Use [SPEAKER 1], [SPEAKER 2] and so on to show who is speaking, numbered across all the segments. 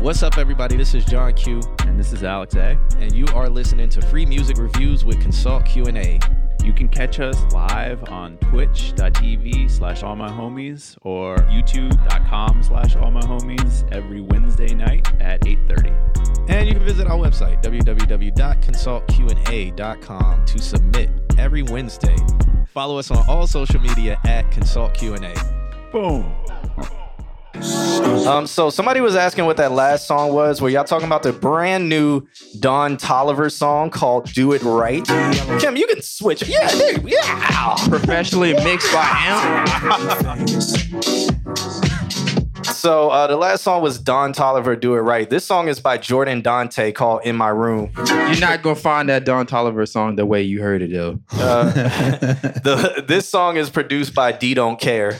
[SPEAKER 1] What's up, everybody? This is John Q,
[SPEAKER 2] And this is Alex A.
[SPEAKER 1] and you are listening to Free Music Reviews with Consult Q and A.
[SPEAKER 2] You can catch us live on twitch.tv slash all my homies or youtube.com slash all my homies every Wednesday night at 8.30.
[SPEAKER 1] And you can visit our website, www.consultq&a.com, to submit every Wednesday. Follow us on all social media at Consult Q&A.
[SPEAKER 2] Boom.
[SPEAKER 1] Um, so somebody was asking what that last song was. Were y'all talking about the brand new Don Tolliver song called "Do It Right"? Kim, you can switch. Yeah, there- yeah. Professionally mixed by him. So uh, the last song was Don Tolliver, "Do It Right." This song is by Jordan Dante called "In My Room."
[SPEAKER 3] You're not gonna find that Don Tolliver song the way you heard it though.
[SPEAKER 1] Uh, the this song is produced by D Don't Care,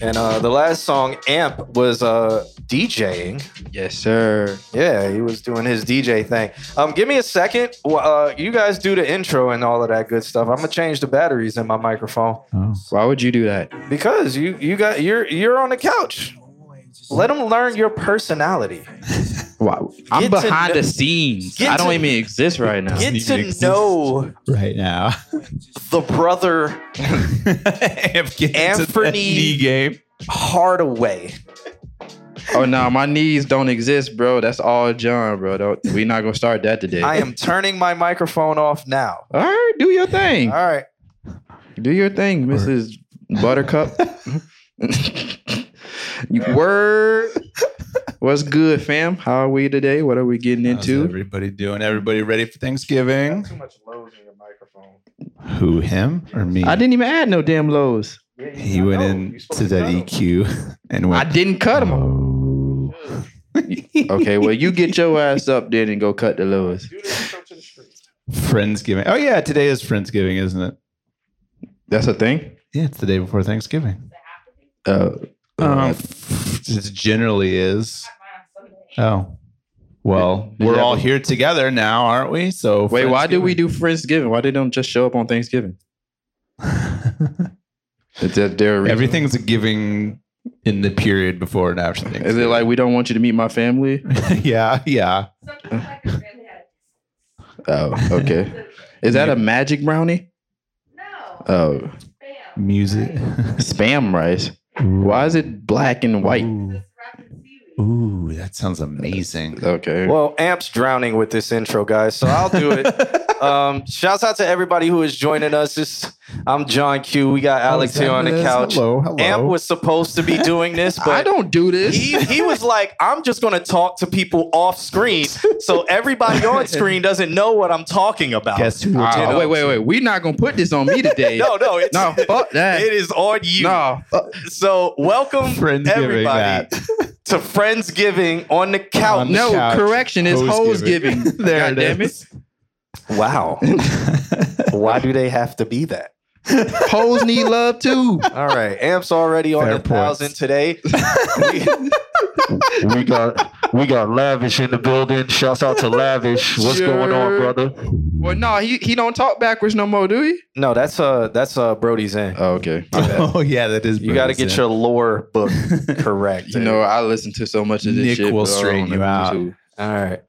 [SPEAKER 1] and uh, the last song "Amp" was uh, DJing.
[SPEAKER 3] Yes, sir.
[SPEAKER 1] Yeah, he was doing his DJ thing. Um, give me a second. Well, uh, you guys do the intro and all of that good stuff. I'm gonna change the batteries in my microphone
[SPEAKER 2] Oh.
[SPEAKER 3] Why would you do that?
[SPEAKER 1] because you you got you're you're on the couch. Let them learn your personality.
[SPEAKER 3] Why? I'm
[SPEAKER 1] Get to
[SPEAKER 3] behind
[SPEAKER 1] kn-
[SPEAKER 3] the scenes.
[SPEAKER 1] get
[SPEAKER 3] I don't
[SPEAKER 1] to-
[SPEAKER 3] even exist right now.
[SPEAKER 1] Get
[SPEAKER 4] need to
[SPEAKER 1] to
[SPEAKER 4] exist.
[SPEAKER 1] know
[SPEAKER 4] right now.
[SPEAKER 1] the brother Anthony-
[SPEAKER 4] Anthony knee game.
[SPEAKER 1] Hardaway.
[SPEAKER 3] oh no, my knees don't exist, bro. That's all John, bro. Don't, we not gonna start that today.
[SPEAKER 1] I am turning my microphone off now.
[SPEAKER 3] all right, do your thing.
[SPEAKER 1] All right.
[SPEAKER 3] Do your thing, Mrs. Buttercup. You- Word. What's good, fam? How are we today? What are we getting
[SPEAKER 4] How's
[SPEAKER 3] into?
[SPEAKER 4] everybody doing? Everybody ready for Thanksgiving?
[SPEAKER 1] Too much lows in your microphone.
[SPEAKER 4] Who, him or me?
[SPEAKER 3] I didn't even add no damn lows.
[SPEAKER 4] He went in to that EQ and
[SPEAKER 3] I
[SPEAKER 4] went.
[SPEAKER 3] didn't cut them.
[SPEAKER 4] Oh.
[SPEAKER 3] Okay, well, you get your ass up then and go cut the lowest.
[SPEAKER 4] Friendsgiving. Oh yeah, today is Friendsgiving, isn't it?
[SPEAKER 3] That's a thing.
[SPEAKER 4] Yeah, it's the day before Thanksgiving.
[SPEAKER 3] Uh,
[SPEAKER 4] Um, it generally is. Oh, well,
[SPEAKER 3] Yeah,
[SPEAKER 4] we're all
[SPEAKER 3] but-
[SPEAKER 4] here together now, aren't we? So
[SPEAKER 3] wait, why do we
[SPEAKER 4] Friendsgiving-
[SPEAKER 3] do Friendsgiving? Why they don't just show up on Thanksgiving? Is that their reason?
[SPEAKER 4] Everything's a giving in the period before and after Thanksgiving.
[SPEAKER 3] Is it like we don't want you to meet my family?
[SPEAKER 4] yeah, yeah.
[SPEAKER 3] Oh, okay. Is that a magic brownie? Oh,
[SPEAKER 4] Music.
[SPEAKER 3] spam rice. Why is it black and white?
[SPEAKER 4] Ooh. Ooh, that sounds amazing.
[SPEAKER 3] Okay. Uh,
[SPEAKER 1] Well, Amp's drowning with this intro, guys, so I'll do it. um, shouts out to everybody who is joining us. This, I'm John Q. We got Alex here on the couch.
[SPEAKER 4] Hello, hello.
[SPEAKER 1] Amp was supposed to be doing this,
[SPEAKER 3] I
[SPEAKER 1] but
[SPEAKER 3] don't do this.
[SPEAKER 1] he, he was like, I'm just going to talk to people off screen. So everybody on screen doesn't know what I'm talking about.
[SPEAKER 4] Guess who?
[SPEAKER 3] Ah,
[SPEAKER 1] you know.
[SPEAKER 3] wait, wait, wait. We're not gonna put this on me today.
[SPEAKER 1] No, no. It's,
[SPEAKER 3] no, fuck that.
[SPEAKER 1] It is on you.
[SPEAKER 3] no,
[SPEAKER 1] So welcome
[SPEAKER 4] Friendsgiving
[SPEAKER 1] everybody to Friendsgiving on the couch.
[SPEAKER 4] On the
[SPEAKER 3] no.
[SPEAKER 4] couch.
[SPEAKER 3] Correction, it's hose
[SPEAKER 4] Hosegiving.
[SPEAKER 3] giving.
[SPEAKER 4] There it
[SPEAKER 3] damn it.
[SPEAKER 4] is.
[SPEAKER 1] Wow. Why do they have to be that?
[SPEAKER 3] Hoes need love too.
[SPEAKER 1] All right, Amp's already on
[SPEAKER 4] Fair
[SPEAKER 1] a thousand
[SPEAKER 4] points.
[SPEAKER 1] today. We,
[SPEAKER 5] we got we got lavish in the building. Shouts out to lavish. What's going on,
[SPEAKER 3] Sure.
[SPEAKER 5] brother?
[SPEAKER 3] Well, no, he he don't talk backwards no more, do he?
[SPEAKER 1] no, that's uh that's uh Brody's in.
[SPEAKER 3] Oh, okay.
[SPEAKER 4] Oh yeah, that is.
[SPEAKER 1] You got to get your lore book correct.
[SPEAKER 3] You know, I listen to so much of this
[SPEAKER 4] Nick
[SPEAKER 3] shit.
[SPEAKER 4] will
[SPEAKER 3] but I don't
[SPEAKER 4] straighten you
[SPEAKER 3] remember
[SPEAKER 4] out.
[SPEAKER 3] who.
[SPEAKER 1] All right.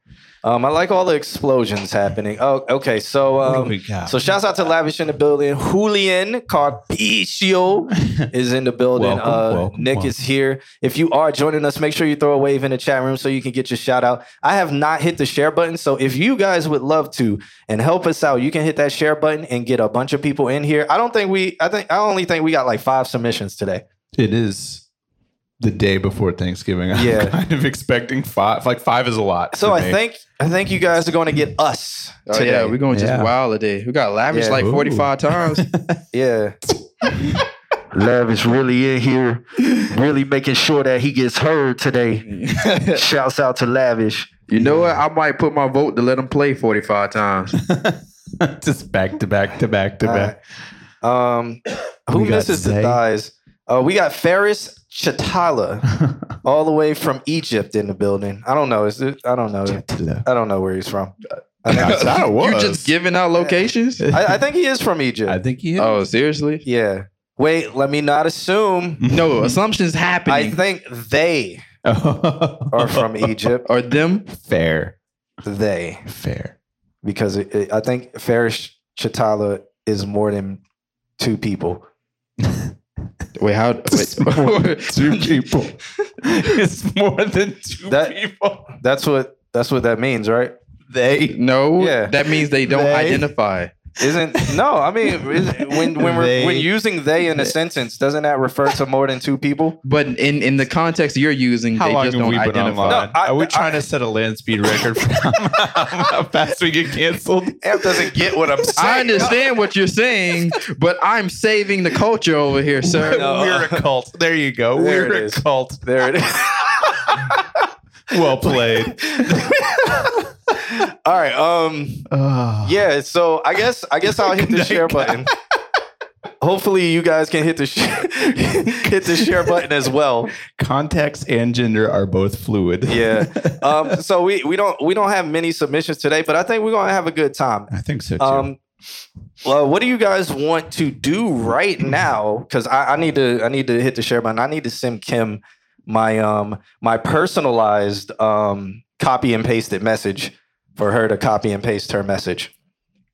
[SPEAKER 1] Um, I like all the explosions happening. Oh, okay. So,
[SPEAKER 4] What do we
[SPEAKER 1] um,
[SPEAKER 4] got?
[SPEAKER 1] so shouts out to Lavish in the building. Julian Carpicio is in the building.
[SPEAKER 4] Welcome,
[SPEAKER 1] uh,
[SPEAKER 4] welcome,
[SPEAKER 1] Nick
[SPEAKER 4] welcome.
[SPEAKER 1] is here. If you are joining us, make sure you throw a wave in the chat room so you can get your shout out. I have not hit the share button. So if you guys would love to and help us out, you can hit that share button and get a bunch of people in here. I don't think we, I think, I only think we got like five submissions today.
[SPEAKER 4] It is the day before Thanksgiving. I'm
[SPEAKER 1] Yeah.
[SPEAKER 4] kind of expecting five. Like five is a lot.
[SPEAKER 1] So
[SPEAKER 4] for
[SPEAKER 1] I
[SPEAKER 4] me.
[SPEAKER 1] think, I think you guys are going to get us
[SPEAKER 3] Oh
[SPEAKER 1] today.
[SPEAKER 3] yeah, we're going just
[SPEAKER 4] Yeah.
[SPEAKER 3] wild today. We got lavish
[SPEAKER 1] Yeah.
[SPEAKER 3] like
[SPEAKER 4] Ooh.
[SPEAKER 3] forty five times.
[SPEAKER 1] yeah.
[SPEAKER 5] Lavish really in here, really making sure that he gets heard today. Shouts out to lavish.
[SPEAKER 3] you know what? I might put my vote to let him play forty five times.
[SPEAKER 4] just back to back to back to
[SPEAKER 1] All
[SPEAKER 4] back.
[SPEAKER 1] Um, who
[SPEAKER 4] We got
[SPEAKER 1] misses the
[SPEAKER 4] Zay.
[SPEAKER 1] thighs? Uh, we got Ferris Chitala, all the way from Egypt in the building. I don't know. Is it? I don't know. I don't know where he's from. I, think-
[SPEAKER 4] That's how it
[SPEAKER 3] you
[SPEAKER 4] was.
[SPEAKER 3] just giving out locations?
[SPEAKER 1] I- I think he is from Egypt.
[SPEAKER 4] I think he. Is.
[SPEAKER 3] oh, seriously?
[SPEAKER 1] yeah. Wait. Let me not assume.
[SPEAKER 3] No, assumptions happening.
[SPEAKER 1] I think they are from Egypt.
[SPEAKER 3] Or them?
[SPEAKER 4] fair,
[SPEAKER 1] They,
[SPEAKER 4] fair.
[SPEAKER 1] because it, it- I think Farish Chitala is more than two people.
[SPEAKER 3] Wait, how?
[SPEAKER 4] It's more than two people. it's more than two
[SPEAKER 1] That-
[SPEAKER 4] people.
[SPEAKER 1] That's what that's what that means, right?
[SPEAKER 4] They
[SPEAKER 3] No,
[SPEAKER 1] Yeah.
[SPEAKER 3] that means they don't
[SPEAKER 4] They-
[SPEAKER 3] identify.
[SPEAKER 1] Isn't no? I mean, is, when when we're
[SPEAKER 4] They-
[SPEAKER 1] when using they in a sentence, doesn't that refer to more than two people?
[SPEAKER 3] But in, in the context you're using,
[SPEAKER 4] How
[SPEAKER 3] they
[SPEAKER 4] long
[SPEAKER 3] just
[SPEAKER 4] have
[SPEAKER 3] don't
[SPEAKER 4] we been
[SPEAKER 3] identify.
[SPEAKER 1] No,
[SPEAKER 4] online?
[SPEAKER 1] I-
[SPEAKER 4] Are we trying to set a land speed record for how, how fast we get canceled?
[SPEAKER 1] Amp doesn't get what I'm
[SPEAKER 3] I understand what you're saying, but I'm saving the culture over here, sir.
[SPEAKER 1] No.
[SPEAKER 4] We're a cult. There you go.
[SPEAKER 1] There
[SPEAKER 4] We're
[SPEAKER 1] it
[SPEAKER 4] a
[SPEAKER 1] is.
[SPEAKER 4] cult.
[SPEAKER 1] There it is.
[SPEAKER 4] Well played.
[SPEAKER 1] All right. Um.
[SPEAKER 4] Ah.
[SPEAKER 1] Yeah. So I guess I guess I'll hit the share button. Hopefully, you guys can hit the sh- hit the share button as well.
[SPEAKER 4] Context and gender are both fluid.
[SPEAKER 1] Yeah. Um. So we we don't we don't have many submissions today, but I think we're gonna have a good time.
[SPEAKER 4] I think so too.
[SPEAKER 1] Um. Well, what do you guys want to do right
[SPEAKER 4] Mm-hmm.
[SPEAKER 1] now? Because I, I need to I need to hit the share button. I need to send Kim my um my personalized um copy and pasted message for her to copy and paste her message.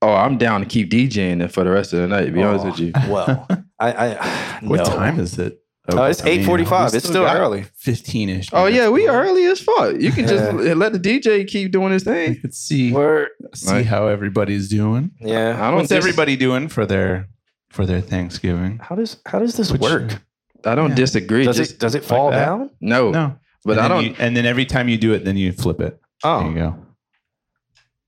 [SPEAKER 3] Oh, I'm down to keep DJing it for the rest of the night. To be honest
[SPEAKER 1] Oh,
[SPEAKER 3] with you,
[SPEAKER 1] Well, I, I
[SPEAKER 4] what
[SPEAKER 1] no.
[SPEAKER 4] time is it?
[SPEAKER 1] Oh, it's
[SPEAKER 4] I mean,
[SPEAKER 1] 8:45.
[SPEAKER 4] we
[SPEAKER 1] It's still
[SPEAKER 4] got
[SPEAKER 1] early.
[SPEAKER 4] 15 ish.
[SPEAKER 3] Oh yeah, we are early as fuck. You can just
[SPEAKER 1] Yeah.
[SPEAKER 3] let the DJ keep doing his
[SPEAKER 4] We
[SPEAKER 3] thing.
[SPEAKER 4] could see
[SPEAKER 1] We're
[SPEAKER 4] see
[SPEAKER 3] Right.
[SPEAKER 4] how everybody's doing.
[SPEAKER 1] yeah.
[SPEAKER 3] I don't.
[SPEAKER 4] What's
[SPEAKER 3] dis-
[SPEAKER 4] everybody doing for their for their Thanksgiving?
[SPEAKER 1] How does how does this
[SPEAKER 4] Which- uh,
[SPEAKER 1] work?
[SPEAKER 3] I don't
[SPEAKER 4] Yeah.
[SPEAKER 3] disagree.
[SPEAKER 1] Does
[SPEAKER 3] just
[SPEAKER 1] it does it fall
[SPEAKER 4] that?
[SPEAKER 1] down?
[SPEAKER 3] no.
[SPEAKER 4] No,
[SPEAKER 3] But
[SPEAKER 4] And
[SPEAKER 3] I
[SPEAKER 4] then
[SPEAKER 3] don't.
[SPEAKER 4] you- and then every time you do it, then you flip it. There you
[SPEAKER 1] Oh,
[SPEAKER 4] go.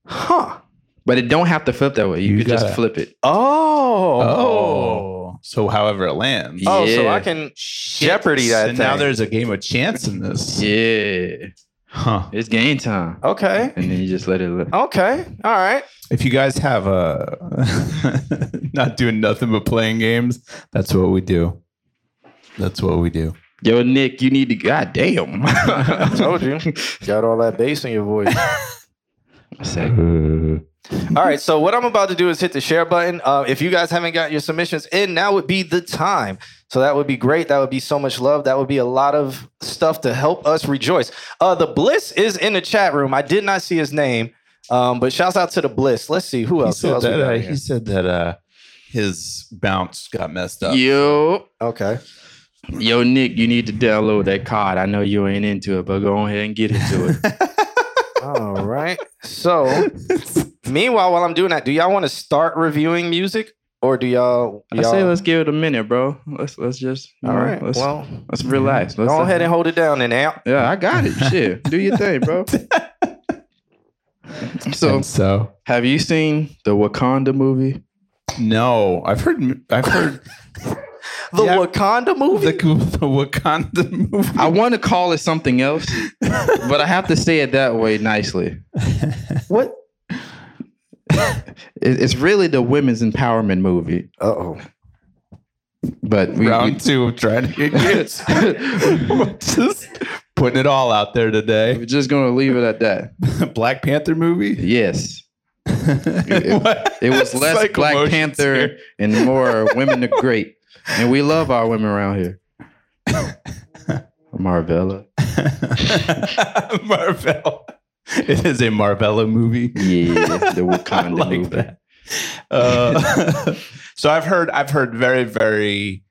[SPEAKER 1] huh.
[SPEAKER 3] but it don't have to flip that way. You,
[SPEAKER 4] You
[SPEAKER 3] could just
[SPEAKER 4] gotta-
[SPEAKER 3] flip it.
[SPEAKER 1] Oh,
[SPEAKER 4] so however it lands.
[SPEAKER 1] oh. So
[SPEAKER 3] Yeah.
[SPEAKER 1] I can Jeopardy that
[SPEAKER 4] And now
[SPEAKER 1] thing.
[SPEAKER 4] there's a game of chance in this.
[SPEAKER 3] Yeah,
[SPEAKER 4] Huh.
[SPEAKER 3] it's game time.
[SPEAKER 1] okay.
[SPEAKER 3] And then you just let it. Look.
[SPEAKER 1] Okay. All right.
[SPEAKER 4] If you guys have uh, not doing nothing but playing games, that's what we do. That's what we do.
[SPEAKER 3] Yo, Nick, you need to. God damn.
[SPEAKER 1] Told you. Got all that bass in your voice. All right, so what I'm about to do is hit the share button. Uh, if you guys haven't got your submissions in, now would be the time. So that would be great. That would be so much love. That would be a lot of stuff to help us rejoice. Uh, the Bliss is in the chat room. I did not see his name, um, but shouts out to the Bliss. Let's see who
[SPEAKER 4] He
[SPEAKER 1] else. Who
[SPEAKER 4] said
[SPEAKER 1] else we
[SPEAKER 4] that,
[SPEAKER 1] got
[SPEAKER 4] uh,
[SPEAKER 1] in here?
[SPEAKER 4] he said that uh, his bounce got messed up.
[SPEAKER 3] Yo,
[SPEAKER 1] okay.
[SPEAKER 3] yo, Nick, you need to download that card. I know you ain't into it, but go ahead and get into it.
[SPEAKER 1] All right. So meanwhile, while I'm doing that, do y'all want to start reviewing music or do y'all?
[SPEAKER 3] I
[SPEAKER 1] y'all-
[SPEAKER 3] say let's give it a minute, bro. Let's let's just. you
[SPEAKER 1] All
[SPEAKER 3] know,
[SPEAKER 1] right.
[SPEAKER 3] Let's,
[SPEAKER 1] Well,
[SPEAKER 3] let's relax. Let's uh,
[SPEAKER 1] go ahead and hold it down and out.
[SPEAKER 3] Yeah, I got it. Shit, do your thing, bro. so,
[SPEAKER 4] And so
[SPEAKER 3] have you seen the Wakanda movie?
[SPEAKER 4] no, I've heard I've heard
[SPEAKER 1] The
[SPEAKER 4] Yeah.
[SPEAKER 1] Wakanda movie.
[SPEAKER 4] the, the Wakanda movie.
[SPEAKER 3] I want to call it something else, but I have to say it that way nicely.
[SPEAKER 1] what?
[SPEAKER 3] It- It's really the women's empowerment movie,
[SPEAKER 1] Uh oh.
[SPEAKER 3] but we,
[SPEAKER 4] Round two of trying to get kids. We're just putting it all out there
[SPEAKER 3] we're
[SPEAKER 4] today.
[SPEAKER 3] just gonna leave it at that.
[SPEAKER 4] Black Panther movie.
[SPEAKER 3] Yes,
[SPEAKER 4] What?
[SPEAKER 3] it was less
[SPEAKER 4] Psycho
[SPEAKER 3] Black
[SPEAKER 4] emotions
[SPEAKER 3] Panther
[SPEAKER 4] here.
[SPEAKER 3] and more women the great, and we love our women around here. Marvella,
[SPEAKER 4] Marvel. It is a Marvella movie.
[SPEAKER 3] yeah, the Wakanda
[SPEAKER 4] I like
[SPEAKER 3] movie.
[SPEAKER 4] that. Uh, so I've heard I've heard very very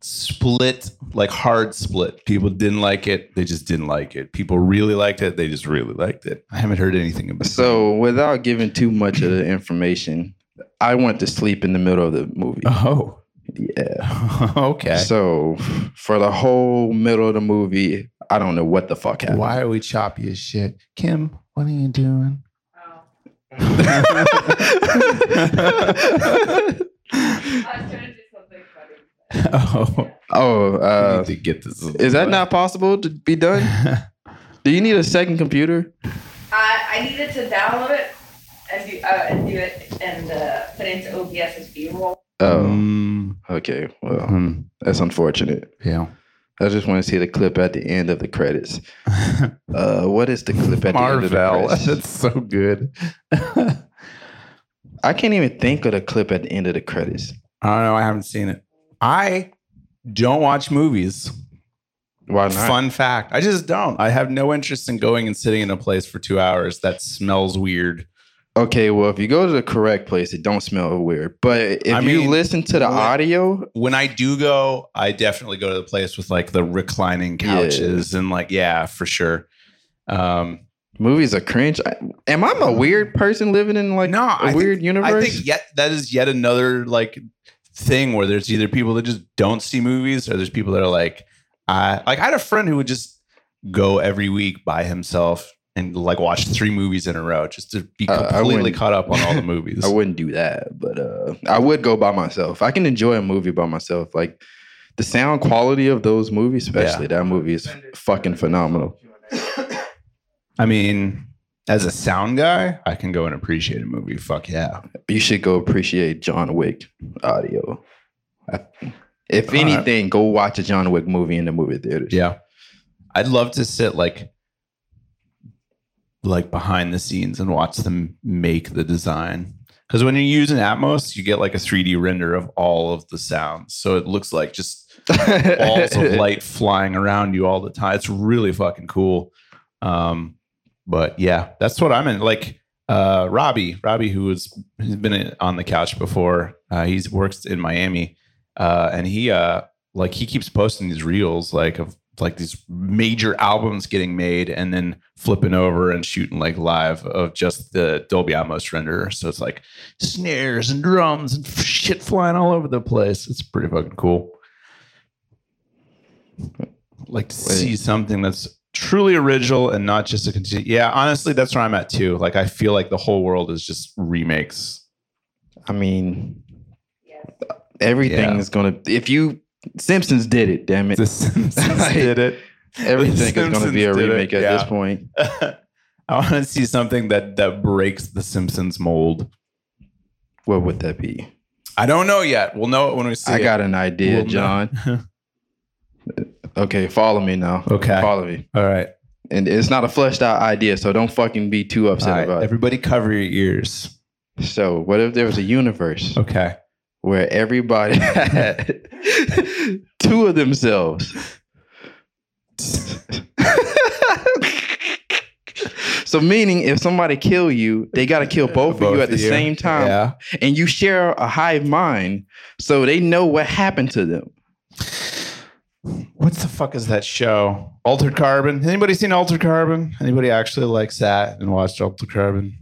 [SPEAKER 4] split like hard split. People didn't like it. They just didn't like it. People really liked it. They just really liked it. I haven't heard anything about
[SPEAKER 3] So, without giving too much of the information, I went to sleep in the middle of the movie.
[SPEAKER 4] Oh.
[SPEAKER 3] Yeah.
[SPEAKER 4] okay.
[SPEAKER 3] So, for the whole middle of the movie, I don't know what the fuck happened.
[SPEAKER 4] Why are we choppy as shit? Kim, what are you doing?
[SPEAKER 6] I was trying to do something funny.
[SPEAKER 4] oh,
[SPEAKER 3] Oh,
[SPEAKER 4] I
[SPEAKER 3] uh,
[SPEAKER 4] need to get this.
[SPEAKER 3] is that not possible to be done? Do you need a second computer?
[SPEAKER 6] Uh, I, I needed to download it and do, uh, and do it and uh, put it into OBS as B-roll.
[SPEAKER 3] Oh,
[SPEAKER 4] Um,
[SPEAKER 3] okay. Well,
[SPEAKER 4] um,
[SPEAKER 3] that's unfortunate.
[SPEAKER 4] yeah.
[SPEAKER 3] I just want to see the clip at the end of the credits. Uh, what is the clip at the end
[SPEAKER 4] Marvel.
[SPEAKER 3] of the credits?
[SPEAKER 4] That's so good.
[SPEAKER 3] I can't even think of the clip at the end of the credits.
[SPEAKER 4] Uh, I don't know. I haven't seen it. I don't watch movies.
[SPEAKER 3] Why not?
[SPEAKER 4] Fun fact. I just don't. I have no interest in going and sitting in a place for two hours that smells weird.
[SPEAKER 3] Okay, well, if you go to the correct place, it don't smell weird. But if
[SPEAKER 4] I
[SPEAKER 3] you
[SPEAKER 4] mean,
[SPEAKER 3] listen to the
[SPEAKER 4] when-
[SPEAKER 3] audio,
[SPEAKER 4] When I do go, I definitely go to the place with like the reclining
[SPEAKER 3] Yeah.
[SPEAKER 4] couches and like, yeah, for sure. Um,
[SPEAKER 3] movies are cringe. I, am I a weird person living in like
[SPEAKER 4] No,
[SPEAKER 3] a
[SPEAKER 4] I think-
[SPEAKER 3] weird universe?
[SPEAKER 4] I think yet that is yet another like thing where there's either people that just don't see movies or there's people that are like I like I had a friend who would just go every week by himself and like watch three movies in a row just to be
[SPEAKER 3] Uh, I
[SPEAKER 4] completely
[SPEAKER 3] wouldn't.
[SPEAKER 4] caught up on all the movies.
[SPEAKER 3] I wouldn't do that, but uh, I would go by myself. I can enjoy a movie by myself. Like the sound quality of those movies, especially that movie is fucking phenomenal.
[SPEAKER 4] I mean, as a sound guy, I can go and appreciate a movie. Fuck yeah.
[SPEAKER 3] You should go appreciate John Wick audio. I- if
[SPEAKER 4] right.
[SPEAKER 3] anything, go watch a John Wick movie in the movie theater.
[SPEAKER 4] Yeah. I'd love to sit like like behind the scenes and watch them make the design. Because when you're using Atmos, you get like a 3D render of all of the sounds. So it looks like just balls of light flying around you all the time. It's really fucking cool. Um, but yeah, that's what I'm in. Like uh, Robbie, Robbie, who was has been on the couch before. Uh, he's works in Miami, uh, and he uh, like he keeps posting these reels like of like these major albums getting made and then flipping over and shooting like live of just the Dolby Atmos renderer. So it's like snares and drums and shit flying all over the place. It's pretty fucking cool. Like to
[SPEAKER 3] Wait.
[SPEAKER 4] see something that's truly original and not just a continue. Yeah, honestly, that's where I'm at too. Like I feel like the whole world is just remakes.
[SPEAKER 3] I mean,
[SPEAKER 6] Yeah.
[SPEAKER 3] everything is gonna. If you Simpsons did it, damn it.
[SPEAKER 4] The Simpsons
[SPEAKER 3] Like,
[SPEAKER 4] did it.
[SPEAKER 3] Everything is gonna be a
[SPEAKER 4] Simpsons did it,
[SPEAKER 3] remake at this
[SPEAKER 4] yeah.
[SPEAKER 3] point.
[SPEAKER 4] I want to see something that that breaks the Simpsons mold.
[SPEAKER 3] What would that be?
[SPEAKER 4] I don't know yet. We'll know it when we see
[SPEAKER 3] I
[SPEAKER 4] it.
[SPEAKER 3] got an idea,
[SPEAKER 4] We'll know.
[SPEAKER 3] John. okay, follow me now.
[SPEAKER 4] Okay.
[SPEAKER 3] Follow me.
[SPEAKER 4] All right.
[SPEAKER 3] And it's not a fleshed out idea, so don't fucking be too
[SPEAKER 4] All
[SPEAKER 3] upset
[SPEAKER 4] right.
[SPEAKER 3] about
[SPEAKER 4] Everybody cover your ears.
[SPEAKER 3] it. So, what if there was a universe
[SPEAKER 4] Okay.
[SPEAKER 3] where everybody had two of themselves? so, meaning if somebody kill you, they got to kill both, of you at the same time,
[SPEAKER 4] Yeah.
[SPEAKER 3] and you share a hive mind, so they know what happened to them.
[SPEAKER 4] What the fuck is that show? Altered Carbon. Anybody seen Altered Carbon? Anybody actually like sat and watched Altered Carbon?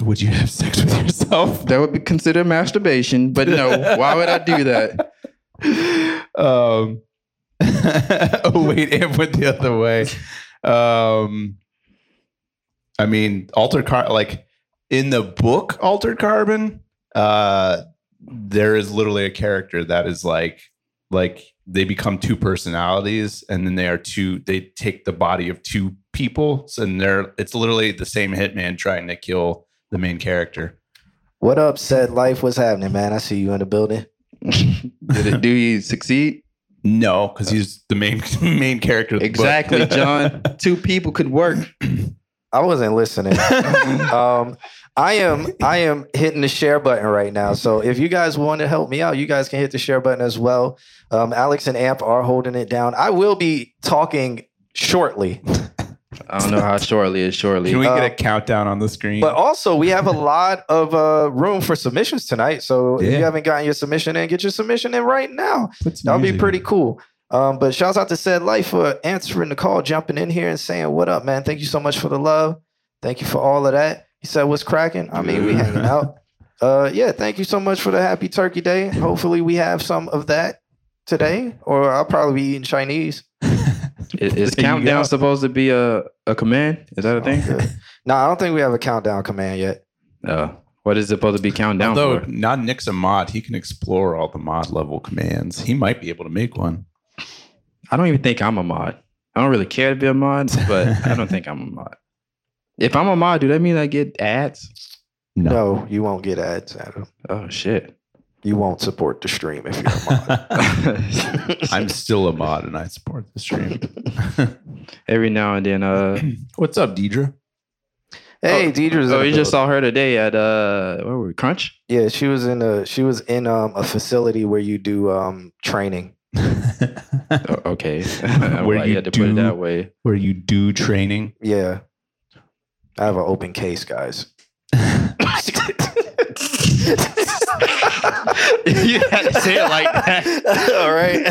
[SPEAKER 4] Would you have sex with yourself?
[SPEAKER 3] That would be considered masturbation, but no, why would I do that?
[SPEAKER 4] um, oh wait, it went the other way. Um, I mean, altered car like in the book Altered Carbon, uh, there is literally a character that is like like they become two personalities, and then they are two. They take the body of two people, so- and they're it's literally the same hitman trying to kill the main character.
[SPEAKER 1] What up, said life? What's happening, man? I see you in the building.
[SPEAKER 3] Did it, do you succeed?
[SPEAKER 4] No, because he's the main main character. of the book.
[SPEAKER 3] Exactly, John. Two people could work.
[SPEAKER 1] I wasn't listening. um, I am I am hitting the share button right now. So if you guys want to help me out, you guys can hit the share button as well. Um, Alex and Amp are holding it down. I will be talking shortly,
[SPEAKER 3] I don't know how shortly is shortly.
[SPEAKER 4] Can we
[SPEAKER 1] Uh,
[SPEAKER 4] get a countdown on the screen?
[SPEAKER 1] but also we have a lot of uh, room for submissions tonight. So if
[SPEAKER 4] Yeah.
[SPEAKER 1] you haven't gotten your submission in, get your submission in right now.
[SPEAKER 4] Put some
[SPEAKER 1] That'll be
[SPEAKER 4] music
[SPEAKER 1] pretty
[SPEAKER 4] in.
[SPEAKER 1] cool. Um, but shouts out to said life for answering the call, jumping in here and saying, What up, man? Thank you so much for the love. Thank you for all of that. He said, What's cracking? I mean, we hanging out. Uh, yeah, thank you so much for the happy turkey day. Hopefully, we have some of that today, or I'll probably be eating Chinese.
[SPEAKER 3] Is, is
[SPEAKER 4] There you
[SPEAKER 3] countdown
[SPEAKER 4] go.
[SPEAKER 3] supposed to be a, a command? Is that a thing?
[SPEAKER 1] no, I don't think we have a countdown command yet.
[SPEAKER 3] No. Oh. What is it supposed to be countdown
[SPEAKER 4] Although
[SPEAKER 3] for?
[SPEAKER 4] not Nick's a mod, he can explore all the mod level commands. He might be able to make one.
[SPEAKER 3] I don't even think I'm a mod. I don't really care to be a mod, but I don't think I'm a mod. If I'm a mod, do that mean I get ads?
[SPEAKER 4] No.
[SPEAKER 1] No, you won't get ads, Adam.
[SPEAKER 3] Oh shit. you
[SPEAKER 1] You won't support the stream if you're a mod.
[SPEAKER 4] I'm still a mod and I support the stream.
[SPEAKER 3] Every now and then, uh,
[SPEAKER 4] What's up, Deidre?
[SPEAKER 1] hey, Deidre's.
[SPEAKER 3] oh,
[SPEAKER 1] in
[SPEAKER 3] you
[SPEAKER 1] the
[SPEAKER 3] just saw her today at uh, where were we? Crunch.
[SPEAKER 1] Yeah, she was in a she was in um, a facility where you do um, training.
[SPEAKER 3] Oh, okay. Where
[SPEAKER 4] you
[SPEAKER 3] you had to put
[SPEAKER 4] do-
[SPEAKER 3] it that way.
[SPEAKER 4] Where you do training.
[SPEAKER 1] Yeah. I have an open case, guys.
[SPEAKER 4] you had to say it like that.
[SPEAKER 1] All right.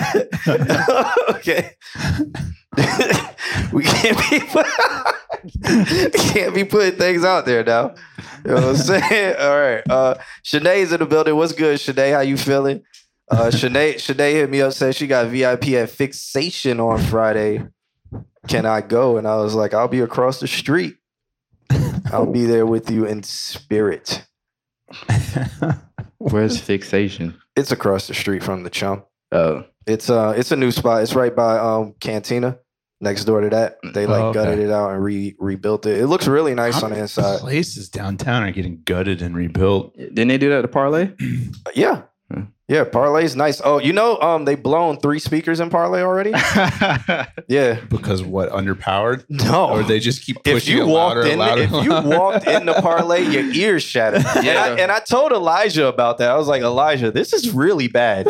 [SPEAKER 1] okay. we can't be can't be putting things out there now. You know what I'm saying? All right. Uh Shanae's in the building. What's good, Shanae? How you feeling? Uh Shanae, Shanae hit me up said she got VIP at fixation on Friday. Can I go? And I was like, I'll be across the street. I'll be there with you in spirit.
[SPEAKER 3] Where's fixation?
[SPEAKER 1] It's across the street from the chump.
[SPEAKER 3] Oh,
[SPEAKER 1] It's uh it's a new spot. It's right by um Cantina. Next door to that. They like
[SPEAKER 4] Oh, okay.
[SPEAKER 1] gutted it out and re rebuilt it. It looks really nice on the inside.
[SPEAKER 4] Places downtown are getting gutted and rebuilt.
[SPEAKER 3] didn't they do that at Parlay?
[SPEAKER 1] Yeah.
[SPEAKER 3] Hmm.
[SPEAKER 1] Yeah, Parlay's nice. Oh, you know, um they blown three speakers in Parlay already? yeah.
[SPEAKER 4] because what? Underpowered?
[SPEAKER 1] No.
[SPEAKER 4] Or they just keep
[SPEAKER 1] if
[SPEAKER 4] pushing
[SPEAKER 1] you
[SPEAKER 4] it
[SPEAKER 1] walked
[SPEAKER 4] louder
[SPEAKER 1] in,
[SPEAKER 4] and louder.
[SPEAKER 1] if
[SPEAKER 4] and
[SPEAKER 1] you
[SPEAKER 4] louder.
[SPEAKER 1] walked in the parlay, your ears shattered. And, I,
[SPEAKER 3] Yeah.
[SPEAKER 1] and I told Elijah about that. I was like, Elijah, this is really bad.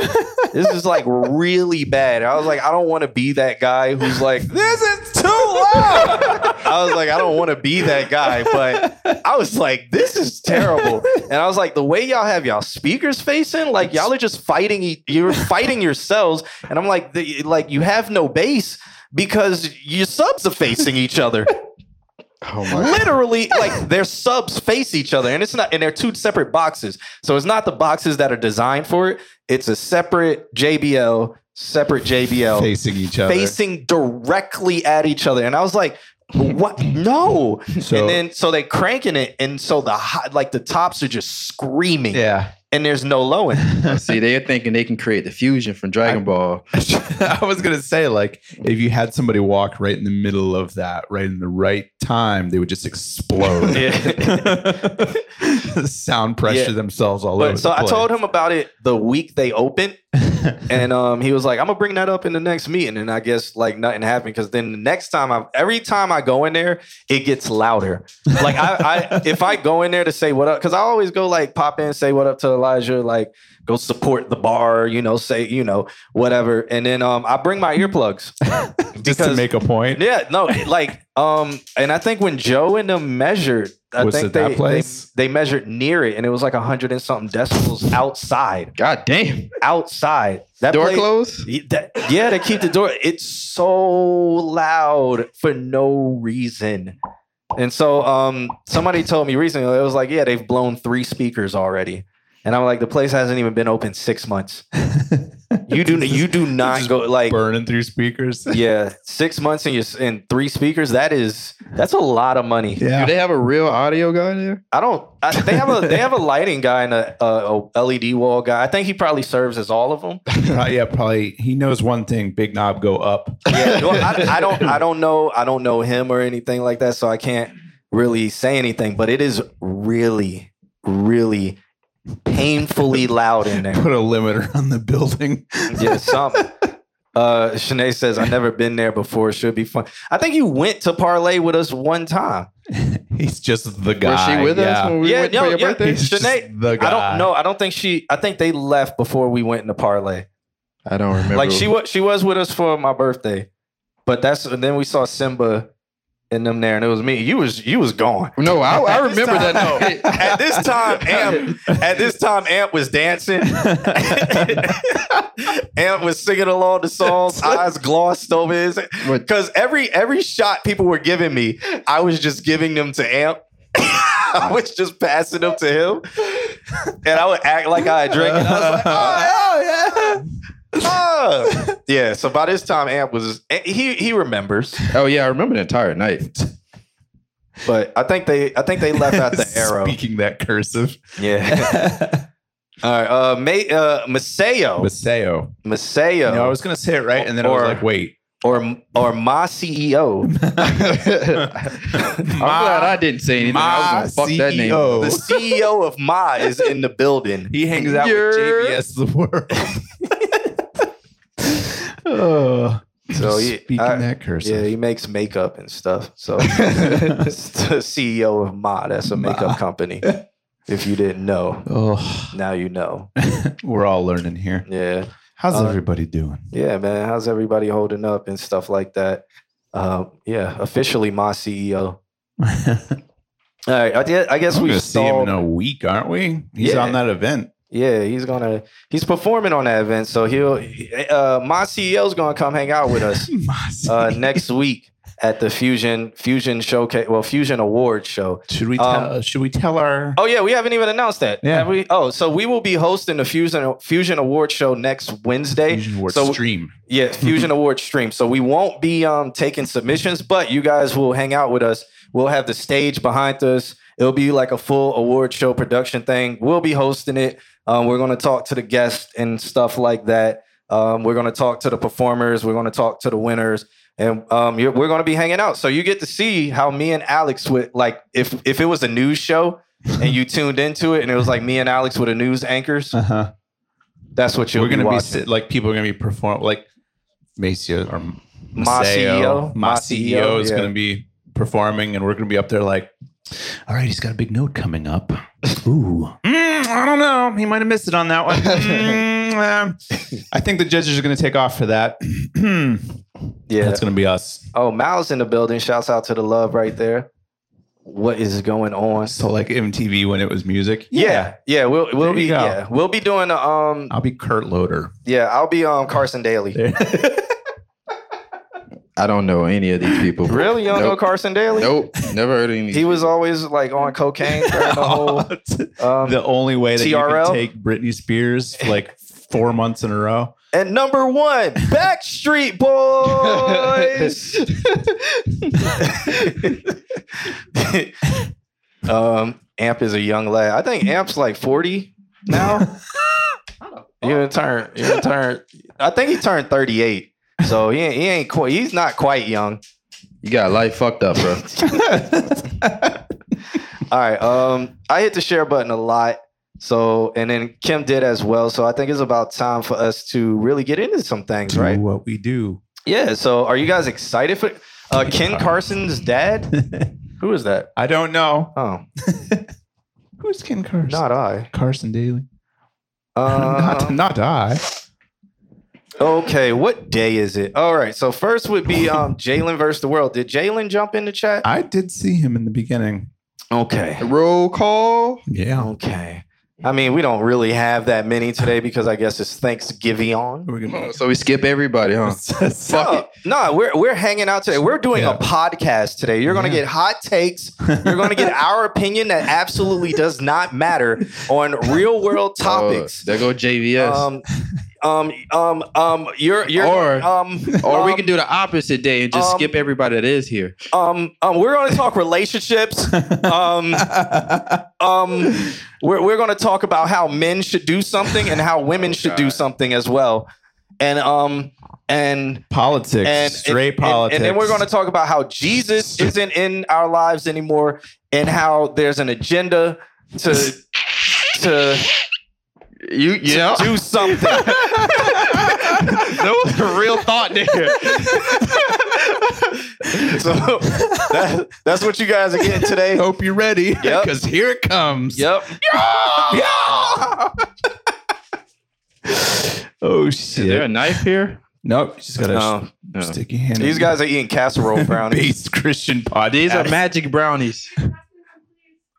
[SPEAKER 1] this is like really bad. I was like, I don't want to be that guy who's like, this is too loud. I was like, I don't want to be that guy, but I was like, this is terrible. And I was like, the way y'all have y'all speakers facing, like y'all are just fighting. e- You're fighting yourselves, and I'm like, the, like you have no base because your subs are facing each other
[SPEAKER 3] Oh
[SPEAKER 1] literally like their subs face each other and it's not and they're two separate boxes so it's not the boxes that are designed for it it's a separate jbl separate jbl
[SPEAKER 4] facing each other.
[SPEAKER 1] facing directly at each other and i was like what no
[SPEAKER 4] So-
[SPEAKER 1] and then so they cranking it and so the hot like the tops are just screaming
[SPEAKER 4] yeah.
[SPEAKER 1] and there's no low end
[SPEAKER 3] See, they're thinking they can create the fusion from Dragon Ball.
[SPEAKER 4] I was gonna say, like, if you had somebody walk right in the middle of that, right in the right time, they would just explode. Sound pressure
[SPEAKER 1] Yeah.
[SPEAKER 4] themselves all over.
[SPEAKER 1] but so
[SPEAKER 4] the
[SPEAKER 1] i
[SPEAKER 4] place.
[SPEAKER 1] told him about it the week they opened and um, he was like, "I'm gonna bring that up in the next meeting," and I guess like nothing happened because then the next time I, every time I go in there, it gets louder. Like I, I if I go in there to say what up, because I always go like pop in, say what up to Elijah, like go support the bar, you know, say you know whatever, and then um, I bring my earplugs.
[SPEAKER 4] just to
[SPEAKER 1] because-
[SPEAKER 4] make a point.
[SPEAKER 1] yeah, no, it, like um, and I think when Joe and them measured, I
[SPEAKER 4] Was
[SPEAKER 1] think
[SPEAKER 4] it
[SPEAKER 1] they,
[SPEAKER 4] that place?
[SPEAKER 1] they they measured near it, and it was like hundred and something decibels outside.
[SPEAKER 3] God damn.
[SPEAKER 1] Outside that
[SPEAKER 3] Door
[SPEAKER 1] place-
[SPEAKER 3] closed?
[SPEAKER 1] Ye- that- yeah, they keep the door. It's so loud for no reason. And so um somebody told me recently, it was like, yeah, they've blown three speakers already. And I'm like, the place hasn't even been open six months. You do you do not
[SPEAKER 4] just
[SPEAKER 1] go like
[SPEAKER 4] burning through speakers.
[SPEAKER 1] yeah, six months and you s- and three speakers. That is that's a lot of money.
[SPEAKER 3] Do they have a real audio guy there?
[SPEAKER 1] I don't. I, they have a they have a lighting guy and a, a, a LED wall guy. I think he probably serves as all of them.
[SPEAKER 4] Pro- yeah, probably. He knows one thing: big knob go up.
[SPEAKER 1] Yeah, well, I, I don't, I don't know, I don't know him or anything like that, so I can't really say anything. But it is really, really painfully loud in there.
[SPEAKER 4] Put a limiter on the building.
[SPEAKER 1] Yeah, something. Uh, Shanae says I've never been there before. Should be fun. I think you went to parlay with us one time.
[SPEAKER 4] He's just the
[SPEAKER 3] Was
[SPEAKER 4] guy.
[SPEAKER 3] she with
[SPEAKER 4] yeah.
[SPEAKER 3] us when we
[SPEAKER 1] Yeah,
[SPEAKER 3] went
[SPEAKER 1] no,
[SPEAKER 3] for your
[SPEAKER 1] yeah.
[SPEAKER 3] birthday?
[SPEAKER 4] He's just
[SPEAKER 1] Shanae,
[SPEAKER 4] the guy.
[SPEAKER 1] I don't know. I don't think she. I think they left before we went into parlay.
[SPEAKER 3] I don't remember.
[SPEAKER 1] Like she was, she was with us for my birthday, but that's and then we saw Simba and them there, and it was me. You was you was gone.
[SPEAKER 3] No, I, I
[SPEAKER 1] At this
[SPEAKER 3] remember
[SPEAKER 1] time,
[SPEAKER 3] that.
[SPEAKER 1] no. At this time, Amp. At this time, Amp was dancing. Amp was singing along the songs. Eyes glossed over his.
[SPEAKER 3] What?
[SPEAKER 1] Because every every shot people were giving me, I was just giving them to Amp. I was just passing them to him, and I would act like I had drink. And I was like, "Oh, hell yeah, oh. yeah." So by this time, Amp was he he remembers,
[SPEAKER 3] Oh yeah, I remember the entire night.
[SPEAKER 1] but I think they I think they left out the arrow.
[SPEAKER 4] Speaking that cursive,
[SPEAKER 1] Yeah. All right. Uh, May, uh, Maseo,
[SPEAKER 4] Maseo.
[SPEAKER 1] Maseo,
[SPEAKER 4] No, I was gonna say it right, and then I
[SPEAKER 1] Or-
[SPEAKER 4] was like, wait.
[SPEAKER 1] or or my E CEO,
[SPEAKER 3] I'm
[SPEAKER 1] Uh,
[SPEAKER 3] glad I didn't say anything. I was
[SPEAKER 4] E
[SPEAKER 3] gonna fuck that name. up.
[SPEAKER 1] the CEO of Ma is in the building.
[SPEAKER 4] He hangs out
[SPEAKER 3] You're-
[SPEAKER 4] with JBS the world. oh,
[SPEAKER 1] So yeah,
[SPEAKER 4] speaking
[SPEAKER 1] I-
[SPEAKER 4] that
[SPEAKER 1] yeah,
[SPEAKER 4] cursive.
[SPEAKER 1] he makes makeup and stuff. So it's the CEO of Ma, that's a makeup
[SPEAKER 4] Ma.
[SPEAKER 1] company. If you didn't know,
[SPEAKER 4] Oh,
[SPEAKER 1] now you know.
[SPEAKER 4] we're all learning here.
[SPEAKER 1] Yeah.
[SPEAKER 4] How's
[SPEAKER 1] Uh,
[SPEAKER 4] everybody doing?
[SPEAKER 1] Yeah, man. How's everybody holding up and stuff like that? Uh, yeah, officially my CEO. All right, I, did- I guess
[SPEAKER 4] We're
[SPEAKER 1] we
[SPEAKER 4] gonna see him
[SPEAKER 1] stalled.
[SPEAKER 4] in a week, aren't we? He's
[SPEAKER 1] Yeah.
[SPEAKER 4] on that event.
[SPEAKER 1] Yeah, he's gonna he's performing on that event, so he'll he- uh, my CEO's gonna come hang out with us
[SPEAKER 4] E
[SPEAKER 1] uh, next week at the Fusion Fusion Showcase, well Fusion Awards show.
[SPEAKER 4] should we
[SPEAKER 1] um,
[SPEAKER 4] tell? should we tell our?
[SPEAKER 1] Oh yeah, we haven't even announced that.
[SPEAKER 4] Yeah.
[SPEAKER 1] Have we? Oh, so we will be hosting the Fusion Fusion Award show next Wednesday.
[SPEAKER 4] Fusion Awards
[SPEAKER 1] so-
[SPEAKER 4] stream.
[SPEAKER 1] Yeah, Fusion Award stream. So we won't be um taking submissions, but you guys will hang out with us. We'll have the stage behind us. It'll be like a full award show production thing. We'll be hosting it. Um, we're gonna talk to the guests and stuff like that. Um, we're gonna talk to the performers. We're gonna talk to the winners, and um, you're, we're gonna be hanging out. So you get to see how me and Alex would like if if it was a news show and you tuned into it, and it was like me and Alex with the news anchors.
[SPEAKER 4] Uh-huh.
[SPEAKER 1] That's what you'll
[SPEAKER 4] We're gonna
[SPEAKER 1] be
[SPEAKER 4] be,
[SPEAKER 1] watching.
[SPEAKER 4] sit like people are gonna be perform like Maceo or
[SPEAKER 1] My
[SPEAKER 4] Maceo.
[SPEAKER 1] CEO.
[SPEAKER 4] My
[SPEAKER 1] My
[SPEAKER 4] CEO
[SPEAKER 1] CEO,
[SPEAKER 4] is
[SPEAKER 1] yeah.
[SPEAKER 4] gonna be performing, and we're gonna be up there like, all right, he's got a big note coming up. Ooh, Mm, I don't know. He might have missed it on that one. Mm, um, I think the judges are gonna take off for that.
[SPEAKER 1] yeah,
[SPEAKER 4] That's gonna be us.
[SPEAKER 1] Oh, Mal's in the building. Shouts out to the love right there. What is going on?
[SPEAKER 4] So like MTV when it was music.
[SPEAKER 1] Yeah, yeah, we'll we'll
[SPEAKER 4] There
[SPEAKER 1] be
[SPEAKER 4] you go.
[SPEAKER 1] yeah we'll be doing a, um
[SPEAKER 4] I'll be Kurt Loader.
[SPEAKER 1] yeah I'll be um Carson Daly.
[SPEAKER 3] I don't know any of these people.
[SPEAKER 1] Really, you don't know
[SPEAKER 3] nope.
[SPEAKER 1] Carson Daly?
[SPEAKER 3] Nope, never heard of any.
[SPEAKER 1] He was always like on cocaine during the whole. Um,
[SPEAKER 4] the only way that
[SPEAKER 1] TRL?
[SPEAKER 4] you can take Britney Spears like four months in a row.
[SPEAKER 1] and number one, Backstreet Boys. um, Amp is a young lad. I think Amp's like forty now. He done turned. He done turned. I think he turned thirty-eight. So he ain't, he ain't quite. He's not quite young.
[SPEAKER 3] You got life fucked up, bro.
[SPEAKER 1] All right. Um, I hit the share button a lot. So and then Kim did as well. So I think it's about time for us to really get into some things,
[SPEAKER 4] Do
[SPEAKER 1] right?
[SPEAKER 4] what we do.
[SPEAKER 1] Yeah. So are you guys excited for uh, Ken Carson's dad? Who is that?
[SPEAKER 4] Uh-huh. I don't know.
[SPEAKER 1] Oh,
[SPEAKER 4] Who's Ken Carson?
[SPEAKER 1] not I.
[SPEAKER 4] Carson Daly. not,
[SPEAKER 1] Um,
[SPEAKER 4] not I.
[SPEAKER 1] okay. What day is it? All right. So first would be um, Jalen versus the world. Did Jalen jump in the chat?
[SPEAKER 4] I did see him in the beginning.
[SPEAKER 1] Okay.
[SPEAKER 3] Roll call.
[SPEAKER 4] Yeah.
[SPEAKER 1] Okay. I mean, we don't really have that many today because I guess it's Thanksgiving on.
[SPEAKER 4] We're gonna-
[SPEAKER 3] So we skip everybody, huh?
[SPEAKER 1] No,
[SPEAKER 3] Fuck
[SPEAKER 1] no, we're we're hanging out today. We're doing
[SPEAKER 4] Yeah.
[SPEAKER 1] a podcast today. You're gonna
[SPEAKER 4] Yeah.
[SPEAKER 1] get hot takes. You're gonna get our opinion that absolutely does not matter on real world
[SPEAKER 3] it.
[SPEAKER 1] topics.
[SPEAKER 3] Oh, there go JVS.
[SPEAKER 1] Um, um, um, um, you're you're
[SPEAKER 3] Or-
[SPEAKER 1] um,
[SPEAKER 3] or we
[SPEAKER 1] um,
[SPEAKER 3] can do the opposite day and just
[SPEAKER 1] um,
[SPEAKER 3] skip everybody that is here.
[SPEAKER 1] um, um, we're gonna talk relationships. um, um, we're we're gonna talk about how men should do something and how women should do something as well, and um, and
[SPEAKER 4] politics.
[SPEAKER 1] and
[SPEAKER 4] straight
[SPEAKER 1] and- and-
[SPEAKER 4] politics.
[SPEAKER 1] And, then we're going to talk about how Jesus isn't in our lives anymore, and how there's an agenda to to
[SPEAKER 3] You, you know,
[SPEAKER 1] do something.
[SPEAKER 3] there was a real thought there.
[SPEAKER 1] so that, that's what you guys are getting today.
[SPEAKER 4] hope you're ready.
[SPEAKER 1] Yep.
[SPEAKER 4] Because here it comes.
[SPEAKER 1] Yep.
[SPEAKER 4] Oh
[SPEAKER 3] Is there a
[SPEAKER 4] shit.
[SPEAKER 3] knife here?
[SPEAKER 4] Nope. You just gotta
[SPEAKER 1] No,
[SPEAKER 3] No.
[SPEAKER 4] sh- stick your hand
[SPEAKER 1] these
[SPEAKER 4] in.
[SPEAKER 1] guys are eating casserole brownies.
[SPEAKER 4] based Christian podcast.
[SPEAKER 3] These are magic brownies.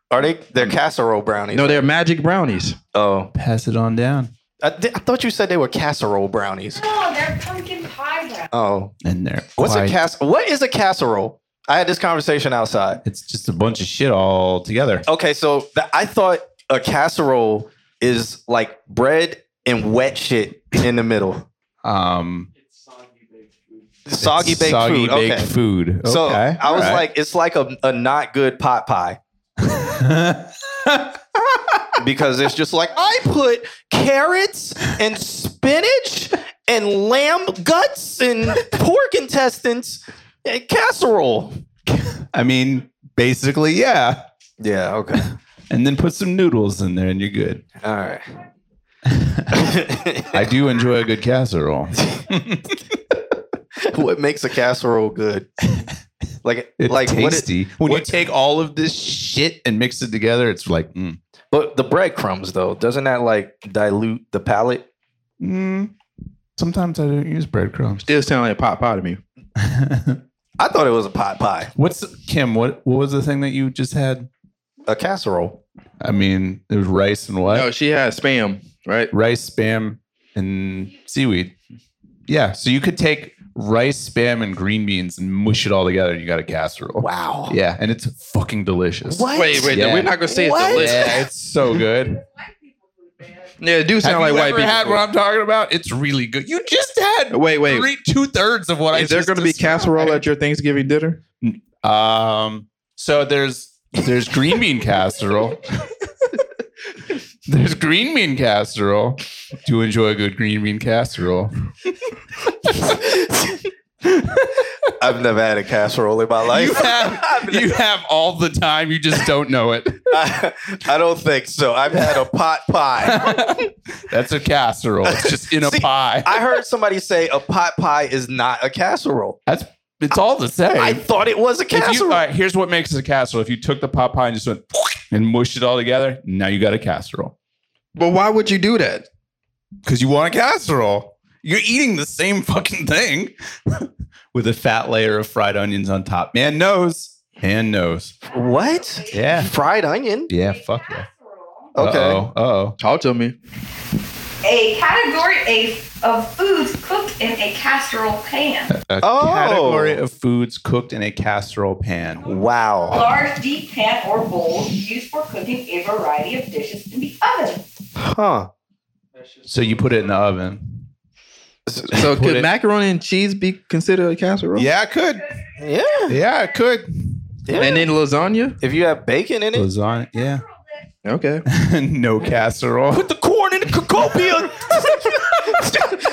[SPEAKER 1] Are they? They're casserole brownies.
[SPEAKER 3] No, they're magic brownies.
[SPEAKER 1] Oh,
[SPEAKER 4] Pass it on down.
[SPEAKER 1] I, thi- I thought you said they were casserole brownies.
[SPEAKER 6] No, Oh, they're pumpkin pie bread.
[SPEAKER 1] Oh,
[SPEAKER 4] And there.
[SPEAKER 1] what's
[SPEAKER 4] Quiet.
[SPEAKER 1] a cas? What is a casserole? I had this conversation outside.
[SPEAKER 4] It's just a bunch of shit all together.
[SPEAKER 1] Okay, so th- I thought a casserole is like bread and wet shit in the middle.
[SPEAKER 4] Um,
[SPEAKER 1] Soggy
[SPEAKER 4] it's
[SPEAKER 1] baked
[SPEAKER 4] soggy
[SPEAKER 1] food.
[SPEAKER 4] baked
[SPEAKER 1] okay.
[SPEAKER 4] food.
[SPEAKER 1] So
[SPEAKER 4] Okay.
[SPEAKER 1] I
[SPEAKER 4] All
[SPEAKER 1] was
[SPEAKER 4] right.
[SPEAKER 1] like, it's like a, a not good pot pie because it's just like I put carrots and spinach and lamb guts and pork intestines in casserole.
[SPEAKER 4] I mean, basically, yeah.
[SPEAKER 1] Yeah, okay.
[SPEAKER 4] And then put some noodles in there, and you're good.
[SPEAKER 1] All right.
[SPEAKER 4] I do enjoy a good casserole.
[SPEAKER 1] what makes a casserole good? Like
[SPEAKER 4] It's
[SPEAKER 1] like what it-
[SPEAKER 4] tasty. when
[SPEAKER 1] what-
[SPEAKER 4] you take all of this shit and mix it together, it's like, mm.
[SPEAKER 1] But the breadcrumbs, though, doesn't that like dilute the palate?
[SPEAKER 4] Mm. Sometimes I don't use breadcrumbs.
[SPEAKER 3] Still sound like pop pot to me.
[SPEAKER 1] I thought it was a pot pie,
[SPEAKER 4] What's Kim? What what was the thing that you just had?
[SPEAKER 1] a casserole.
[SPEAKER 4] I mean, it was rice and what?
[SPEAKER 3] No, she had spam, right?
[SPEAKER 4] rice, spam, and seaweed. Yeah, so you could take rice, spam, and green beans and mush it all together, and you got a casserole.
[SPEAKER 1] Wow.
[SPEAKER 4] Yeah, and it's fucking delicious.
[SPEAKER 1] What?
[SPEAKER 3] Wait, wait,
[SPEAKER 4] Yeah.
[SPEAKER 3] we're not gonna say
[SPEAKER 1] What?
[SPEAKER 3] it's delicious.
[SPEAKER 4] Yeah, it's so good.
[SPEAKER 6] White people food, man.
[SPEAKER 3] Yeah, it do sound
[SPEAKER 4] Have
[SPEAKER 3] like
[SPEAKER 4] you
[SPEAKER 3] white
[SPEAKER 4] ever
[SPEAKER 3] people.
[SPEAKER 4] had
[SPEAKER 3] food.
[SPEAKER 4] what I'm talking about? It's really good. You just had
[SPEAKER 3] Wait, wait.
[SPEAKER 4] three two thirds of what I.
[SPEAKER 3] Is there
[SPEAKER 4] just
[SPEAKER 3] going to be
[SPEAKER 4] described.
[SPEAKER 3] casserole at your Thanksgiving dinner?
[SPEAKER 4] Um. So there's there's green bean casserole. there's green bean casserole. Do you enjoy a good green bean casserole?
[SPEAKER 1] I've never had a casserole in my life.
[SPEAKER 4] You have you have all the time. You just don't know it.
[SPEAKER 1] I, I don't think so. I've had a pot pie.
[SPEAKER 4] That's a casserole. It's just in a
[SPEAKER 1] See,
[SPEAKER 4] pie.
[SPEAKER 1] I heard somebody say a pot pie is not a casserole.
[SPEAKER 4] That's it's all the same.
[SPEAKER 1] I thought it was a
[SPEAKER 4] If you, all
[SPEAKER 1] casserole.
[SPEAKER 4] right, here's what makes it a casserole. If you took the pot pie and just went and mushed it all together, now you got a casserole.
[SPEAKER 3] But why would you do that?
[SPEAKER 4] Because you want a casserole. You're eating the same fucking thing with a fat layer of fried onions on top. Man knows. Man knows.
[SPEAKER 1] what?
[SPEAKER 4] Yeah.
[SPEAKER 1] Fried onion?
[SPEAKER 4] Yeah, fuck yeah.
[SPEAKER 6] Casserole.
[SPEAKER 1] Okay.
[SPEAKER 4] Uh oh.
[SPEAKER 3] Talk to me.
[SPEAKER 6] A category a, of foods cooked in a casserole pan.
[SPEAKER 4] A
[SPEAKER 1] Oh.
[SPEAKER 4] category of foods cooked in a casserole pan.
[SPEAKER 6] A
[SPEAKER 1] Wow.
[SPEAKER 6] large deep pan or bowl used for cooking a variety of dishes in the oven.
[SPEAKER 1] Huh.
[SPEAKER 4] So you put it in the oven.
[SPEAKER 3] So
[SPEAKER 4] Put
[SPEAKER 3] could
[SPEAKER 4] it-
[SPEAKER 3] macaroni and cheese be considered a casserole?
[SPEAKER 4] Yeah, it could.
[SPEAKER 1] Yeah.
[SPEAKER 4] Yeah, it could.
[SPEAKER 1] yeah.
[SPEAKER 3] And then lasagna?
[SPEAKER 1] if you have bacon in it,
[SPEAKER 4] Lasagna. Yeah.
[SPEAKER 3] Okay.
[SPEAKER 4] no casserole.
[SPEAKER 1] put the corn in the cocopia.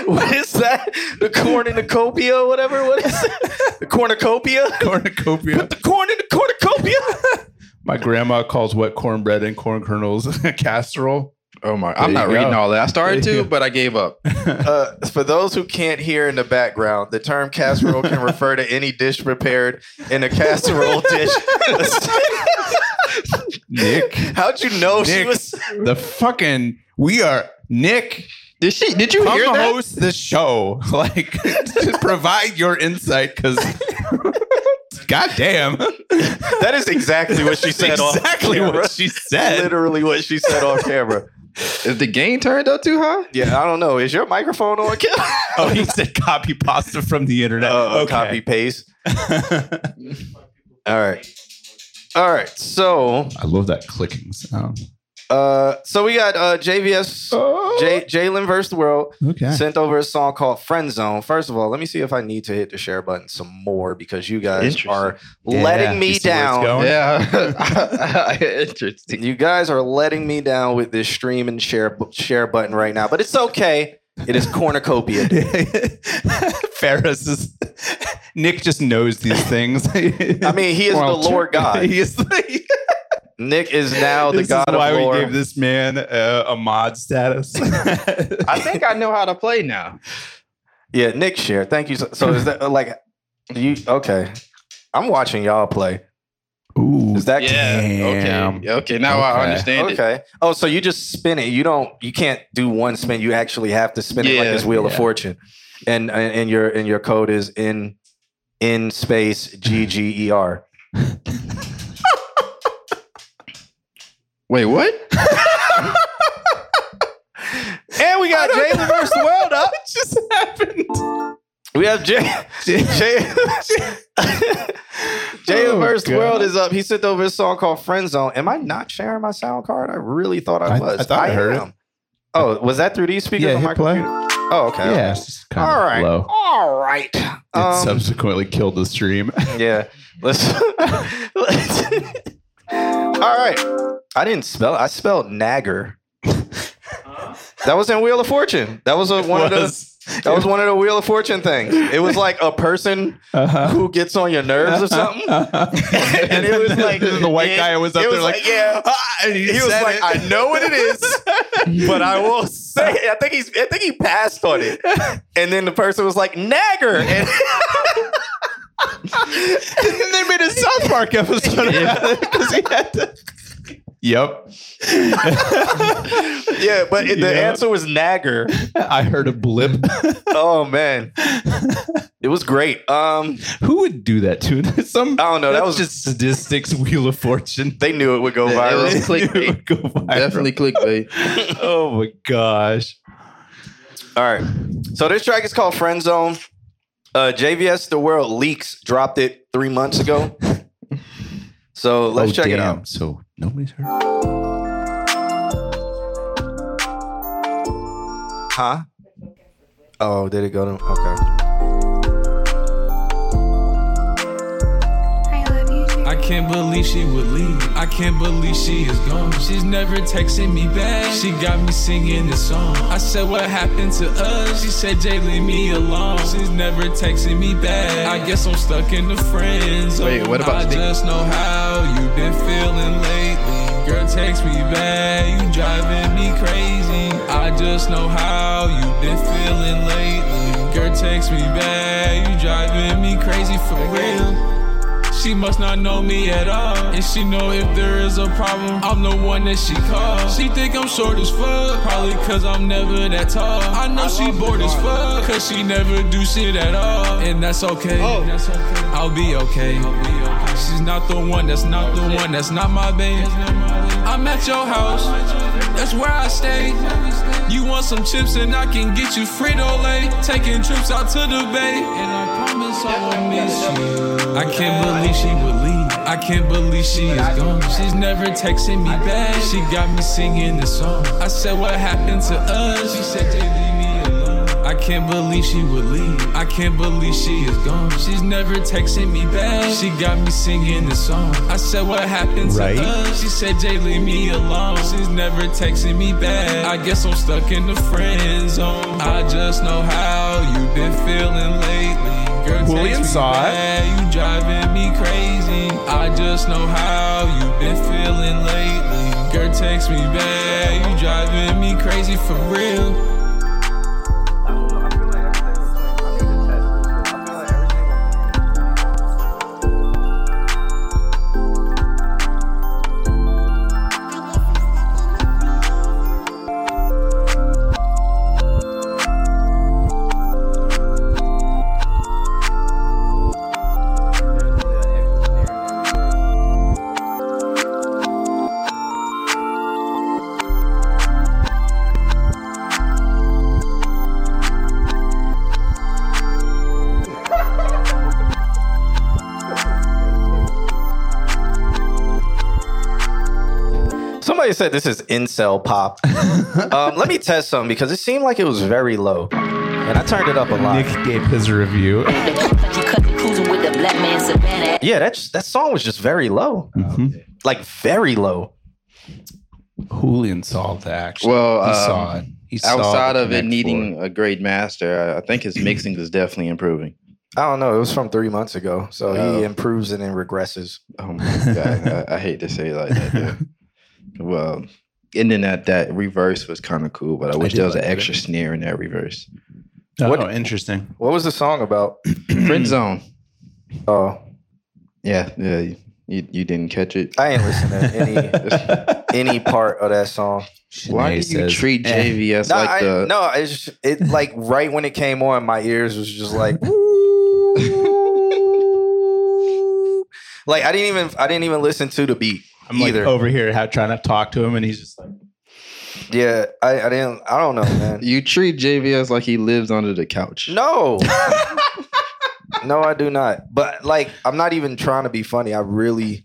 [SPEAKER 1] what is that? The corn in the copia, or whatever. What is it? The cornucopia?
[SPEAKER 4] cornucopia.
[SPEAKER 1] The corn in the cornucopia.
[SPEAKER 4] My grandma calls wet cornbread and corn kernels a casserole.
[SPEAKER 3] Oh my! I'm
[SPEAKER 4] There you
[SPEAKER 3] not reading
[SPEAKER 4] go.
[SPEAKER 3] all that. I started
[SPEAKER 4] There you
[SPEAKER 3] to,
[SPEAKER 4] go.
[SPEAKER 3] but I gave up.
[SPEAKER 1] Uh, for those who can't hear in the background, the term casserole can refer to any dish prepared in a casserole dish.
[SPEAKER 4] Nick,
[SPEAKER 1] How'd you know she
[SPEAKER 4] Nick.
[SPEAKER 1] was?
[SPEAKER 4] the fucking we are Nick.
[SPEAKER 3] Did she? Did you
[SPEAKER 4] Come
[SPEAKER 3] hear that?
[SPEAKER 4] host the show. Like, just provide your insight because. goddamn,
[SPEAKER 1] That is exactly what she said. off
[SPEAKER 4] exactly
[SPEAKER 1] camera.
[SPEAKER 4] what she said.
[SPEAKER 1] Literally what she said on camera.
[SPEAKER 3] Is the game turned up too high?
[SPEAKER 1] Yeah, I don't know. Is your microphone on? Kim?
[SPEAKER 4] Oh, he said copy pasta from the internet.
[SPEAKER 1] Uh, Copy paste. All right. All right. So,
[SPEAKER 4] I love that clicking sound.
[SPEAKER 1] uh, so we got uh, JVS, J- Jalen versus the world.
[SPEAKER 4] Oh. okay.
[SPEAKER 1] sent over a song called Friend Zone. First of all, let me see if I need to hit the share button some more because you guys
[SPEAKER 3] Interesting.
[SPEAKER 1] are
[SPEAKER 4] Yeah.
[SPEAKER 1] letting
[SPEAKER 4] You
[SPEAKER 1] me
[SPEAKER 4] see where it's
[SPEAKER 1] down.
[SPEAKER 4] going?
[SPEAKER 3] Yeah. Interesting.
[SPEAKER 1] You guys are letting me down with this stream and share bu- share button right now, but it's okay. It is cornucopia. day.
[SPEAKER 4] Ferris is Nick just knows these things.
[SPEAKER 1] I mean, he is the Lord God.
[SPEAKER 4] he is the,
[SPEAKER 1] Nick is now the
[SPEAKER 4] this
[SPEAKER 1] God
[SPEAKER 4] is
[SPEAKER 1] of
[SPEAKER 4] why we
[SPEAKER 1] Lore.
[SPEAKER 4] gave this man uh, a mod status.
[SPEAKER 3] I think I know how to play now.
[SPEAKER 1] yeah, Nick share. Thank you. So, so is that uh, like you? Okay, I'm watching y'all play.
[SPEAKER 4] Ooh,
[SPEAKER 1] Is that
[SPEAKER 4] Damn.
[SPEAKER 3] Okay. Okay. Now I
[SPEAKER 4] Okay.
[SPEAKER 3] understand it.
[SPEAKER 1] okay? Oh, so you just spin it. You don't. You can't do one spin. You actually have to spin it like
[SPEAKER 3] Yeah,
[SPEAKER 1] it's Wheel of
[SPEAKER 4] yeah.
[SPEAKER 1] Fortune, and, and and your and your code is in in space G G E R.
[SPEAKER 3] Wait, what?
[SPEAKER 1] And we got Jalen versus the World up.
[SPEAKER 4] just happened?
[SPEAKER 1] We have Jay. Jay Jalen
[SPEAKER 4] Oh,
[SPEAKER 1] versus the
[SPEAKER 4] God.
[SPEAKER 1] World is up. He sent over a song called Friend Zone. Am I not sharing my sound card? I really thought I
[SPEAKER 4] I-
[SPEAKER 1] was.
[SPEAKER 4] I thought I heard it.
[SPEAKER 1] am. Oh, was that through these speakers
[SPEAKER 4] Yeah,
[SPEAKER 1] on
[SPEAKER 4] hit
[SPEAKER 1] my
[SPEAKER 4] play.
[SPEAKER 1] computer? Oh, okay.
[SPEAKER 4] Yeah, it's just kind
[SPEAKER 1] All
[SPEAKER 4] of
[SPEAKER 1] right.
[SPEAKER 4] low.
[SPEAKER 1] All right.
[SPEAKER 4] It
[SPEAKER 1] Um,
[SPEAKER 4] subsequently killed the stream.
[SPEAKER 1] Yeah. Let's. let's all right. I didn't spell. I spelled nagger. that was in Wheel of Fortune. That was a, one of the. That was one of the Wheel of Fortune things. It was like a person
[SPEAKER 4] uh-huh.
[SPEAKER 1] who gets on your nerves or something.
[SPEAKER 4] and
[SPEAKER 1] it was like-
[SPEAKER 4] the white
[SPEAKER 1] it-
[SPEAKER 4] guy was up
[SPEAKER 1] it
[SPEAKER 4] there
[SPEAKER 1] was
[SPEAKER 4] like,
[SPEAKER 1] like, yeah.
[SPEAKER 4] "Ah," and he,
[SPEAKER 1] He was
[SPEAKER 4] said
[SPEAKER 1] like,
[SPEAKER 4] it.
[SPEAKER 1] "I know what it is, but I won't say." It. I think he's. I think he passed on it, and then the person was like nagger, and
[SPEAKER 4] And then they made a South Park episode because he had to. Yep.
[SPEAKER 1] Yeah, but it- the
[SPEAKER 4] Yeah.
[SPEAKER 1] answer was Nagger.
[SPEAKER 4] I heard a blip.
[SPEAKER 1] Oh man, it was great. Um,
[SPEAKER 4] Who would do that to some?
[SPEAKER 1] I don't know. That was just
[SPEAKER 4] just statistics. Wheel of Fortune.
[SPEAKER 1] they knew it would go
[SPEAKER 3] It
[SPEAKER 1] viral.
[SPEAKER 3] was clickbait.
[SPEAKER 4] Go viral.
[SPEAKER 3] Definitely clickbait.
[SPEAKER 4] oh my gosh.
[SPEAKER 1] All right. So this track is called Friend Zone. Uh, JVS The World Leaks dropped it three months ago. So let's
[SPEAKER 4] Oh,
[SPEAKER 1] check it
[SPEAKER 4] damn.
[SPEAKER 1] out.
[SPEAKER 4] So nobody's heard.
[SPEAKER 1] Huh? Oh, did it go to? Okay.
[SPEAKER 7] I can't believe she would leave. I can't believe she is gone. She's never texting me back. She got me singing this song. I said, What happened to us? She said, Jay, leave me alone. She's never texting me back. I guess I'm stuck in the friend zone.
[SPEAKER 3] Wait, what about
[SPEAKER 7] I
[SPEAKER 3] Sneak?
[SPEAKER 7] just know how you've been feeling lately. Girl, text me back. You driving me crazy. I just know how you've been feeling lately. Girl, text me back. You driving me crazy for real. She must not know me at all. And she know if there is a problem, I'm the one that she calls. She think I'm short as fuck, probably cause I'm never that tall. I know she bored as fuck, cause she never do shit at all. And that's okay. That's okay. I'll be okay. She's not the one, that's not the one, that's not my babe. I'm at your house, that's where I stay. You want some chips and I can get you Frito Lay. Taking trips out to the bay, and I promise I won't miss you. I can't believe she would leave. I can't believe she is gone. She's never texting me back. She got me singing this song. I said, What happened to us? She said, "They leave me alone. I can't believe she would leave. I can't believe she is gone. She's never texting me back. She got me singing this song. I said, What happened to
[SPEAKER 4] Right?
[SPEAKER 7] us? She said, Jay, leave me alone. She's never texting me back. I guess I'm stuck in the friend zone. I just know how you've been feeling lately. Girl,
[SPEAKER 4] Julian
[SPEAKER 7] text me
[SPEAKER 4] saw it.
[SPEAKER 7] back. You driving me crazy. I just know how you've been feeling lately. Girl, text me back. You driving me crazy for real.
[SPEAKER 1] Somebody said this is incel pop. um, let me test some because it seemed like it was very low, and I turned it up a lot.
[SPEAKER 4] Nick gave his review.
[SPEAKER 8] Cruising with the black man Savannah.
[SPEAKER 1] Yeah, that that song was just very low,
[SPEAKER 4] Mm-hmm.
[SPEAKER 1] like very low.
[SPEAKER 4] Julian saw the action.
[SPEAKER 3] Well,
[SPEAKER 4] he
[SPEAKER 3] um,
[SPEAKER 4] saw it. He saw
[SPEAKER 3] Outside
[SPEAKER 4] the
[SPEAKER 3] of it
[SPEAKER 4] Connect
[SPEAKER 3] needing
[SPEAKER 4] Four.
[SPEAKER 3] a great master, I, I think his mixing is definitely improving.
[SPEAKER 1] I don't know. It was from three months ago, so
[SPEAKER 3] Oh.
[SPEAKER 1] he improves and then regresses.
[SPEAKER 3] Oh my god, I, I hate to say it like that. Dude. Well, and then that that reverse was kind of cool, but I wish
[SPEAKER 4] did
[SPEAKER 3] there was an
[SPEAKER 4] like that.
[SPEAKER 3] extra snare in that reverse.
[SPEAKER 4] Oh,
[SPEAKER 1] What-
[SPEAKER 4] interesting.
[SPEAKER 1] What was the song about?
[SPEAKER 3] Friend zone.
[SPEAKER 1] Oh,
[SPEAKER 3] Yeah, yeah. You, you you didn't catch it.
[SPEAKER 1] I ain't listening to any any part of that song.
[SPEAKER 3] Why do
[SPEAKER 4] Sinead
[SPEAKER 3] you
[SPEAKER 4] says,
[SPEAKER 3] treat
[SPEAKER 4] "Eh."
[SPEAKER 3] JVS
[SPEAKER 1] No,
[SPEAKER 3] like
[SPEAKER 1] I,
[SPEAKER 3] the
[SPEAKER 1] no, it's just- it like right when it came on, my ears was just like, like I didn't even I didn't even listen to the beat
[SPEAKER 4] I'm like
[SPEAKER 1] either.
[SPEAKER 4] over here ha- trying to talk to him, and he's just like,
[SPEAKER 1] Yeah, I, I didn't. I don't know, man.
[SPEAKER 3] You treat JVS like he lives under the couch.
[SPEAKER 1] No, no, I do not. But like, I'm not even trying to be funny. I really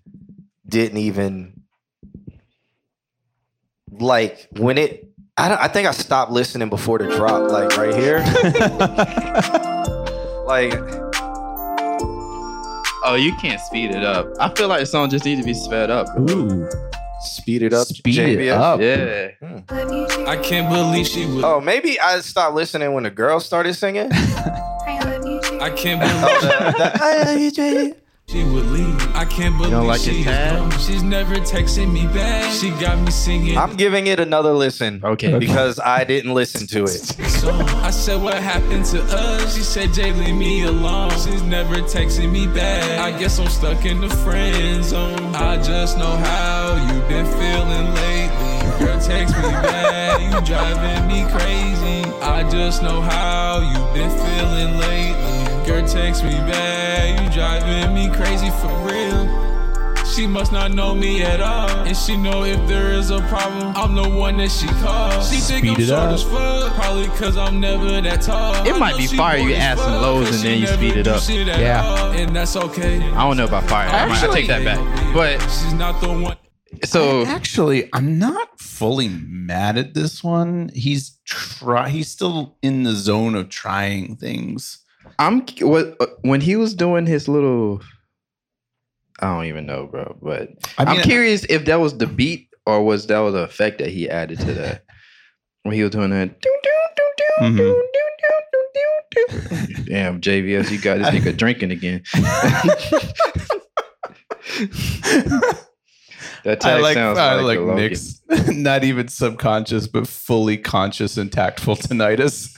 [SPEAKER 1] didn't even like when it. I don't, I think I stopped listening before the drop. Like right here. like
[SPEAKER 3] Oh, you can't speed it up. I feel like the song just needs to be sped up.
[SPEAKER 4] "Ooh,
[SPEAKER 1] speed it up.
[SPEAKER 4] speed it
[SPEAKER 1] JBS.
[SPEAKER 4] up."
[SPEAKER 3] Yeah.
[SPEAKER 7] I can't believe she would.
[SPEAKER 1] Oh, maybe I stopped listening when the girl started singing.
[SPEAKER 7] I can't believe.
[SPEAKER 1] Oh, that- that- I love you, J.
[SPEAKER 7] She would leave. I can't believe
[SPEAKER 3] don't like
[SPEAKER 7] she
[SPEAKER 3] his
[SPEAKER 7] is
[SPEAKER 3] hat?
[SPEAKER 7] gone. She's never texting me back. She got me singing.
[SPEAKER 1] I'm giving it another listen.
[SPEAKER 3] Okay.
[SPEAKER 1] Because I didn't listen to it.
[SPEAKER 7] So I said, What happened to us? She said, Jay, leave me alone. She's never texting me back. I guess I'm stuck in the friend zone. I just know how you've been feeling lately. Girl, text me back. You driving me crazy. I just know how you've been feeling lately. Girl, text me back. You driving me crazy for real. She must not know me at all. And she know if there is a problem, I'm the one that she calls. She think
[SPEAKER 4] Speed
[SPEAKER 7] I'm
[SPEAKER 4] it
[SPEAKER 7] short
[SPEAKER 4] up.
[SPEAKER 7] as fuck, probably cause I'm never that tall.
[SPEAKER 3] It might be fire you add some lows and then you speed it up.
[SPEAKER 7] Yeah.
[SPEAKER 3] Yeah.
[SPEAKER 7] And that's okay.
[SPEAKER 3] I don't know about fire. I take that back. But
[SPEAKER 7] She's not the one.
[SPEAKER 3] so
[SPEAKER 4] Actually, I'm not fully mad at this one. He's try he's still in the zone of trying things.
[SPEAKER 3] I'm what uh, when he was doing his little. I don't even know, bro. But
[SPEAKER 4] I
[SPEAKER 3] I'm curious if that was the beat or was that was the effect that he added to that when he was doing that. doo, doo, doo, doo,
[SPEAKER 4] Mhm.
[SPEAKER 1] mm-hmm.
[SPEAKER 3] doo, doo, doo, doo, doo. Damn, JVS, you got this nigga drinking again. that
[SPEAKER 4] I
[SPEAKER 3] tag
[SPEAKER 4] like
[SPEAKER 3] sounds
[SPEAKER 4] I
[SPEAKER 3] like,
[SPEAKER 4] like,
[SPEAKER 3] a Logan.
[SPEAKER 4] Nick's not even subconscious, but fully conscious and tactful tinnitus.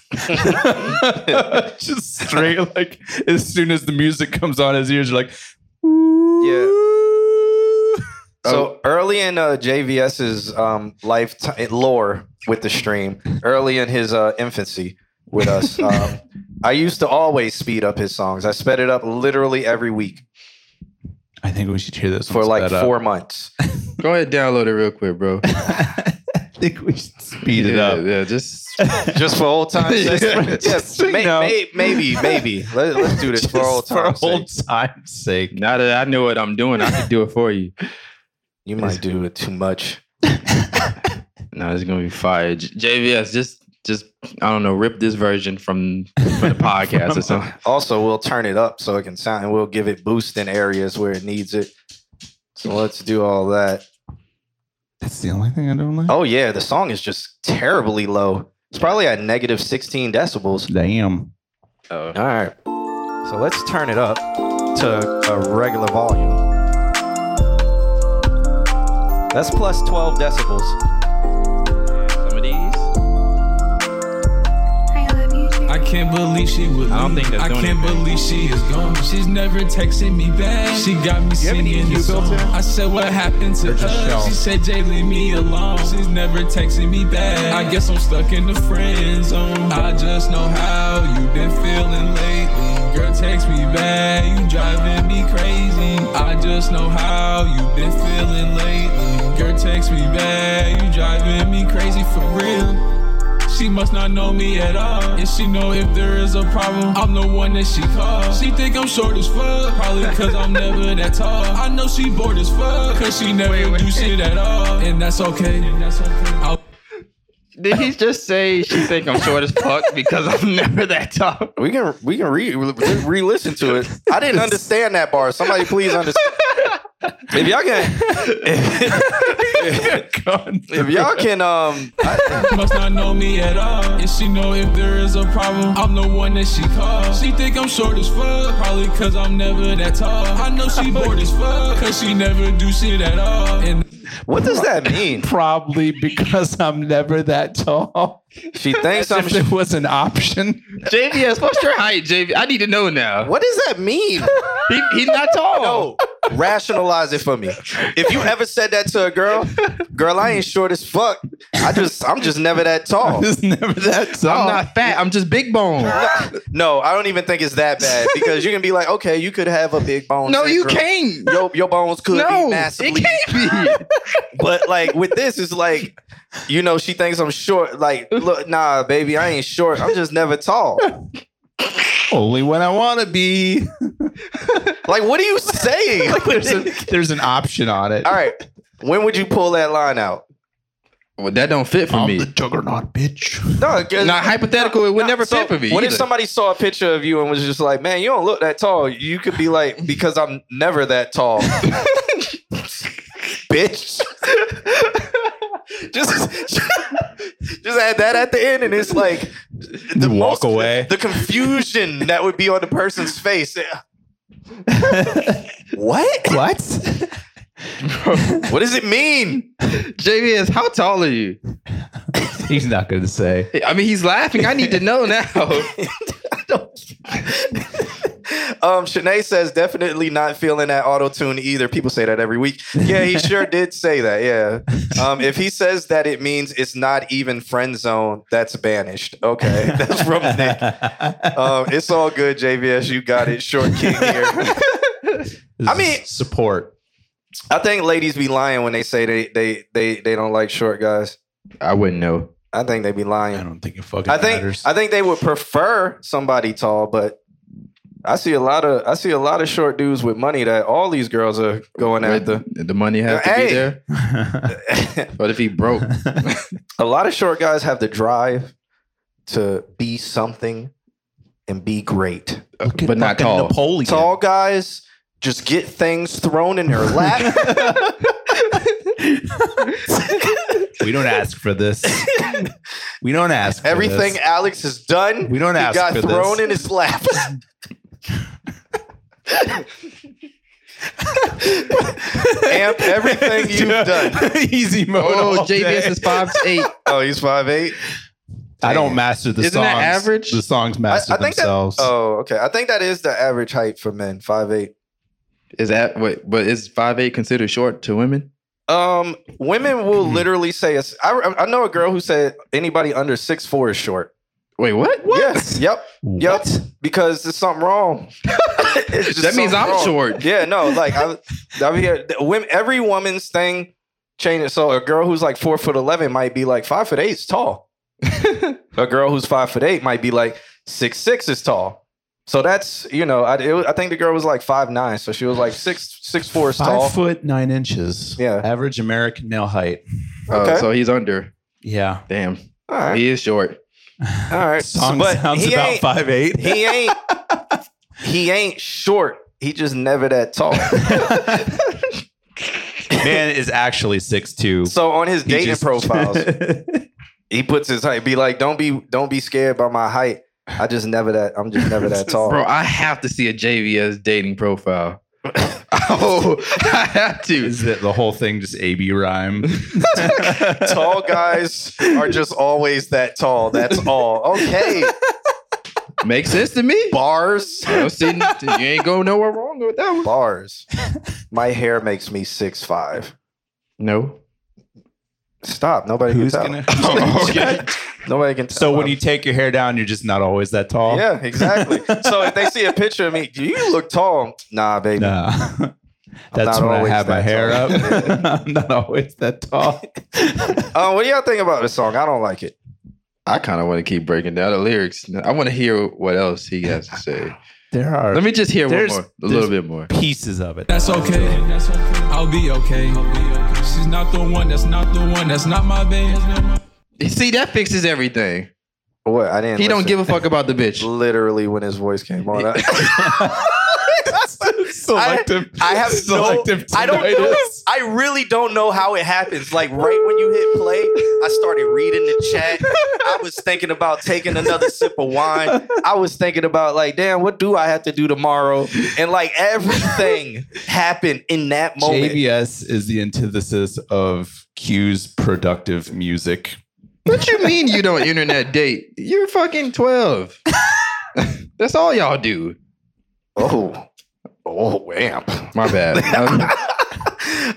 [SPEAKER 4] Just straight like as soon as the music comes on his ears, you're like,
[SPEAKER 1] Yeah.
[SPEAKER 3] Oh.
[SPEAKER 1] So early in uh, JVS's um, life lore with the stream, early in his uh, infancy with us, um, I used to always speed up his songs. I sped it up literally every week
[SPEAKER 4] I think we should hear this
[SPEAKER 1] for
[SPEAKER 4] one
[SPEAKER 1] like
[SPEAKER 4] sped up.
[SPEAKER 1] four months.
[SPEAKER 3] Go ahead, download it real quick, bro.
[SPEAKER 4] I think we should speed it
[SPEAKER 3] yeah,
[SPEAKER 4] up.
[SPEAKER 3] Yeah, just
[SPEAKER 1] Just for old time's sake.
[SPEAKER 4] Yeah.
[SPEAKER 1] Yes,
[SPEAKER 4] You
[SPEAKER 1] may,
[SPEAKER 4] know.
[SPEAKER 1] may, maybe, maybe. Let, us do this for
[SPEAKER 4] Just
[SPEAKER 1] old time's
[SPEAKER 4] for
[SPEAKER 1] sake.
[SPEAKER 4] old time's sake.
[SPEAKER 3] now that I know what I'm doing, I can do it for you.
[SPEAKER 1] You might do it too much.
[SPEAKER 3] No, it's gonna be fire. J- JVS, just just I don't know, rip this version from from the podcast or something.
[SPEAKER 1] Also, we'll turn it up so it can sound, and we'll give it boost in areas where it needs it. So let's do all that.
[SPEAKER 4] That's the only thing I don't like.
[SPEAKER 1] Oh yeah, the song is just terribly low. It's probably at negative 16 decibels.
[SPEAKER 4] damn.
[SPEAKER 3] Oh.
[SPEAKER 1] All right. So let's turn it up to a regular volume. That's plus 12 decibels.
[SPEAKER 3] Some of these.
[SPEAKER 7] I can't believe she would leave.
[SPEAKER 3] I don't think that's
[SPEAKER 7] I
[SPEAKER 3] doing
[SPEAKER 7] can't
[SPEAKER 3] anything.
[SPEAKER 7] believe she is gone. She's never texting me back. She got me singing this song. I said, What happened to us? She said, Jay, leave me alone. She's never texting me back. I guess I'm stuck in the friend zone. I just know how you've been feeling lately. Girl, text me back. You driving me crazy. I just know how you've been feeling lately. Girl, text me back. You driving me crazy for real. She must not know me at all. And she know if there is a problem, I'm the one that she calls. She think I'm short as fuck, probably cause I'm never that tall. I know she bored as fuck, cause she never do shit at all. And that's okay. And that's okay. I'll-
[SPEAKER 3] Did he just say she think I'm short as fuck because I'm never that tall?
[SPEAKER 1] We can we can re re listen to it. I didn't understand that bar. Somebody please understand. If y'all can, if y'all can, um, I,
[SPEAKER 7] must not know me at all. And she know if there is a problem, I'm the one that she calls. She think I'm short as fuck, probably cause I'm never that tall. I know she bored as fuck, cause she never do shit at all. And
[SPEAKER 1] what does that mean?
[SPEAKER 4] Probably because I'm never that tall.
[SPEAKER 1] She thinks I'm.
[SPEAKER 4] If it was an option.
[SPEAKER 3] JVS, what's your height, JV? I need to know now.
[SPEAKER 1] What does that mean?
[SPEAKER 3] He, he's not tall.
[SPEAKER 1] No, rationalize it for me. If you ever said that to a girl, girl, I ain't short as fuck. I just, I'm just never that tall.
[SPEAKER 4] It's never that
[SPEAKER 3] I'm
[SPEAKER 4] tall.
[SPEAKER 3] not fat. I'm just big bone.
[SPEAKER 1] No, I don't even think it's that bad because you can be like, okay, you could have a big bone.
[SPEAKER 3] no,
[SPEAKER 1] set,
[SPEAKER 3] you
[SPEAKER 1] girl.
[SPEAKER 3] can't.
[SPEAKER 1] Your, your bones could
[SPEAKER 3] no,
[SPEAKER 1] be
[SPEAKER 3] it
[SPEAKER 1] massively,
[SPEAKER 3] can't be.
[SPEAKER 1] but like with this, it's like, you know, she thinks I'm short. Like, look, nah, baby, I ain't short. I'm just never tall.
[SPEAKER 4] Only when I want to be.
[SPEAKER 1] Like, what are you saying?
[SPEAKER 4] There's, a, there's an option on it.
[SPEAKER 1] All right, when would you pull that line out?
[SPEAKER 3] Well, that don't fit for
[SPEAKER 4] I'm
[SPEAKER 3] me.
[SPEAKER 4] the juggernaut, bitch.
[SPEAKER 1] No, 'cause-
[SPEAKER 3] Now, hypothetical, it would
[SPEAKER 1] Nah,
[SPEAKER 3] never
[SPEAKER 1] so
[SPEAKER 3] fit for me.
[SPEAKER 1] What if
[SPEAKER 3] either.
[SPEAKER 1] somebody saw a picture of you and was just like, "Man, you don't look that tall." You could be like, "Because I'm never that tall." Bitch. just just add that at the end and it's like the most-
[SPEAKER 4] away.
[SPEAKER 1] the confusion that would be on the person's face. What?
[SPEAKER 2] What?
[SPEAKER 1] What does it mean?
[SPEAKER 3] JBS, how tall are you?
[SPEAKER 2] He's not going to say.
[SPEAKER 3] I mean, he's laughing. I need to know now.
[SPEAKER 1] I don't. um, Shanae says definitely not feeling that auto tune either. People say that every week. Yeah, he sure did say that. Yeah. Um, if he says that, it means it's not even friend zone. That's banished. Okay, that's from Nick. Um, it's all good, JVS. You got it. Short king here. I mean-
[SPEAKER 2] support.
[SPEAKER 1] I think ladies be lying when they say they they they they don't like short guys.
[SPEAKER 3] I wouldn't know.
[SPEAKER 1] I think they be lying.
[SPEAKER 4] I don't think it fucking
[SPEAKER 1] I think
[SPEAKER 4] matters.
[SPEAKER 1] I think they would prefer somebody tall, but I see a lot of I see a lot of short dudes with money that all these girls are going
[SPEAKER 3] Right,
[SPEAKER 1] after.
[SPEAKER 3] the, the money has to
[SPEAKER 1] Hey.
[SPEAKER 3] be there. What if he broke?
[SPEAKER 1] a lot of short guys have the drive to be something and be great.
[SPEAKER 3] but not
[SPEAKER 4] fucking
[SPEAKER 3] tall.
[SPEAKER 4] Napoleon.
[SPEAKER 1] Tall guys just get things thrown in their lap.
[SPEAKER 2] we don't ask for this. We don't ask. For
[SPEAKER 1] Everything
[SPEAKER 2] This.
[SPEAKER 1] Alex has done,
[SPEAKER 2] We don't
[SPEAKER 1] he
[SPEAKER 2] ask
[SPEAKER 1] got
[SPEAKER 2] for
[SPEAKER 1] thrown
[SPEAKER 2] this.
[SPEAKER 1] in his lap. Amp, everything you've done.
[SPEAKER 2] Easy mode.
[SPEAKER 3] Oh,
[SPEAKER 2] all day.
[SPEAKER 3] JBS is five eight.
[SPEAKER 1] Oh, he's five eight.
[SPEAKER 2] I don't master the
[SPEAKER 3] Isn't
[SPEAKER 2] songs.
[SPEAKER 3] that average?
[SPEAKER 2] The songs master themselves.
[SPEAKER 1] that. Oh, okay. I think that is the average height for men, five eight.
[SPEAKER 3] Is that wait? But is five eight considered short to women? Mm-hmm.
[SPEAKER 1] Um, women will literally say, it's- I I know a girl who said anybody under six four is short.
[SPEAKER 3] Wait, what?
[SPEAKER 1] Yes. Yep. Yep. Because there's something wrong. It's just
[SPEAKER 3] That means
[SPEAKER 1] something
[SPEAKER 3] I'm
[SPEAKER 1] wrong.
[SPEAKER 3] short.
[SPEAKER 1] Yeah, no, like I, I here. Women, every woman's thing changes. So a girl who's like four foot eleven might be like five foot eight is tall. a girl who's five foot eight might be like six six is tall. So that's you know, I it, was- I think the girl was like five nine, so she was like six six four is
[SPEAKER 2] Five
[SPEAKER 1] tall.
[SPEAKER 2] foot nine inches.
[SPEAKER 1] Yeah.
[SPEAKER 2] Average American male height.
[SPEAKER 3] Oh,
[SPEAKER 1] Okay.
[SPEAKER 3] so he's under.
[SPEAKER 2] Yeah.
[SPEAKER 3] Damn,
[SPEAKER 1] all right,
[SPEAKER 3] he is short.
[SPEAKER 1] all right.
[SPEAKER 2] Song
[SPEAKER 1] but
[SPEAKER 2] sounds
[SPEAKER 1] he
[SPEAKER 2] about
[SPEAKER 1] ain't-
[SPEAKER 2] five eight.
[SPEAKER 1] He ain't he ain't short. He just never that tall.
[SPEAKER 2] Man is actually six two.
[SPEAKER 1] So on his dating profiles, he puts his height. Be like, don't be don't be scared by my height. I just never that. I'm just never that tall.
[SPEAKER 3] Bro, I have to see a JVS dating profile. oh, I have to.
[SPEAKER 4] Is it the whole thing just A B rhyme?
[SPEAKER 1] tall guys are just always that tall. That's all. Okay.
[SPEAKER 3] Makes sense to me.
[SPEAKER 1] Bars.
[SPEAKER 3] I don't see- you ain't going nowhere wrong with that one.
[SPEAKER 1] Bars. My hair makes me six five.
[SPEAKER 3] No.
[SPEAKER 1] Stop. Nobody
[SPEAKER 2] Who's
[SPEAKER 1] can tell.
[SPEAKER 2] gonna? Oh,
[SPEAKER 3] okay.
[SPEAKER 1] Nobody can tell.
[SPEAKER 2] So when
[SPEAKER 1] I'm-
[SPEAKER 2] you take your hair down, you're just not always that tall.
[SPEAKER 1] Yeah, exactly. so if they see a picture of me, "Do you look tall. Nah, baby.
[SPEAKER 2] Nah. That's
[SPEAKER 1] not
[SPEAKER 2] when I
[SPEAKER 1] always
[SPEAKER 2] have my
[SPEAKER 1] that
[SPEAKER 2] hair
[SPEAKER 1] tall.
[SPEAKER 2] up. I'm not always that tall.
[SPEAKER 1] Uh, what do y'all think about this song? I don't like it.
[SPEAKER 3] I kind of want to keep breaking down the lyrics. I want to hear what else he has to say.
[SPEAKER 2] There are
[SPEAKER 3] Let me just hear one
[SPEAKER 2] There's-
[SPEAKER 3] more, a little
[SPEAKER 2] there's-
[SPEAKER 3] bit more.
[SPEAKER 2] pieces of it.
[SPEAKER 7] That's okay. I'll be okay. She's not the one. That's not the one. That's not my babe.
[SPEAKER 3] See, that fixes everything.
[SPEAKER 1] What? I didn't.
[SPEAKER 3] He don't give
[SPEAKER 1] listen.
[SPEAKER 3] a fuck about the bitch.
[SPEAKER 1] Literally, when his voice came on, I-
[SPEAKER 2] selective.
[SPEAKER 1] I have
[SPEAKER 2] selective
[SPEAKER 1] no. I don't know.
[SPEAKER 2] tinnitus.
[SPEAKER 1] I really don't know how it happens. Like right when you hit play, I started reading the chat. I was thinking about taking another sip of wine. I was thinking about like, damn, what do I have to do tomorrow? And like everything happened in that moment.
[SPEAKER 4] JBS is the antithesis of Q's productive music.
[SPEAKER 3] What you mean you don't internet date? You're fucking 12. That's all y'all do.
[SPEAKER 1] Oh, oh, wham.
[SPEAKER 3] My bad.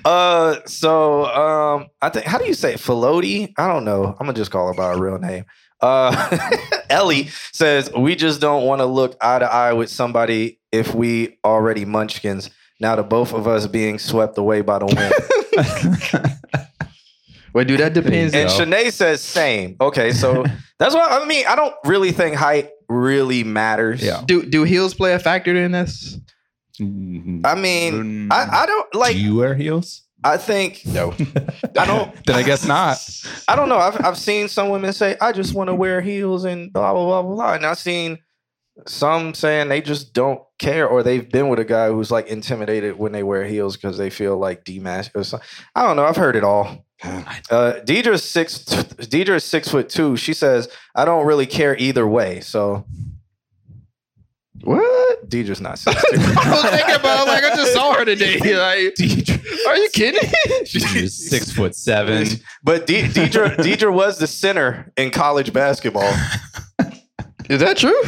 [SPEAKER 1] uh, so um, I think how do you say it? Felody? I don't know. I'm gonna just call her by her real name. Uh, Ellie says we just don't want to look eye to eye with somebody if we already munchkins. Now the both of us being swept away by the wind.
[SPEAKER 3] Well, dude, that depends.
[SPEAKER 1] and Shanae says same. Okay, so that's why I mean I don't really think height really matters.
[SPEAKER 4] Yeah.
[SPEAKER 3] Do do heels play a factor in this?
[SPEAKER 1] I mean, I, I don't like.
[SPEAKER 4] Do you wear heels?
[SPEAKER 1] I think
[SPEAKER 3] No.
[SPEAKER 1] I don't.
[SPEAKER 4] Then I guess not.
[SPEAKER 1] I don't know. I've I've seen some women say, I just want to wear heels and blah blah blah blah. blah." And I've seen some saying they just don't care, or they've been with a guy who's like intimidated when they wear heels because they feel like demashed or something. I don't know. I've heard it all. Uh Deidre's six Deidre is six foot two. She says, I don't really care either way. So
[SPEAKER 3] What?
[SPEAKER 1] Deidre's not six
[SPEAKER 3] I was thinking about it. Like I just saw her her today. Like, are you kidding?
[SPEAKER 4] She was six foot seven.
[SPEAKER 1] But De- Deidre, Deidre was the center in college basketball.
[SPEAKER 3] Is that true?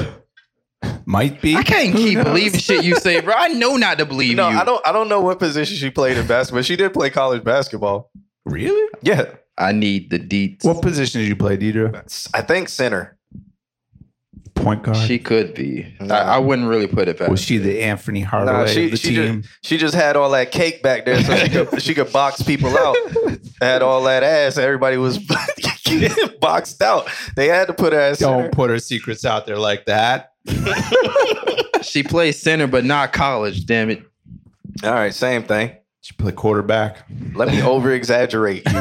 [SPEAKER 4] Might be.
[SPEAKER 3] I can't keep believing shit you say, bro. I know not to believe
[SPEAKER 1] No,
[SPEAKER 3] you.
[SPEAKER 1] I don't. I don't know what position she played in basketball. She did play college basketball.
[SPEAKER 4] Really?
[SPEAKER 1] Yeah,
[SPEAKER 3] I need the deets.
[SPEAKER 4] What position did you play, Deidre?
[SPEAKER 1] S- I think center.
[SPEAKER 4] Point guard.
[SPEAKER 3] She could be.
[SPEAKER 1] Nah.
[SPEAKER 3] I, I wouldn't really put it past.
[SPEAKER 4] was she the Anthony Hardaway
[SPEAKER 1] Nah, she-
[SPEAKER 4] of the
[SPEAKER 1] she
[SPEAKER 4] team?
[SPEAKER 1] She just had all that cake back there, so she could she could box people out. Had all that ass. Everybody was boxed out. They had to put her as
[SPEAKER 4] Don't
[SPEAKER 1] center.
[SPEAKER 4] put her secrets out there like that.
[SPEAKER 3] she plays center, but not college. Damn it.
[SPEAKER 1] All right, same thing.
[SPEAKER 4] She played quarterback.
[SPEAKER 1] Let me over exaggerate.